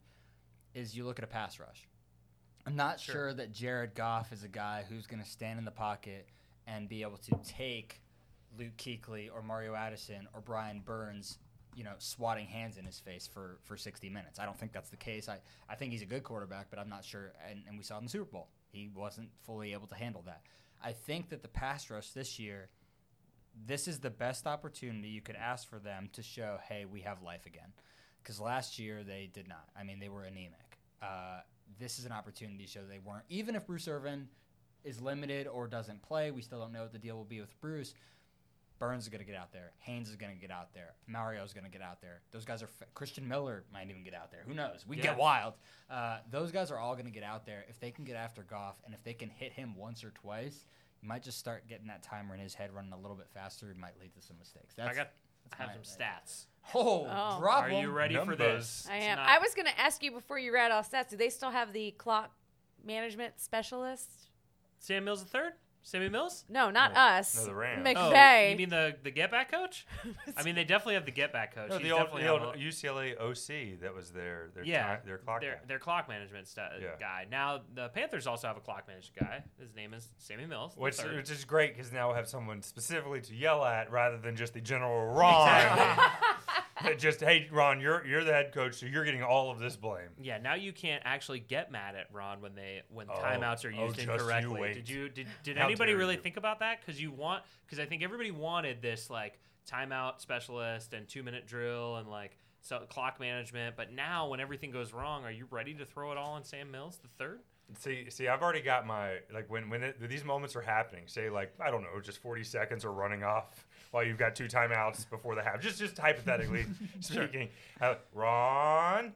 [SPEAKER 6] is you look at a pass rush. I'm not sure, that Jared Goff is a guy who's going to stand in the pocket and be able to take Luke Kuechly or Mario Addison or Brian Burns, you know, swatting hands in his face for, for 60 minutes. I don't think that's the case. I, I think he's a good quarterback, but I'm not sure. And, and we saw it in the Super Bowl. He wasn't fully able to handle that. I think that the pass rush this year, this is the best opportunity you could ask for them to show, hey, we have life again. Because last year they did not. I mean, they were anemic. Uh, this is an opportunity to show they weren't. Even if Bruce Irvin is limited or doesn't play, we still don't know what the deal will be with Bruce. Burns is going to get out there. Haynes is going to get out there. Mario is going to get out there. Those guys are f- Christian Miller might even get out there. Who knows? We
[SPEAKER 4] Yeah.
[SPEAKER 6] get wild. Uh, those guys are all going to get out there if they can get after Goff and if they can hit him once or twice. You might just start getting that timer in his head running a little bit faster. It might lead to some mistakes. That's,
[SPEAKER 4] I got.
[SPEAKER 6] that's
[SPEAKER 4] I have
[SPEAKER 6] my
[SPEAKER 4] some
[SPEAKER 6] opinion.
[SPEAKER 4] stats.
[SPEAKER 6] Oh,
[SPEAKER 3] Oh.
[SPEAKER 6] drop
[SPEAKER 4] Are you
[SPEAKER 6] 'em.
[SPEAKER 4] ready for
[SPEAKER 5] Numbers.
[SPEAKER 4] this?
[SPEAKER 3] I
[SPEAKER 4] It's
[SPEAKER 3] am.
[SPEAKER 4] not-
[SPEAKER 3] I was going to ask you before you read off stats. Do they still have the clock management specialist?
[SPEAKER 4] Sam Mills the third. Sammy Mills.
[SPEAKER 3] No, not
[SPEAKER 5] No,
[SPEAKER 3] us.
[SPEAKER 5] no, the Rams.
[SPEAKER 4] Oh,
[SPEAKER 3] McVay.
[SPEAKER 4] you mean the the get back coach? I mean, they definitely have the get back coach.
[SPEAKER 5] No,
[SPEAKER 4] He's
[SPEAKER 5] the old,
[SPEAKER 4] definitely
[SPEAKER 5] the
[SPEAKER 4] on
[SPEAKER 5] old
[SPEAKER 4] the-
[SPEAKER 5] UCLA OC that was their their
[SPEAKER 4] yeah,
[SPEAKER 5] time, their clock.
[SPEAKER 4] their,
[SPEAKER 5] guy.
[SPEAKER 4] their clock management stu-
[SPEAKER 5] Yeah.
[SPEAKER 4] guy. Now the Panthers also have a clock management guy. His name is Sammy Mills. the
[SPEAKER 5] which,
[SPEAKER 4] third.
[SPEAKER 5] which is great because now we have someone specifically to yell at rather than just the general Ron. That just hey Ron, you're you're the head coach, so you're getting all of this blame.
[SPEAKER 4] yeah, now you can't actually get mad at Ron when they when
[SPEAKER 5] Oh,
[SPEAKER 4] timeouts are
[SPEAKER 5] oh,
[SPEAKER 4] used
[SPEAKER 5] just you
[SPEAKER 4] incorrectly.
[SPEAKER 5] wait.
[SPEAKER 4] Did you did, did
[SPEAKER 5] How
[SPEAKER 4] anybody
[SPEAKER 5] dare
[SPEAKER 4] really
[SPEAKER 5] you.
[SPEAKER 4] think about that? Because you want because I think everybody wanted this like timeout specialist and two minute drill and like so clock management. But now when everything goes wrong, are you ready to throw it all on Sam Mills the third?
[SPEAKER 5] See, see, I've already got my like when when it, these moments are happening. Say like I don't know, just forty seconds or running off while you've got two timeouts before the half. Just just hypothetically speaking, uh, Ron,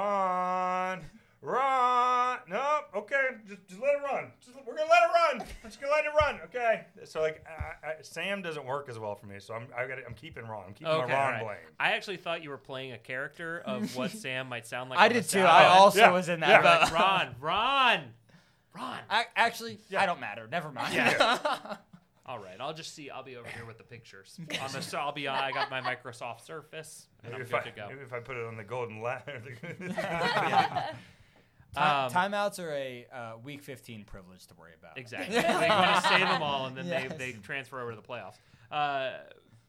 [SPEAKER 5] Ron, Ron. No, okay, just, just let it run. Just, we're gonna let it run. We're just gonna let it run. Okay. So like I, I, Sam doesn't work as well for me, so I'm I got I'm keeping Ron. I'm keeping
[SPEAKER 4] Okay,
[SPEAKER 5] my Ron
[SPEAKER 4] alright.
[SPEAKER 5] blame.
[SPEAKER 4] I actually thought you were playing a character of what Sam might sound like.
[SPEAKER 6] I
[SPEAKER 4] on the
[SPEAKER 6] did too.
[SPEAKER 4] sound.
[SPEAKER 6] I also
[SPEAKER 5] yeah,
[SPEAKER 6] was in
[SPEAKER 5] yeah.
[SPEAKER 6] that. boat.
[SPEAKER 4] But Ron, Ron, Ron.
[SPEAKER 6] I, actually, I don't matter. Never mind.
[SPEAKER 4] All right, I'll just see. I'll be over here with the pictures. on the, so I'll be. I got my Microsoft Surface. And I'm
[SPEAKER 5] Maybe
[SPEAKER 4] good
[SPEAKER 5] if, I,
[SPEAKER 4] to go.
[SPEAKER 5] maybe if I put it on the golden ladder.
[SPEAKER 6] Ti-
[SPEAKER 4] Um,
[SPEAKER 6] timeouts are a uh, week 15 privilege to worry about.
[SPEAKER 4] Exactly. they want to save them all, and then
[SPEAKER 6] Yes.
[SPEAKER 4] they, they transfer over to the playoffs. Uh,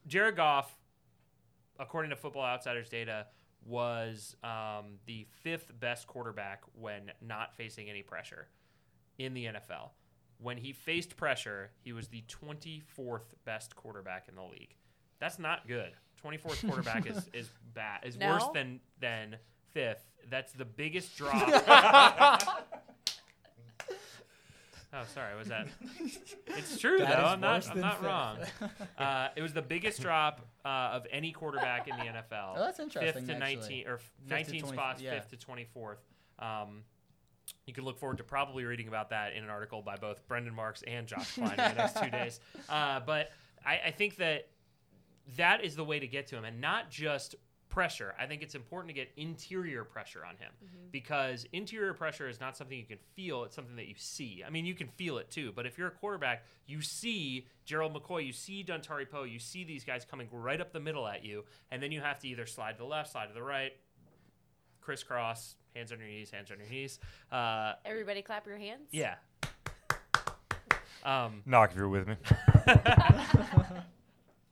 [SPEAKER 4] Jared Goff, according to Football Outsiders data, was um, the fifth best quarterback when not facing any pressure in the NFL. When he faced pressure, he was the 24th best quarterback in the league. That's not good. 24th quarterback is, is bad. Is worse
[SPEAKER 2] No?
[SPEAKER 4] than than fifth. That's the biggest drop. oh, sorry. Was that? It's true
[SPEAKER 6] That
[SPEAKER 4] though.
[SPEAKER 6] is
[SPEAKER 4] I'm not.
[SPEAKER 6] worse
[SPEAKER 4] I'm
[SPEAKER 6] than
[SPEAKER 4] not
[SPEAKER 6] fifth.
[SPEAKER 4] wrong. Uh, it was the biggest drop uh, of any quarterback in the NFL.
[SPEAKER 6] Oh, that's interesting,
[SPEAKER 4] Fifth to
[SPEAKER 6] actually.
[SPEAKER 4] 19 or f-
[SPEAKER 6] to
[SPEAKER 4] 19
[SPEAKER 6] 20
[SPEAKER 4] spots.
[SPEAKER 6] yeah.
[SPEAKER 4] Fifth to 24th. Um, you can look forward to probably reading about that in an article by both Brendan Marks and Josh Klein in the next two days. Uh, but I, I think that that is the way to get to him and not just pressure. I think it's important to get interior pressure on him
[SPEAKER 6] Mm-hmm.
[SPEAKER 4] because interior pressure is not something you can feel, it's something that you see. I mean, you can feel it too, but if you're a quarterback, you see Gerald McCoy, you see Dontari Poe, you see these guys coming right up the middle at you, and then you have to either slide to the left, slide to the right, crisscross, hands on your knees, hands on your knees. Uh,
[SPEAKER 2] Everybody clap your hands.
[SPEAKER 4] yeah. Um,
[SPEAKER 5] Knock if you're with me.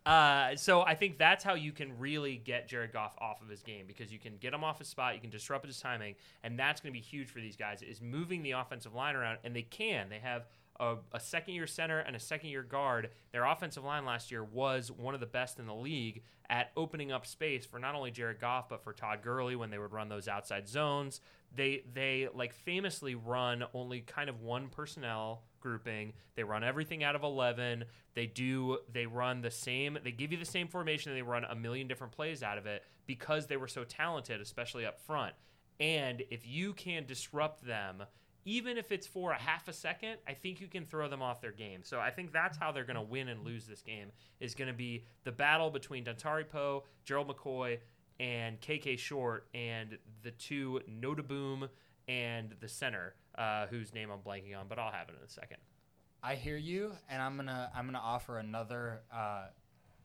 [SPEAKER 4] Uh, so I think that's how you can really get Jared Goff off of his game because you can get him off his spot, you can disrupt his timing, and that's going to be huge for these guys is moving the offensive line around, and they can. They have a, a second year center and a second year guard. Their offensive line last year was one of the best in the league at opening up space for not only Jared Goff but for Todd Gurley when they would run those outside zones. They they like famously run only kind of one personnel grouping. They run everything out of 11. They do they run the same they give you the same formation and they run a million different plays out of it because they were so talented especially up front. And if you can disrupt them even if it's for a half a second, I think you can throw them off their game. So I think that's how they're going to win and lose this game is going to be the battle between Dontari Poe, Gerald McCoy, and KK Short, and the two Notaboom and the center, uh, whose name I'm blanking on, but I'll have it in a second.
[SPEAKER 6] I hear you, and I'm gonna I'm gonna offer another uh,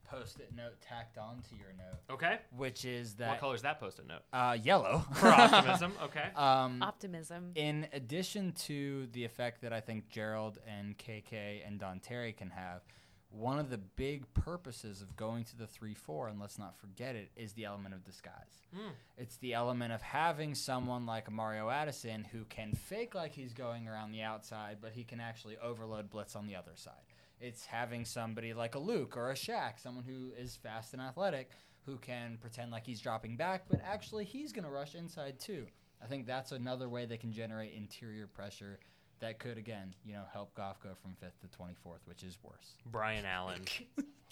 [SPEAKER 6] post-it note tacked on to your note,
[SPEAKER 4] Okay.
[SPEAKER 6] which is
[SPEAKER 4] What
[SPEAKER 6] that
[SPEAKER 4] color is that post-it note?
[SPEAKER 6] uh, yellow.
[SPEAKER 4] For optimism. Okay.
[SPEAKER 6] um,
[SPEAKER 2] Optimism.
[SPEAKER 6] in addition to the effect that I think Gerald and KK and Don Terry can have, one of the big purposes of going to the 3 4, and let's not forget it, is the element of disguise.
[SPEAKER 4] Hmm.
[SPEAKER 6] It's the element of having someone like Mario Addison who can fake like he's going around the outside, but he can actually overload blitz on the other side. It's having somebody like a Luke or a Shaq, someone who is fast and athletic, who can pretend like he's dropping back, but actually he's going to rush inside too. I think that's another way they can generate interior pressure that could, again, you know, help Goff go from fifth to 24th, which is worse.
[SPEAKER 4] Brian Allen.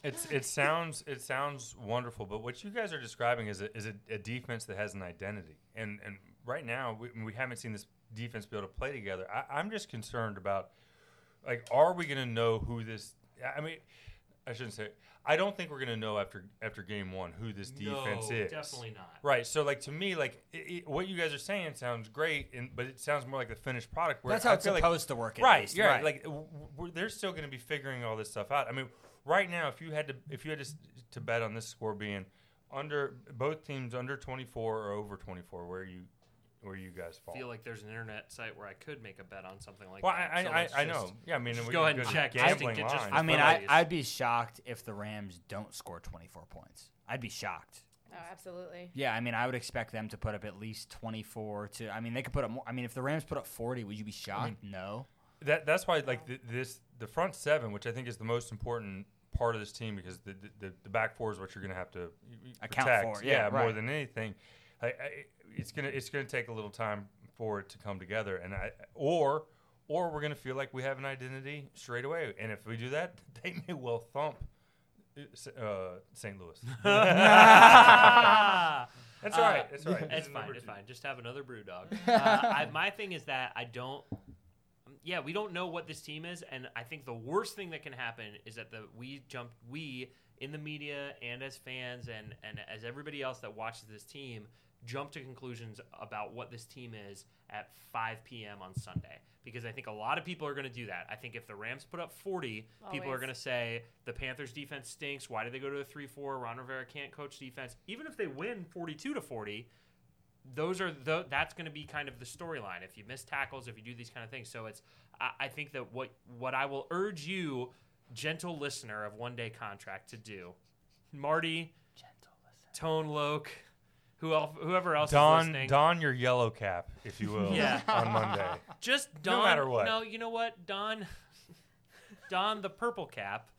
[SPEAKER 5] It's it sounds it sounds wonderful, but what you guys are describing is a, is a, a defense that has an identity, and and right now we, we haven't seen this defense be able to play together. I, I'm just concerned about like are we going to know who this? I mean, I shouldn't say. I don't think we're going to know after after game one who this defense
[SPEAKER 4] no,
[SPEAKER 5] is.
[SPEAKER 4] definitely not.
[SPEAKER 5] Right. So, like to me, like i i what you guys are saying sounds great, and but it sounds more like the finished product. Where
[SPEAKER 6] That's how
[SPEAKER 5] I
[SPEAKER 6] it's
[SPEAKER 5] feel like-
[SPEAKER 6] supposed to work, at
[SPEAKER 5] right.
[SPEAKER 6] least,
[SPEAKER 5] yeah.
[SPEAKER 6] right.
[SPEAKER 5] Like w- w- they're still going to be figuring all this stuff out. I mean, right now, if you had to, if you had to, s- to bet on this score being under both teams under twenty four or over twenty four, where you where you guys fall?
[SPEAKER 4] I feel like there's an internet site where I could make a bet on something like
[SPEAKER 5] well,
[SPEAKER 4] that.
[SPEAKER 5] I
[SPEAKER 4] so
[SPEAKER 5] I,
[SPEAKER 4] let's
[SPEAKER 5] I, I
[SPEAKER 4] just-
[SPEAKER 5] know. Yeah. I mean, we
[SPEAKER 4] go
[SPEAKER 5] can
[SPEAKER 4] ahead and
[SPEAKER 5] to
[SPEAKER 4] check.
[SPEAKER 5] gambling
[SPEAKER 4] Just- just-
[SPEAKER 5] lines.
[SPEAKER 6] I mean, I,
[SPEAKER 4] Please.
[SPEAKER 6] I'd be shocked if the Rams don't score 24 points. I'd be shocked.
[SPEAKER 3] Oh, absolutely.
[SPEAKER 6] Yeah, I mean, I would expect them to put up at least 24 to. I mean, they could put up more. I mean, if the Rams put up 40, would you be shocked? no.
[SPEAKER 5] That that's why like th this the front seven, which I think is the most important part of this team because the the, the back four is what you're going to have to y- y-
[SPEAKER 6] Account
[SPEAKER 5] protect.
[SPEAKER 6] for, yeah,
[SPEAKER 5] more
[SPEAKER 6] right.
[SPEAKER 5] than anything. I, I, it's gonna it's gonna take a little time for it to come together. And I or or we're gonna feel like we have an identity straight away. And if we do that, they may well thump uh, St. Louis. That's all right. That's all right. This
[SPEAKER 4] It's
[SPEAKER 5] is
[SPEAKER 4] fine.
[SPEAKER 5] number
[SPEAKER 4] It's
[SPEAKER 5] two.
[SPEAKER 4] fine. Just have another brew dog. Uh, I, my thing is that I don't. Yeah, we don't know what this team is, and I think the worst thing that can happen is that the we jump we in the media and as fans and and as everybody else that watches this team jump to conclusions about what this team is at 5 p.m. on Sunday because I think a lot of people are going to do that. I think if the Rams put up 40, people are
[SPEAKER 8] Always.
[SPEAKER 4] going to say the Panthers defense stinks. Why did they go to a 3-4? Ron Rivera can't coach defense. Even if they win 42 to 40, those are the that's going to be kind of the storyline if you miss tackles if you do these kind of things so it's I, I think that what what i will urge you gentle listener of one day contract to do marty gentle listener. tone loke who el- whoever else is
[SPEAKER 5] Don
[SPEAKER 4] listening
[SPEAKER 5] don your yellow cap, if you will,
[SPEAKER 4] Yeah.
[SPEAKER 5] on Monday.
[SPEAKER 4] just
[SPEAKER 5] no
[SPEAKER 4] don
[SPEAKER 5] matter what.
[SPEAKER 4] no you know what don don the purple cap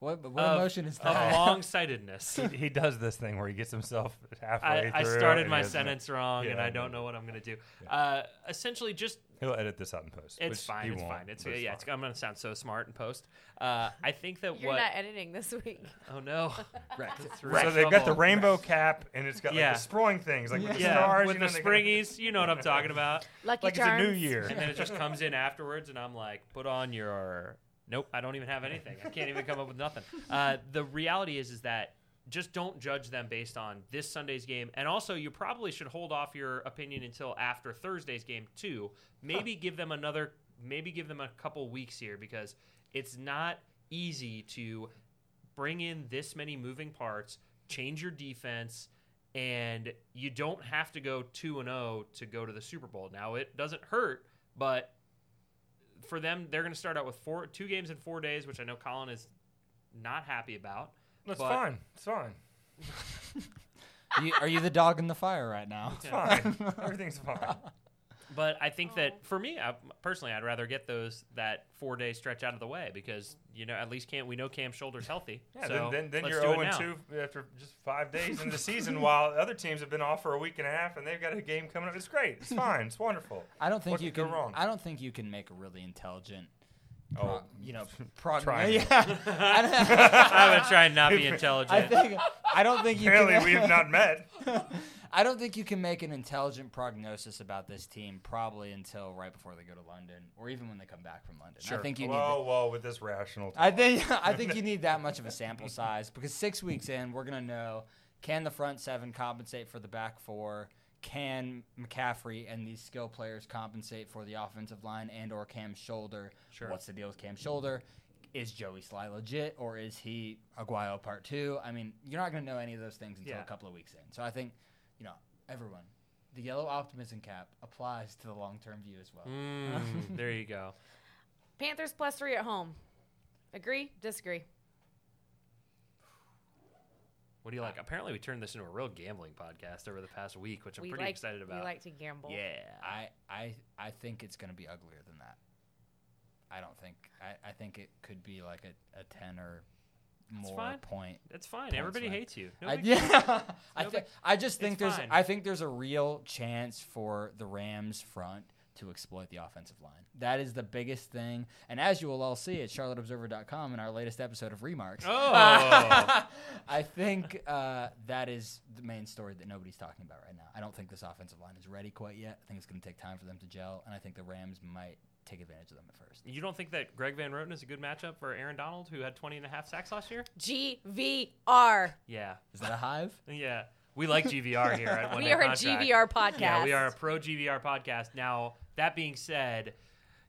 [SPEAKER 6] What, what
[SPEAKER 4] of-
[SPEAKER 6] emotion is
[SPEAKER 4] of
[SPEAKER 6] that?
[SPEAKER 4] long-sightedness
[SPEAKER 5] He does this thing where he gets himself halfway
[SPEAKER 4] I, I
[SPEAKER 5] through.
[SPEAKER 4] started
[SPEAKER 5] and
[SPEAKER 4] my
[SPEAKER 5] he doesn't-
[SPEAKER 4] sentence wrong and
[SPEAKER 5] Yeah,
[SPEAKER 4] i
[SPEAKER 5] no,
[SPEAKER 4] don't know what i'm going to do uh, essentially just
[SPEAKER 5] He'll edit this out in post.
[SPEAKER 4] It's
[SPEAKER 5] which
[SPEAKER 4] fine.
[SPEAKER 5] he
[SPEAKER 4] It's
[SPEAKER 5] won't,
[SPEAKER 4] fine. It's
[SPEAKER 5] but
[SPEAKER 4] yeah. It's,
[SPEAKER 5] fine.
[SPEAKER 4] I'm gonna sound so smart in post. Uh, I think that
[SPEAKER 8] You're
[SPEAKER 4] what?
[SPEAKER 8] not editing this week.
[SPEAKER 4] oh no.
[SPEAKER 5] So they've got the rainbow cap, and it's got
[SPEAKER 4] Yeah.
[SPEAKER 5] like the sprawling things, like with the
[SPEAKER 4] yeah,
[SPEAKER 5] stars,
[SPEAKER 4] with
[SPEAKER 5] you know,
[SPEAKER 4] the
[SPEAKER 5] they got-
[SPEAKER 4] springies. You know what I'm talking about.
[SPEAKER 3] Lucky
[SPEAKER 5] like it's a
[SPEAKER 3] charms.
[SPEAKER 5] new year.
[SPEAKER 4] And then it just comes in afterwards, and I'm like, put on your. Nope, I don't even have anything. I can't even come up with nothing. Uh, the reality is, is that just don't judge them based on this Sunday's game, and also you probably should hold off your opinion until after Thursday's game too. Maybe give them another. Maybe give them a couple weeks here because it's not easy to bring in this many moving parts, change your defense, and you don't have to go 2 and 0 to go to the Super Bowl. Now it doesn't hurt, but for them they're going to start out with four two games in 4 days, which I know Colin is not happy about.
[SPEAKER 5] That's
[SPEAKER 4] But-
[SPEAKER 5] fine. It's fine.
[SPEAKER 6] You- are you the dog in the fire right now?
[SPEAKER 5] It's fine. Everything's fine.
[SPEAKER 4] But I think that for me, I, personally, I'd rather get those that four day stretch out of the way because you know at least can't we know Cam shoulders healthy. so
[SPEAKER 5] Yeah, then, then, then
[SPEAKER 4] let's
[SPEAKER 5] you're
[SPEAKER 4] do it
[SPEAKER 5] 0
[SPEAKER 4] now.
[SPEAKER 5] 2 after just five days into the season, while other teams have been off for a week and a half, and they've got a game coming up. It's great. It's fine. It's wonderful.
[SPEAKER 6] I don't think
[SPEAKER 5] What
[SPEAKER 6] you
[SPEAKER 5] could
[SPEAKER 6] can.
[SPEAKER 5] go wrong?
[SPEAKER 6] I don't think you can make a really intelligent.
[SPEAKER 5] Oh,
[SPEAKER 6] pro- you know, prog-
[SPEAKER 5] try me.
[SPEAKER 6] yeah. I don't-
[SPEAKER 4] I'm gonna try and not be
[SPEAKER 6] I
[SPEAKER 4] intelligent.
[SPEAKER 6] think I don't think you
[SPEAKER 5] Apparently,
[SPEAKER 6] can,
[SPEAKER 5] we have not met.
[SPEAKER 6] I don't think you can make an intelligent prognosis about this team probably until right before they go to London or even when they come back from London. I think you need
[SPEAKER 5] Whoa, whoa, with this rational.
[SPEAKER 6] I think I think you need that much of a sample size because six weeks in, we're gonna know can the front seven compensate for the back four? Can McCaffrey and these skill players compensate for the offensive line and or Cam's shoulder? Sure. What's the deal with Cam's shoulder? Is Joey Sly legit or is he Aguayo part two? I mean, you're not gonna know any of those things until
[SPEAKER 4] Yeah.
[SPEAKER 6] a couple of weeks in. So I think, you know, everyone, the yellow optimism cap applies to the long term view as well.
[SPEAKER 4] Mm, there you go.
[SPEAKER 3] Panthers plus three at home. Agree? Disagree?
[SPEAKER 4] What do you like? Apparently, we turned this into a real gambling podcast over the past week, which I'm
[SPEAKER 3] we
[SPEAKER 4] pretty
[SPEAKER 3] like,
[SPEAKER 4] excited about.
[SPEAKER 3] We like to gamble.
[SPEAKER 4] yeah,
[SPEAKER 6] I I I think it's gonna be uglier than that. I don't think. I, I think it could be like a, a ten or more
[SPEAKER 4] fine.
[SPEAKER 6] point.
[SPEAKER 4] that's fine.
[SPEAKER 6] Points
[SPEAKER 4] Everybody
[SPEAKER 6] went.
[SPEAKER 4] hates you. No
[SPEAKER 6] I,
[SPEAKER 4] big deal.
[SPEAKER 6] yeah, I
[SPEAKER 4] No
[SPEAKER 6] think.
[SPEAKER 4] big-
[SPEAKER 6] I just think
[SPEAKER 4] it's
[SPEAKER 6] there's.
[SPEAKER 4] fine.
[SPEAKER 6] I think there's a real chance for the Rams front to exploit the offensive line. That is the biggest thing. And as you will all see at CharlotteObserver.com in our latest episode of Remarks,
[SPEAKER 4] Oh,
[SPEAKER 6] I think uh, that is the main story that nobody's talking about right now. I don't think this offensive line is ready quite yet. I think it's going to take time for them to gel, and I think the Rams might take advantage of them at first.
[SPEAKER 4] you don't think that Greg Van Roten is a good matchup for Aaron Donald, who had 20 and a half sacks last year?
[SPEAKER 3] GVR.
[SPEAKER 4] Yeah,
[SPEAKER 6] Is that a hive?
[SPEAKER 4] yeah. We like GVR here. At One
[SPEAKER 3] We
[SPEAKER 4] Day
[SPEAKER 3] are a
[SPEAKER 4] Contract.
[SPEAKER 3] GVR podcast.
[SPEAKER 4] Yeah, we are a pro GVR podcast. Now that being said,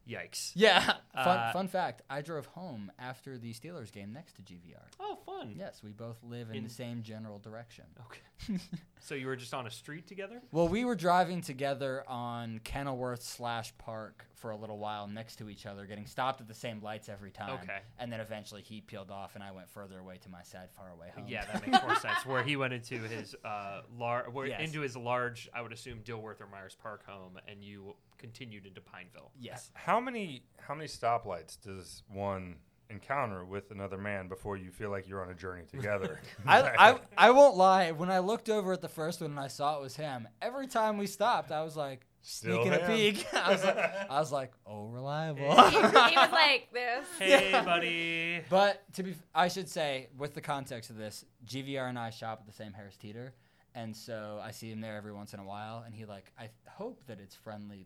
[SPEAKER 4] yikes.
[SPEAKER 6] Yeah. Fun,
[SPEAKER 4] Uh,
[SPEAKER 6] fun fact: I drove home after the Steelers game next to GVR.
[SPEAKER 4] Oh, fun.
[SPEAKER 6] Yes, we both live in,
[SPEAKER 4] In- Oh.
[SPEAKER 6] the same general direction.
[SPEAKER 4] Okay. so you were just on a street together?
[SPEAKER 6] Well, we were driving together on Kenilworth slash Park for a little while next to each other, getting stopped at the same lights every time.
[SPEAKER 4] Okay.
[SPEAKER 6] And then eventually he peeled off, and I went further away to my sad, faraway home.
[SPEAKER 4] Yeah, that makes more sense. Where he went into his uh, lar- where,
[SPEAKER 6] Yes.
[SPEAKER 4] into his large, I would assume Dilworth or Myers Park home, and you continued into Pineville.
[SPEAKER 6] Yes.
[SPEAKER 5] How many how many stoplights does one encounter with another man before you feel like you're on a journey together?
[SPEAKER 6] I, I, I won't lie. When I looked over at the first one and I saw it was him, every time we stopped, I was like,
[SPEAKER 5] Still
[SPEAKER 6] sneaking a
[SPEAKER 5] him.
[SPEAKER 6] peek. I was like, I was like, oh, reliable.
[SPEAKER 3] he, he was like this.
[SPEAKER 4] Hey, buddy.
[SPEAKER 6] But to be, I should say, with the context of this, GVR and I shop at the same Harris Teeter, and so I see him there every once in a while, and he like, I hope that it's friendly.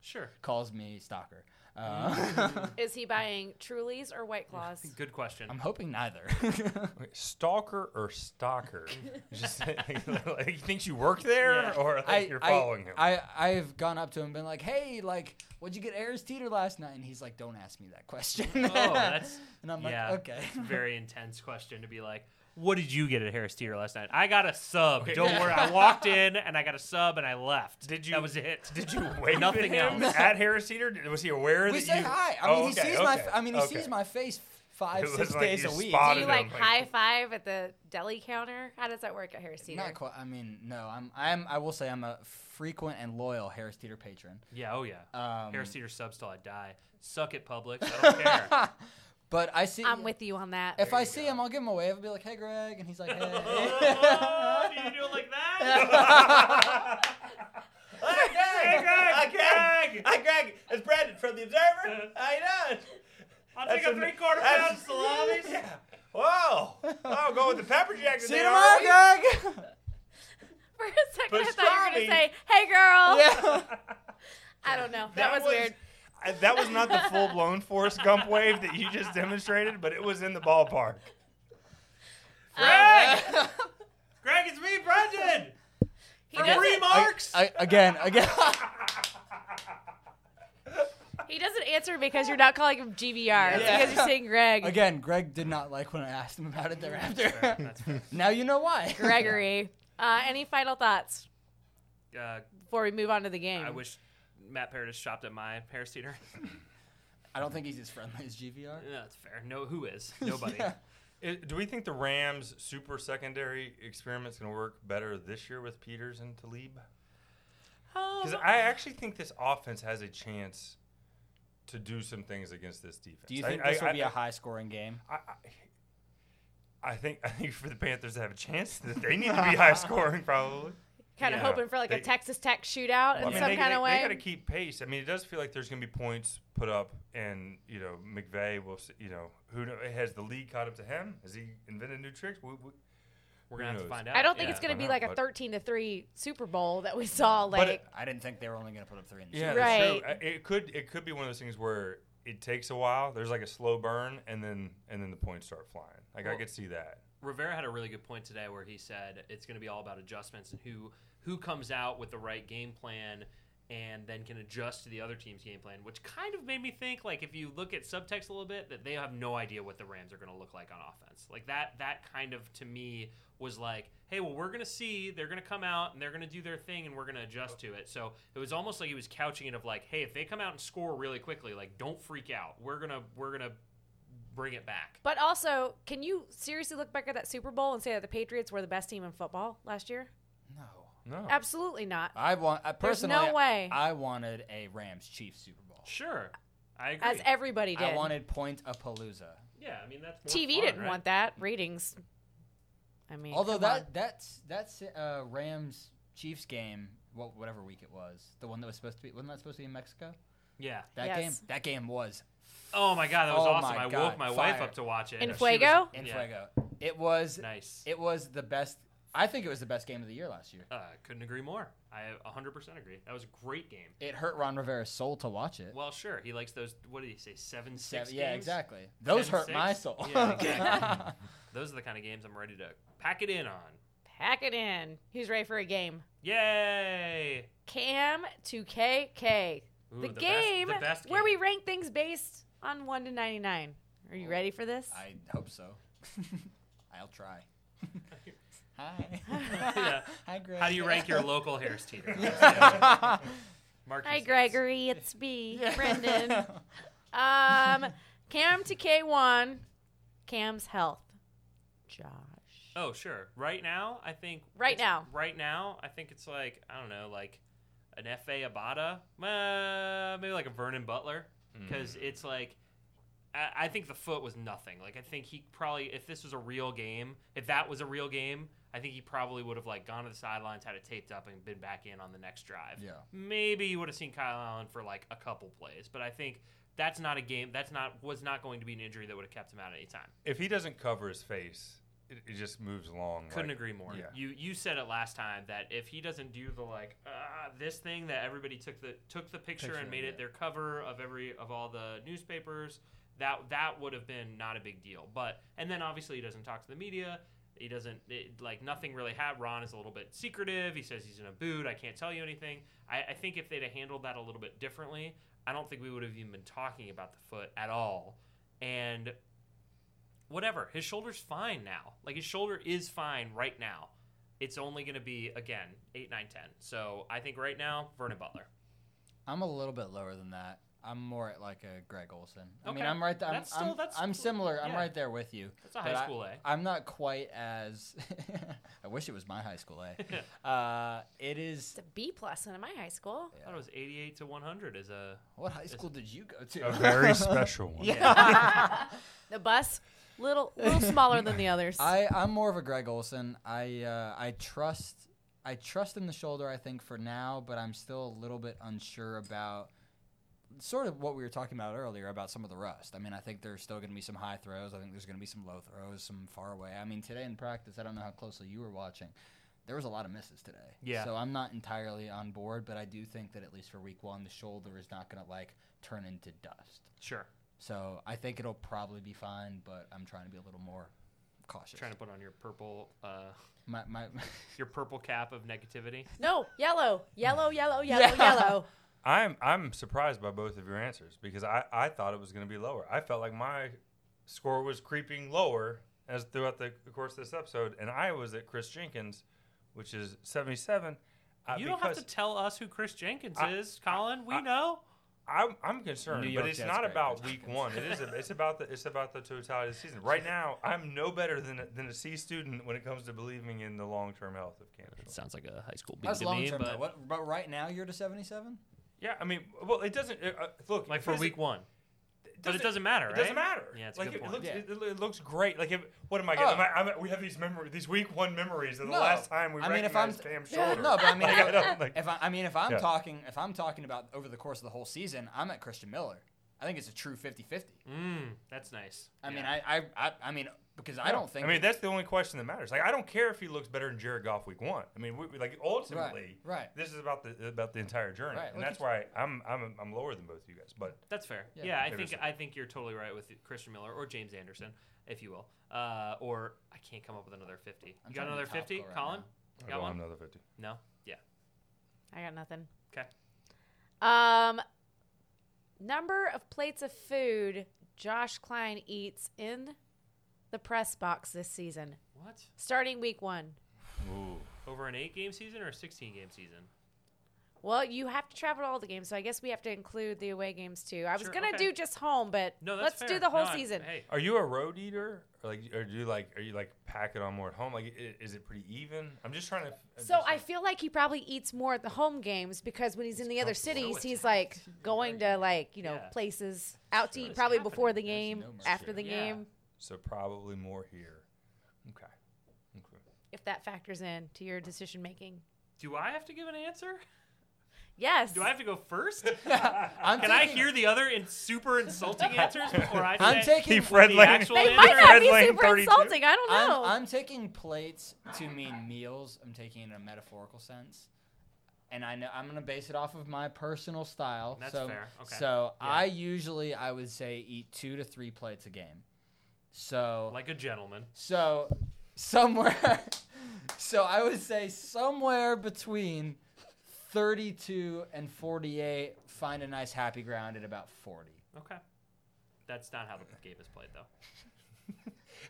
[SPEAKER 4] Sure.
[SPEAKER 6] Calls me stalker. Uh,
[SPEAKER 5] Mm.
[SPEAKER 3] Is he buying Trulies or White Claws?
[SPEAKER 4] Good question.
[SPEAKER 6] I'm hoping neither.
[SPEAKER 5] Wait, stalker or stalker? Just like, he thinks you work there, or like, you're following him.
[SPEAKER 6] I, I've gone up to him, been like, "Hey, like, what'd you get Harris Teeter last night?" And he's like, "Don't ask me that question."
[SPEAKER 4] oh, that's
[SPEAKER 6] and I'm like,
[SPEAKER 4] yeah.
[SPEAKER 6] "Okay."
[SPEAKER 4] It's a very intense question to be like, what did you get at Harris Teeter last night? I got a sub. Don't worry. I walked in and I got a sub and I left.
[SPEAKER 5] Did you-
[SPEAKER 4] That was it.
[SPEAKER 5] Did you wait
[SPEAKER 4] Nothing
[SPEAKER 5] at him
[SPEAKER 4] else.
[SPEAKER 5] at Harris Teeter? Did- Was he aware
[SPEAKER 6] We
[SPEAKER 5] that
[SPEAKER 6] say
[SPEAKER 5] you?
[SPEAKER 6] hi. I
[SPEAKER 5] Oh,
[SPEAKER 6] mean,
[SPEAKER 5] okay,
[SPEAKER 6] he sees my.
[SPEAKER 5] okay,
[SPEAKER 6] f- I mean, he
[SPEAKER 5] okay.
[SPEAKER 6] sees my face five,
[SPEAKER 5] It was
[SPEAKER 6] six
[SPEAKER 5] like
[SPEAKER 6] days
[SPEAKER 5] you
[SPEAKER 6] a week.
[SPEAKER 5] spotted
[SPEAKER 3] Do you
[SPEAKER 5] him,
[SPEAKER 3] like
[SPEAKER 5] like-
[SPEAKER 3] high five at the deli counter? How does that work at Harris Teeter?
[SPEAKER 6] Not quite. I mean, no. I'm. I'm. I will say I'm a frequent and loyal Harris Theater patron.
[SPEAKER 4] Yeah, oh yeah.
[SPEAKER 6] Um,
[SPEAKER 4] Harris Teeter subs till I die. Suck it, Publix. I don't care.
[SPEAKER 6] But I see.
[SPEAKER 3] I'm with you on that.
[SPEAKER 6] If I see him, I'll give him a wave. I'll be like, "Hey, Greg," and he's like, "Hey."
[SPEAKER 4] oh, do you do it like that?
[SPEAKER 9] Hey, Greg!
[SPEAKER 4] Greg! Greg!
[SPEAKER 9] Hi, Greg! It's Brandon from The
[SPEAKER 5] Uh-huh.
[SPEAKER 9] Observer! How you doing?
[SPEAKER 4] I'll
[SPEAKER 9] That's
[SPEAKER 4] take a
[SPEAKER 9] a-
[SPEAKER 4] three quarter pound
[SPEAKER 9] that's-
[SPEAKER 4] salami.
[SPEAKER 9] Whoa! Oh, going with the pepper jack
[SPEAKER 6] See you
[SPEAKER 9] today,
[SPEAKER 6] tomorrow,
[SPEAKER 9] are
[SPEAKER 6] Greg.
[SPEAKER 3] For
[SPEAKER 9] Pastrami.
[SPEAKER 3] a second, I thought you were going to say, hey, girl.
[SPEAKER 6] yeah.
[SPEAKER 3] I don't know. That, was, weird.
[SPEAKER 5] I- that was not the full blown Forrest Gump wave that you just demonstrated, but it was in the ballpark.
[SPEAKER 3] Um,
[SPEAKER 4] Greg, it's me, Brendan!
[SPEAKER 3] He doesn't,
[SPEAKER 4] Remarks!
[SPEAKER 6] I, again, again.
[SPEAKER 3] he doesn't answer because you're not calling him GBR. It's because you're saying Greg.
[SPEAKER 6] Again, Greg did not like when I asked him about it thereafter. now you know why.
[SPEAKER 3] Gregory. Uh, any final thoughts
[SPEAKER 4] Uh,
[SPEAKER 3] before we move on to the game?
[SPEAKER 4] I wish Matt Paradis shopped at my Harris Teeter.
[SPEAKER 6] I don't think he's as friendly as GVR.
[SPEAKER 4] Yeah, that's fair. No, who is? Nobody.
[SPEAKER 5] It- do we think the Rams' super secondary experiment's going to work better this year with Peters and Talib?
[SPEAKER 3] Oh,
[SPEAKER 5] Because I actually think this offense has a chance to do some things against this defense.
[SPEAKER 6] Do you
[SPEAKER 5] I-
[SPEAKER 6] think
[SPEAKER 5] I-
[SPEAKER 6] this will
[SPEAKER 5] I-
[SPEAKER 6] be a high-scoring game?
[SPEAKER 5] I, I, I think I think for the Panthers to have a chance, that they need to be high scoring probably.
[SPEAKER 3] kind of
[SPEAKER 5] Yeah.
[SPEAKER 3] hoping for like a
[SPEAKER 5] They-
[SPEAKER 3] Texas Tech shootout in
[SPEAKER 5] I mean,
[SPEAKER 3] some
[SPEAKER 5] they,
[SPEAKER 3] kind
[SPEAKER 5] they,
[SPEAKER 3] of way.
[SPEAKER 5] They got to keep pace. I mean, it does feel like there's going to be points put up, and you know, McVay will. s- You know, who kno- has the league caught up to him? Has he invented new tricks? We, we,
[SPEAKER 4] We're going to have to find out.
[SPEAKER 3] I don't think
[SPEAKER 4] Yeah.
[SPEAKER 3] it's going to
[SPEAKER 5] why
[SPEAKER 3] be like
[SPEAKER 5] not?
[SPEAKER 3] a
[SPEAKER 5] But-
[SPEAKER 3] 13 to 3 Super Bowl that we saw. Like,
[SPEAKER 5] it-
[SPEAKER 6] I didn't think they were only going to put up three in the
[SPEAKER 5] Yeah,
[SPEAKER 6] series.
[SPEAKER 5] that's
[SPEAKER 3] Right.
[SPEAKER 5] true. I- It could it could be one of those things where it takes a while. There's like a slow burn, and then and then the points start flying. Like I
[SPEAKER 4] Well-
[SPEAKER 5] could see that.
[SPEAKER 4] Rivera had a really good point today where he said it's going to be all about adjustments and who who comes out with the right game plan and then can adjust to the other team's game plan, which kind of made me think like if you look at subtext a little bit that they have no idea what the Rams are going to look like on offense. Like that that kind of to me was like, hey, well we're going to see they're going to come out and they're going to do their thing and we're going to adjust to it. So it was almost like he was couching it of like, hey, if they come out and score really quickly, like don't freak out. We're going to we're going to bring it back.
[SPEAKER 3] but also, can you seriously look back at that Super Bowl and say that the Patriots were the best team in football last year?
[SPEAKER 6] No.
[SPEAKER 5] No,
[SPEAKER 3] Absolutely not.
[SPEAKER 6] I want. I
[SPEAKER 3] There's
[SPEAKER 6] personally,
[SPEAKER 3] no way.
[SPEAKER 6] I wanted a Rams Chiefs Super Bowl.
[SPEAKER 4] Sure. I agree.
[SPEAKER 3] As everybody did.
[SPEAKER 6] I wanted point a palooza.
[SPEAKER 4] Yeah, I mean that's more
[SPEAKER 3] TV
[SPEAKER 4] fun,
[SPEAKER 3] didn't
[SPEAKER 4] right?
[SPEAKER 3] want that. Ratings. I mean,
[SPEAKER 6] Although
[SPEAKER 3] come
[SPEAKER 6] that
[SPEAKER 3] on.
[SPEAKER 6] that's that's uh, Rams Chiefs game, wha- whatever week it was, the one that was supposed to be wasn't that supposed to be in Mexico?
[SPEAKER 4] Yeah.
[SPEAKER 6] That
[SPEAKER 3] Yes.
[SPEAKER 6] game. That game was
[SPEAKER 4] Oh my god, that was
[SPEAKER 6] Oh
[SPEAKER 4] awesome.
[SPEAKER 6] my
[SPEAKER 4] I
[SPEAKER 6] God,
[SPEAKER 4] woke my wife
[SPEAKER 6] fire.
[SPEAKER 4] up to watch it.
[SPEAKER 3] In
[SPEAKER 4] She
[SPEAKER 3] Fuego?
[SPEAKER 4] was-
[SPEAKER 6] in
[SPEAKER 4] yeah,
[SPEAKER 6] Fuego. It was
[SPEAKER 4] Nice.
[SPEAKER 6] It was the best. I think it was the best game of the year last year.
[SPEAKER 4] Uh, couldn't agree more. I 100% agree. That was a great game.
[SPEAKER 6] It hurt Ron Rivera's soul to watch it.
[SPEAKER 4] Well, sure. He likes those. What did he say? Seven
[SPEAKER 6] Seven-
[SPEAKER 4] six.
[SPEAKER 6] yeah,
[SPEAKER 4] games?
[SPEAKER 6] exactly. Those
[SPEAKER 4] Ten,
[SPEAKER 6] hurt
[SPEAKER 4] six?
[SPEAKER 6] my soul.
[SPEAKER 4] Yeah, exactly. Those are the kind of games I'm ready to pack it in on.
[SPEAKER 3] pack it in. Who's ready for a game?
[SPEAKER 4] Yay!
[SPEAKER 3] Cam to KK.
[SPEAKER 4] Ooh,
[SPEAKER 3] the,
[SPEAKER 4] the best-
[SPEAKER 3] game
[SPEAKER 4] the best
[SPEAKER 3] where we
[SPEAKER 4] game. Oh,
[SPEAKER 3] rank things based on 1 to 99. Are you ready for this?
[SPEAKER 6] I hope so. I'll try. Hi.
[SPEAKER 4] Yeah.
[SPEAKER 6] Hi, Greg.
[SPEAKER 4] How do you rank your local Harris Teeter?
[SPEAKER 3] Hi,
[SPEAKER 4] Mark your six.
[SPEAKER 3] Gregory. It's B. Brendan. Um, Cam to K1. Cam's health. Josh.
[SPEAKER 4] Oh, sure. Right now, I think.
[SPEAKER 3] Right
[SPEAKER 4] it's-
[SPEAKER 3] now.
[SPEAKER 4] Right now, I think it's like I don't know, like an F.A. Abada, uh, maybe like a Vernon Butler, because it's like I, I think the foot was nothing. Like I think he probably, if this was a real game, if that was a real game, I think he probably would have like gone to the sidelines, had it taped up, and been back in on the next drive.
[SPEAKER 6] Yeah.
[SPEAKER 4] Maybe you would have seen Kyle Allen for like a couple plays, but I think that's not a game. That's not was not going to be an injury that would have kept him out at any time.
[SPEAKER 5] If he doesn't cover his face, it, it just moves along.
[SPEAKER 4] Couldn't
[SPEAKER 5] like-
[SPEAKER 4] agree more.
[SPEAKER 5] yeah.
[SPEAKER 4] You you said it last time that if he doesn't do the like uh, this thing that everybody took the took the picture,
[SPEAKER 6] Picture,
[SPEAKER 4] and made
[SPEAKER 6] yeah.
[SPEAKER 4] it their cover of every of all the newspapers, that that would have been not a big deal. But and then obviously he doesn't talk to the media. He doesn't it, like nothing really. Have Ron is a little bit secretive. He says he's in a boot. I can't tell you anything. I, I think if they'd have handled that a little bit differently, I don't think we would have even been talking about the foot at all. And whatever. His shoulder's fine now. Like his shoulder is fine right now. It's only going to be again eight, nine, ten. So I think right now Vernon Butler.
[SPEAKER 6] I'm a little bit lower than that. I'm more at like a Greg Olson. I mean,
[SPEAKER 4] Okay.
[SPEAKER 6] I'm right there. I'm,
[SPEAKER 4] That's still-
[SPEAKER 6] I'm-
[SPEAKER 4] that's-
[SPEAKER 6] I'm similar. I'm
[SPEAKER 4] yeah.
[SPEAKER 6] right there with you.
[SPEAKER 4] That's a
[SPEAKER 6] But
[SPEAKER 4] high
[SPEAKER 6] I-
[SPEAKER 4] school A.
[SPEAKER 6] I'm not quite as. I wish it was my high school A. uh, it is.
[SPEAKER 3] It's a B plus in my high school.
[SPEAKER 4] I thought it was eighty-eight to one hundred as a.
[SPEAKER 6] What high school did you go to?
[SPEAKER 5] A very special one.
[SPEAKER 3] The bus, little little smaller than the others.
[SPEAKER 6] I, I'm more of a Greg Olson. I uh, I trust I trust in the shoulder. I think for now, but I'm still a little bit unsure about sort of what we were talking about earlier about some of the rust. I mean, I think there's still going to be some high throws. I think there's going to be some low throws, some far away. I mean, today in practice, I don't know how closely you were watching. There was a lot of misses today.
[SPEAKER 4] Yeah.
[SPEAKER 6] So I'm not entirely on board, but I do think that at least for week one, the shoulder is not going to like turn into dust.
[SPEAKER 4] Sure.
[SPEAKER 6] So I think it'll probably be fine, but I'm trying to be a little more cautious.
[SPEAKER 4] Trying to put on your purple, uh,
[SPEAKER 6] My, my
[SPEAKER 4] your purple cap of negativity.
[SPEAKER 3] no, yellow, yellow, yellow, yellow, yellow.
[SPEAKER 5] I'm I'm surprised by both of your answers because I, I thought it was going to be lower. I felt like my score was creeping lower as throughout the course of this episode, and I was at Chris Jenkins, which is seventy seven. Uh,
[SPEAKER 4] You don't have to
[SPEAKER 5] because
[SPEAKER 4] tell us who Chris Jenkins
[SPEAKER 5] I-
[SPEAKER 4] is, Colin. We
[SPEAKER 5] I-
[SPEAKER 4] know.
[SPEAKER 5] I'm, I'm concerned,
[SPEAKER 6] New York
[SPEAKER 5] but it's
[SPEAKER 6] Jets
[SPEAKER 5] not
[SPEAKER 6] great
[SPEAKER 5] about
[SPEAKER 6] Chris
[SPEAKER 5] week one. It is. A, it's about the. It's about the totality of the season. Right now, I'm no better than a, than a C student when it comes to believing in the long term health of Kansas.
[SPEAKER 4] Sounds like a high school beat
[SPEAKER 6] that's long term. But, what, but right now you're to 77.
[SPEAKER 5] Yeah, I mean, well, it doesn't. Uh, uh, look,
[SPEAKER 4] like for
[SPEAKER 5] phys-
[SPEAKER 4] week one. But it doesn't matter,
[SPEAKER 5] It
[SPEAKER 4] right?
[SPEAKER 5] doesn't matter.
[SPEAKER 4] Yeah, it's a
[SPEAKER 5] like
[SPEAKER 4] good
[SPEAKER 5] it,
[SPEAKER 4] point.
[SPEAKER 5] looks,
[SPEAKER 6] Yeah.
[SPEAKER 5] it, it looks great. Like, if, what am I getting?
[SPEAKER 6] Oh.
[SPEAKER 5] Am I, I'm, we have these memory, these week one memories of the
[SPEAKER 6] No.
[SPEAKER 5] last time we
[SPEAKER 6] I mean, if I'm-
[SPEAKER 5] recognized Pam
[SPEAKER 6] Yeah,
[SPEAKER 5] Shoulder.
[SPEAKER 6] no, but I mean,
[SPEAKER 5] Like, I don't, like-
[SPEAKER 6] If I, I mean, if I'm
[SPEAKER 5] Yeah.
[SPEAKER 6] talking, if I'm talking about over the course of the whole season, I'm at Christian Miller. I think it's a true 50-50.
[SPEAKER 4] Mm, that's nice.
[SPEAKER 6] I mean,
[SPEAKER 4] Yeah.
[SPEAKER 6] I, I, I, I mean, because I don't think.
[SPEAKER 5] I mean, that's the only question that matters. Like, I don't care if he looks better than Jared Goff week one. I mean, we, we- like ultimately,
[SPEAKER 6] right.
[SPEAKER 5] This is about the about the entire journey,
[SPEAKER 6] Right,
[SPEAKER 5] and
[SPEAKER 6] look
[SPEAKER 5] that's
[SPEAKER 6] at
[SPEAKER 5] why I'm I'm I'm lower than both you guys. But
[SPEAKER 4] That's fair.
[SPEAKER 6] Yeah.
[SPEAKER 4] Yeah, I
[SPEAKER 5] Maybe
[SPEAKER 4] think
[SPEAKER 5] so.
[SPEAKER 4] I think you're totally right with Christian Miller or James Anderson, if you will. Uh, or I can't come up with another 50.
[SPEAKER 6] I'm
[SPEAKER 4] you got
[SPEAKER 6] trying to
[SPEAKER 4] another
[SPEAKER 6] be
[SPEAKER 4] 50,
[SPEAKER 6] topical right
[SPEAKER 4] Colin?
[SPEAKER 6] now.
[SPEAKER 4] You
[SPEAKER 5] I
[SPEAKER 4] got
[SPEAKER 5] go
[SPEAKER 4] one?
[SPEAKER 5] on another fifty.
[SPEAKER 4] No. Yeah.
[SPEAKER 3] I got nothing.
[SPEAKER 4] Okay.
[SPEAKER 3] Um, number of plates of food Josh Klein eats in the press box this season,
[SPEAKER 4] What?
[SPEAKER 3] starting week one.
[SPEAKER 4] Over an eight game season or a 16 game season?
[SPEAKER 3] Well, you have to travel to all the games, so I guess we have to include the away games too. I was
[SPEAKER 4] Sure,
[SPEAKER 3] gonna
[SPEAKER 4] okay.
[SPEAKER 3] do just home, but
[SPEAKER 4] No, that's
[SPEAKER 3] let's
[SPEAKER 4] fair.
[SPEAKER 3] do the whole
[SPEAKER 4] No, I-
[SPEAKER 3] season.
[SPEAKER 4] hey,
[SPEAKER 5] Are you a road eater, or like, or do you like, are you like pack it on more at home? Like, i- is it pretty even? I'm just trying to. I'm
[SPEAKER 3] So
[SPEAKER 5] just
[SPEAKER 3] I
[SPEAKER 5] like-
[SPEAKER 3] feel like he probably eats more at the home games because when he's in the other
[SPEAKER 4] comfortable.
[SPEAKER 3] cities,
[SPEAKER 4] So
[SPEAKER 3] he's like going to like you know
[SPEAKER 4] Yeah.
[SPEAKER 3] places out to
[SPEAKER 4] What
[SPEAKER 3] eat
[SPEAKER 4] is
[SPEAKER 3] probably
[SPEAKER 4] happening?
[SPEAKER 3] before the
[SPEAKER 4] There's
[SPEAKER 3] game,
[SPEAKER 6] no mercy.
[SPEAKER 3] after the
[SPEAKER 4] Yeah.
[SPEAKER 3] game,
[SPEAKER 5] So probably more here. Okay. Okay.
[SPEAKER 3] if that factors in to your decision making.
[SPEAKER 4] do I have to give an answer?
[SPEAKER 3] Yes.
[SPEAKER 4] Do I have to go first?
[SPEAKER 6] I'm
[SPEAKER 4] Can I
[SPEAKER 6] taking,
[SPEAKER 4] hear the other in super insulting answers before I
[SPEAKER 6] I'm
[SPEAKER 4] say
[SPEAKER 6] taking.
[SPEAKER 5] Keep red
[SPEAKER 4] the
[SPEAKER 5] light.
[SPEAKER 4] actual
[SPEAKER 3] they
[SPEAKER 4] answer?
[SPEAKER 3] might not
[SPEAKER 5] Red
[SPEAKER 3] be
[SPEAKER 5] Lane
[SPEAKER 3] super
[SPEAKER 5] 32.
[SPEAKER 3] insulting. I don't know.
[SPEAKER 6] I'm, I'm taking plates to mean meals. I'm taking it in a metaphorical sense, and I know I'm gonna base it off of my personal style.
[SPEAKER 4] That's
[SPEAKER 6] so,
[SPEAKER 4] fair. Okay.
[SPEAKER 6] So
[SPEAKER 4] Yeah.
[SPEAKER 6] I usually I would say eat two to three plates a game. So
[SPEAKER 4] Like a gentleman.
[SPEAKER 6] so somewhere. so I would say somewhere between 32 and 48. Find a nice happy ground at about 40.
[SPEAKER 4] Okay. That's not how the game is played, though.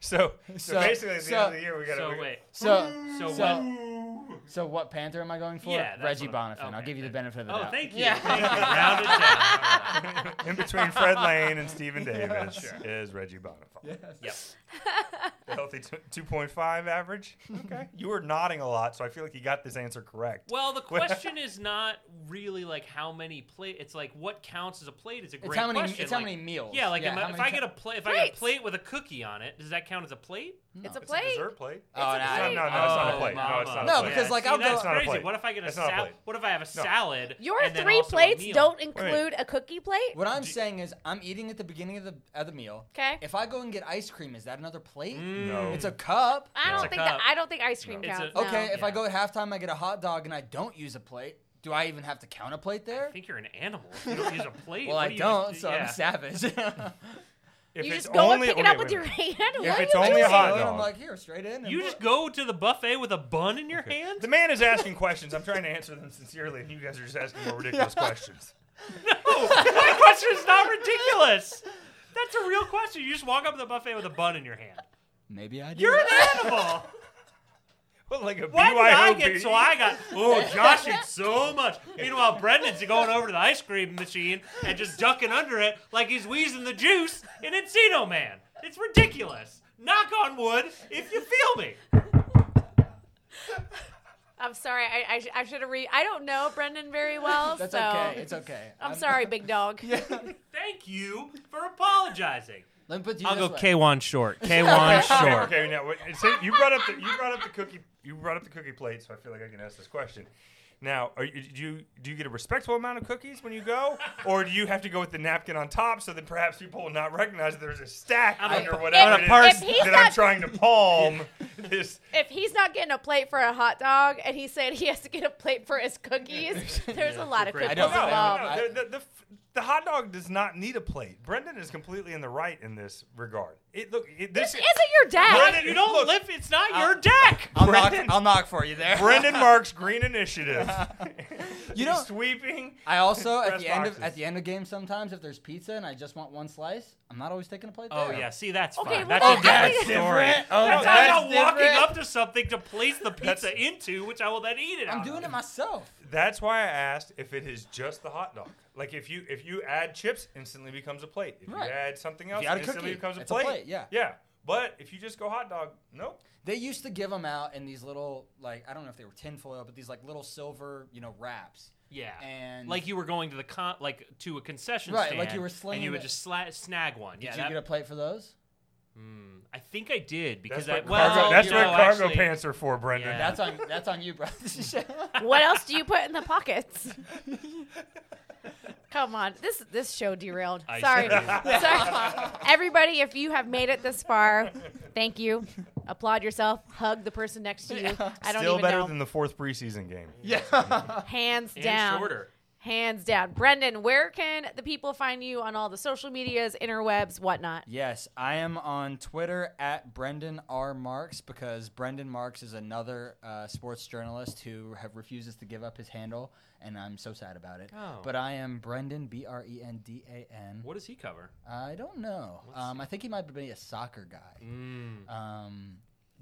[SPEAKER 5] So, so,
[SPEAKER 6] So-
[SPEAKER 5] basically, at the
[SPEAKER 6] so-
[SPEAKER 5] end of the year, we got to.
[SPEAKER 4] So wait.
[SPEAKER 6] So
[SPEAKER 4] So
[SPEAKER 6] so, so what Panther am I going for?
[SPEAKER 4] Yeah, that's
[SPEAKER 6] Reggie
[SPEAKER 4] what I'm-
[SPEAKER 6] Bonifant. I'll
[SPEAKER 4] okay,
[SPEAKER 6] give you the
[SPEAKER 4] thank-
[SPEAKER 6] benefit of the
[SPEAKER 4] Oh,
[SPEAKER 6] doubt.
[SPEAKER 4] thank you. Thank you. Round it down. All right.
[SPEAKER 5] In between Fred Lane and Stephen Davis is Reggie Bonifant.
[SPEAKER 4] Yep.
[SPEAKER 5] The healthy t- 2.5 average. Okay. You were nodding a lot, so I feel like you got this answer correct.
[SPEAKER 4] Well, the question is not really like how many plate. It's like what counts as a plate is a great
[SPEAKER 6] how many-
[SPEAKER 4] question.
[SPEAKER 6] it's how
[SPEAKER 4] Like,
[SPEAKER 6] many meals.
[SPEAKER 4] Yeah, like
[SPEAKER 6] Yeah,
[SPEAKER 4] am
[SPEAKER 6] how
[SPEAKER 4] I- if
[SPEAKER 6] many
[SPEAKER 4] I
[SPEAKER 6] ti-
[SPEAKER 4] get a plate, if I get a
[SPEAKER 10] Plates.
[SPEAKER 4] plate with a cookie on it, does that count as a plate?
[SPEAKER 10] It's a
[SPEAKER 5] It's a
[SPEAKER 10] plate.
[SPEAKER 5] dessert plate.
[SPEAKER 6] Oh, no,
[SPEAKER 5] It's not,
[SPEAKER 6] I-
[SPEAKER 5] no, no, it's not a
[SPEAKER 4] Oh,
[SPEAKER 5] plate. No, it's
[SPEAKER 4] mama.
[SPEAKER 5] not
[SPEAKER 6] No,
[SPEAKER 5] a play.
[SPEAKER 6] because, like, I'll
[SPEAKER 4] See, that's
[SPEAKER 6] go-
[SPEAKER 5] It's not a
[SPEAKER 4] crazy.
[SPEAKER 5] plate.
[SPEAKER 4] What if I get a
[SPEAKER 5] It's not a
[SPEAKER 4] salad?
[SPEAKER 5] plate.
[SPEAKER 4] What if I have a salad?
[SPEAKER 10] Your
[SPEAKER 4] and then
[SPEAKER 10] three
[SPEAKER 4] also a
[SPEAKER 10] plates
[SPEAKER 4] meal?
[SPEAKER 10] don't include a cookie plate.
[SPEAKER 6] What I'm saying is, I'm eating at the beginning of the of the meal.
[SPEAKER 3] 'Kay.
[SPEAKER 6] If I go and get ice cream, is that another plate?
[SPEAKER 5] No.
[SPEAKER 6] It's a cup.
[SPEAKER 3] I
[SPEAKER 4] It's
[SPEAKER 3] don't
[SPEAKER 4] a
[SPEAKER 3] think that.
[SPEAKER 4] cup.
[SPEAKER 3] I don't think ice cream
[SPEAKER 4] It's
[SPEAKER 3] counts.
[SPEAKER 4] a-
[SPEAKER 3] no.
[SPEAKER 6] Okay. If I
[SPEAKER 4] Yeah.
[SPEAKER 6] go at halftime, I get a hot dog, and I don't use a plate. Do I even have to count a plate
[SPEAKER 4] I
[SPEAKER 6] there?
[SPEAKER 4] think you're an animal. if You don't use a plate.
[SPEAKER 6] Well,
[SPEAKER 4] What
[SPEAKER 6] I
[SPEAKER 4] do you-
[SPEAKER 6] don't, so
[SPEAKER 4] yeah.
[SPEAKER 6] I'm savage.
[SPEAKER 5] If
[SPEAKER 10] you
[SPEAKER 5] it's
[SPEAKER 10] just go and
[SPEAKER 5] only-
[SPEAKER 10] pick it
[SPEAKER 5] wait,
[SPEAKER 10] up with
[SPEAKER 5] wait a
[SPEAKER 10] your
[SPEAKER 5] minute.
[SPEAKER 10] hand.
[SPEAKER 5] If
[SPEAKER 10] What?
[SPEAKER 5] it's only a hot
[SPEAKER 6] So, and I'm
[SPEAKER 5] dog.
[SPEAKER 6] like, here, straight in. and
[SPEAKER 4] You
[SPEAKER 6] look."
[SPEAKER 4] just go to the buffet with a bun in your hand.
[SPEAKER 5] The man is asking questions. I'm trying to answer them sincerely, and you guys are just asking more ridiculous questions.
[SPEAKER 4] My question is not ridiculous. That's a real question. You just walk up to the buffet with a bun in your hand.
[SPEAKER 6] Maybe I do.
[SPEAKER 4] You're an animal.
[SPEAKER 5] Well, like a
[SPEAKER 4] Why did I
[SPEAKER 5] BYOB.
[SPEAKER 4] get so I got? Oh, Josh eats so much. Meanwhile, Brendan's going over to the ice cream machine and just ducking under it like he's wheezing the juice in Encino Man. It's ridiculous. Knock on wood, if you feel me.
[SPEAKER 3] I'm sorry. I, I, sh- I should have read. I don't know Brendan very well.
[SPEAKER 6] That's
[SPEAKER 3] so
[SPEAKER 6] okay. It's okay.
[SPEAKER 3] I'm sorry, big dog.
[SPEAKER 4] Thank you for apologizing.
[SPEAKER 6] Let me put you
[SPEAKER 4] I'll
[SPEAKER 6] this
[SPEAKER 4] go
[SPEAKER 6] way.
[SPEAKER 4] K1 short. K1
[SPEAKER 5] Okay,
[SPEAKER 4] short.
[SPEAKER 5] Okay, now wait, so you brought up the you brought up the cookie you brought up the cookie plate, so I feel like I can ask this question. Now, are you, do you do you get a respectable amount of cookies when you go, or do you have to go with the napkin on top so that perhaps people will not recognize that there's a stack
[SPEAKER 4] I'm a-
[SPEAKER 5] under
[SPEAKER 4] I'm
[SPEAKER 5] whatever
[SPEAKER 10] a
[SPEAKER 5] it is
[SPEAKER 10] pars- If he's
[SPEAKER 5] that I'm
[SPEAKER 10] not-
[SPEAKER 5] trying to palm? this
[SPEAKER 3] if he's not getting a plate for a hot dog and he said he has to get a plate for his cookies, there's a lot of
[SPEAKER 4] great.
[SPEAKER 3] cookies
[SPEAKER 6] I
[SPEAKER 5] no,
[SPEAKER 6] don't-
[SPEAKER 5] no,
[SPEAKER 3] involved.
[SPEAKER 5] no, the, the, the, f- the hot dog does not need a plate. Brendan is completely in the right in this regard. It look it, this,
[SPEAKER 3] This isn't your dad.
[SPEAKER 4] Brendan, you don't
[SPEAKER 5] Look.
[SPEAKER 4] live. It's not your deck.
[SPEAKER 6] I'll knock,
[SPEAKER 5] Brendan-
[SPEAKER 6] I'll knock for you there.
[SPEAKER 5] Brendan marks green initiative.
[SPEAKER 6] You know-
[SPEAKER 5] He's sweeping.
[SPEAKER 6] I also at
[SPEAKER 5] Press
[SPEAKER 6] the end
[SPEAKER 5] boxes.
[SPEAKER 6] of at the end of games sometimes if there's pizza and I just want one slice, I'm not always taking a plate.
[SPEAKER 4] Oh
[SPEAKER 6] there.
[SPEAKER 4] yeah, see that's
[SPEAKER 3] Okay,
[SPEAKER 4] fine.
[SPEAKER 3] well,
[SPEAKER 4] That's
[SPEAKER 3] then
[SPEAKER 4] a
[SPEAKER 3] I
[SPEAKER 4] different
[SPEAKER 3] think-
[SPEAKER 4] story.
[SPEAKER 6] Oh,
[SPEAKER 4] that's
[SPEAKER 6] that's
[SPEAKER 4] I'm not walking
[SPEAKER 6] different.
[SPEAKER 4] up to something to place the pizza into, which I will then eat it.
[SPEAKER 6] I'm
[SPEAKER 4] out
[SPEAKER 6] doing it
[SPEAKER 4] of.
[SPEAKER 6] myself.
[SPEAKER 5] That's why I asked if it is just the hot dog. Like if you if you add chips, instantly becomes a plate. If
[SPEAKER 6] Right.
[SPEAKER 5] you add something else,
[SPEAKER 6] you add a
[SPEAKER 5] instantly
[SPEAKER 6] cookie,
[SPEAKER 5] becomes a
[SPEAKER 6] it's a
[SPEAKER 5] plate.
[SPEAKER 6] plate, yeah.
[SPEAKER 5] Yeah. But if you just go hot dog, nope.
[SPEAKER 6] They used to give them out in these little like I don't know if they were tinfoil, but these like little silver you know wraps.
[SPEAKER 4] Yeah,
[SPEAKER 6] And-
[SPEAKER 4] like you were going to the con, like to a concession
[SPEAKER 6] Right,
[SPEAKER 4] stand,
[SPEAKER 6] like you were
[SPEAKER 4] and
[SPEAKER 6] slinging
[SPEAKER 4] you would
[SPEAKER 6] it.
[SPEAKER 4] just sla- snag one.
[SPEAKER 6] Did
[SPEAKER 4] yeah,
[SPEAKER 6] you
[SPEAKER 4] that-
[SPEAKER 6] get a plate for those?
[SPEAKER 4] I think I did because I,
[SPEAKER 5] That's what
[SPEAKER 4] well,
[SPEAKER 5] cargo, that's
[SPEAKER 4] you
[SPEAKER 5] what
[SPEAKER 4] know,
[SPEAKER 5] cargo
[SPEAKER 4] actually-
[SPEAKER 5] pants are for, Brendan.
[SPEAKER 4] Yeah.
[SPEAKER 6] That's on that's on you, bro.
[SPEAKER 3] What else do you put in the pockets? Come on, this this show derailed.
[SPEAKER 4] I
[SPEAKER 3] Sorry,
[SPEAKER 4] see.
[SPEAKER 3] sorry, everybody. If you have made it this far, thank you. Applaud yourself. Hug the person next to you. I don't
[SPEAKER 5] Still
[SPEAKER 3] even
[SPEAKER 5] better
[SPEAKER 3] know.
[SPEAKER 5] than the fourth preseason game.
[SPEAKER 3] Hands
[SPEAKER 4] And
[SPEAKER 3] down.
[SPEAKER 4] shorter.
[SPEAKER 3] Hands down. Brendan, where can the people find you on all the social medias, interwebs, whatnot?
[SPEAKER 6] yes, I am on Twitter at Brendan R Marks because Brendan Marks is another uh, sports journalist who have refuses to give up his handle, and I'm so sad about it.
[SPEAKER 4] Oh.
[SPEAKER 6] But I am Brendan B R E N D A N.
[SPEAKER 4] What does he cover?
[SPEAKER 6] I don't know. Um, I think he might be a soccer guy.
[SPEAKER 4] Mm.
[SPEAKER 6] Um,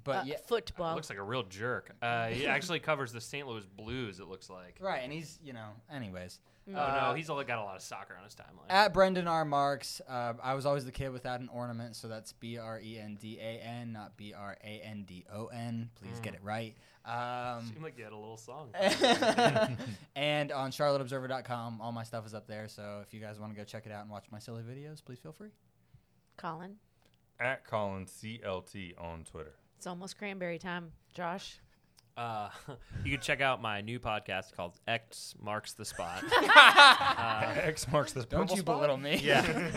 [SPEAKER 6] but
[SPEAKER 3] Uh,
[SPEAKER 6] yeah,
[SPEAKER 3] Football.
[SPEAKER 4] Looks like a real jerk. Uh, he actually covers the St. Louis Blues. It looks like.
[SPEAKER 6] right. Uh, And he's you know, anyways.
[SPEAKER 4] Oh no, he's only got a lot of soccer on his timeline.
[SPEAKER 6] At Brendan R. Marks, uh, I was always the kid without an ornament, so that's B R E N D A N, not B R A N D O N. Please
[SPEAKER 4] Mm.
[SPEAKER 6] get it right. Um,
[SPEAKER 4] Seemed like you had a little song.
[SPEAKER 6] uh, and on charlotteobserver.com, all my stuff is up there. So if you guys want to go check it out and watch my silly videos, please feel free.
[SPEAKER 3] Colin,
[SPEAKER 5] At Colin CLT on Twitter.
[SPEAKER 3] it's almost cranberry time. Josh.
[SPEAKER 4] Uh, you can check out my new podcast called X Marks the Spot.
[SPEAKER 5] X marks this
[SPEAKER 6] Don't you belittle me. Yeah.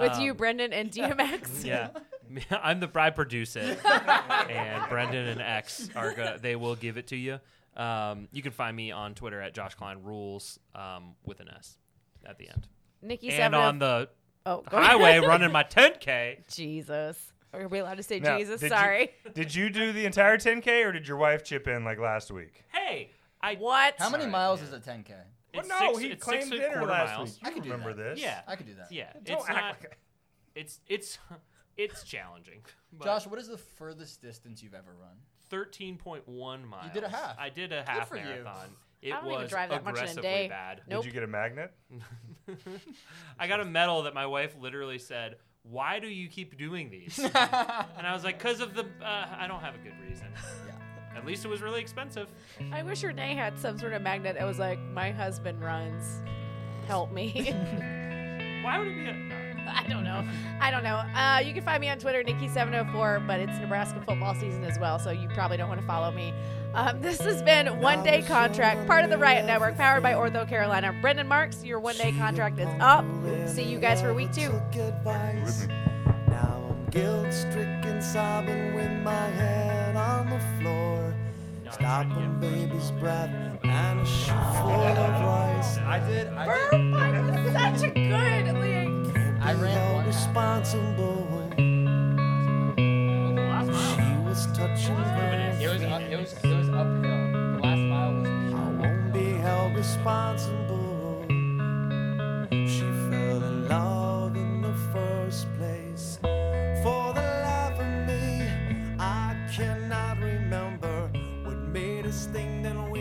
[SPEAKER 3] With you,
[SPEAKER 4] Um,
[SPEAKER 3] Brendan, and DMX.
[SPEAKER 4] yeah, I'm the I produce it, and Brendan and X are gonna they will give it to you. Um, you can find me on Twitter at Josh Klein Rules um, with an S at the end,
[SPEAKER 3] Nikki
[SPEAKER 4] and
[SPEAKER 3] Sevenov.
[SPEAKER 4] on the
[SPEAKER 3] oh, go ahead.
[SPEAKER 4] highway running my 10k.
[SPEAKER 3] Jesus. Are we allowed to say
[SPEAKER 5] Now,
[SPEAKER 3] Jesus?
[SPEAKER 5] did you-
[SPEAKER 3] Sorry.
[SPEAKER 5] Did you do the entire 10K or did your wife chip in like last week?
[SPEAKER 4] Hey, I
[SPEAKER 3] What?
[SPEAKER 6] How many
[SPEAKER 4] Sorry,
[SPEAKER 6] miles
[SPEAKER 4] yeah.
[SPEAKER 6] is a 10K?
[SPEAKER 5] Well,
[SPEAKER 4] it's
[SPEAKER 5] no,
[SPEAKER 4] six-
[SPEAKER 5] he
[SPEAKER 4] it's
[SPEAKER 5] claimed
[SPEAKER 4] six and
[SPEAKER 5] dinner
[SPEAKER 4] quarter
[SPEAKER 5] last
[SPEAKER 4] miles.
[SPEAKER 5] week. You
[SPEAKER 6] I could do
[SPEAKER 5] remember
[SPEAKER 6] that.
[SPEAKER 5] this?
[SPEAKER 4] Yeah,
[SPEAKER 6] I could do that.
[SPEAKER 4] yeah.
[SPEAKER 5] Don't
[SPEAKER 4] It's
[SPEAKER 5] act
[SPEAKER 4] not.
[SPEAKER 5] like
[SPEAKER 4] It's it's it's challenging. but-
[SPEAKER 6] Josh, what is the furthest distance you've ever run?
[SPEAKER 4] thirteen point one miles.
[SPEAKER 6] did a half.
[SPEAKER 4] I did a half
[SPEAKER 6] for you.
[SPEAKER 4] marathon. It
[SPEAKER 3] I don't
[SPEAKER 4] was
[SPEAKER 3] even drive that much in a
[SPEAKER 4] aggressively
[SPEAKER 3] day.
[SPEAKER 4] bad.
[SPEAKER 3] Nope.
[SPEAKER 5] Did you get a magnet?
[SPEAKER 4] I got a medal that my wife literally said,
[SPEAKER 11] why do you keep doing these? and I was like, because of the, uh, I don't have a good reason. At least it was really expensive.
[SPEAKER 3] I wish Renee had some sort of magnet that was like, my husband runs. Help me.
[SPEAKER 11] Why would it be? A, no.
[SPEAKER 3] I don't know. I don't know. Uh, you can find me on Twitter, Nikki704, but it's Nebraska football season as well, so you probably don't want to follow me. Um, this has been One Day Contract, part of the Riot Network, powered by Ortho Carolina. Brendan Marks, your one day contract is up. See you guys for week two.
[SPEAKER 5] With me.
[SPEAKER 12] Now I'm guilt stricken, sobbing with my head on the floor. Stopping baby's breath and a shoe full of rice.
[SPEAKER 6] I did. I,
[SPEAKER 3] Burp, I was such a good link.
[SPEAKER 6] I
[SPEAKER 12] Be
[SPEAKER 6] ran
[SPEAKER 12] held
[SPEAKER 6] one.
[SPEAKER 12] responsible when
[SPEAKER 11] The last mile.
[SPEAKER 12] she was touching
[SPEAKER 6] It
[SPEAKER 12] grass.
[SPEAKER 6] was. up- It was. It was uphill. The last mile was.
[SPEAKER 12] I won't be held responsible. She fell in love in the first place. For the life of me, I cannot remember what made us think that we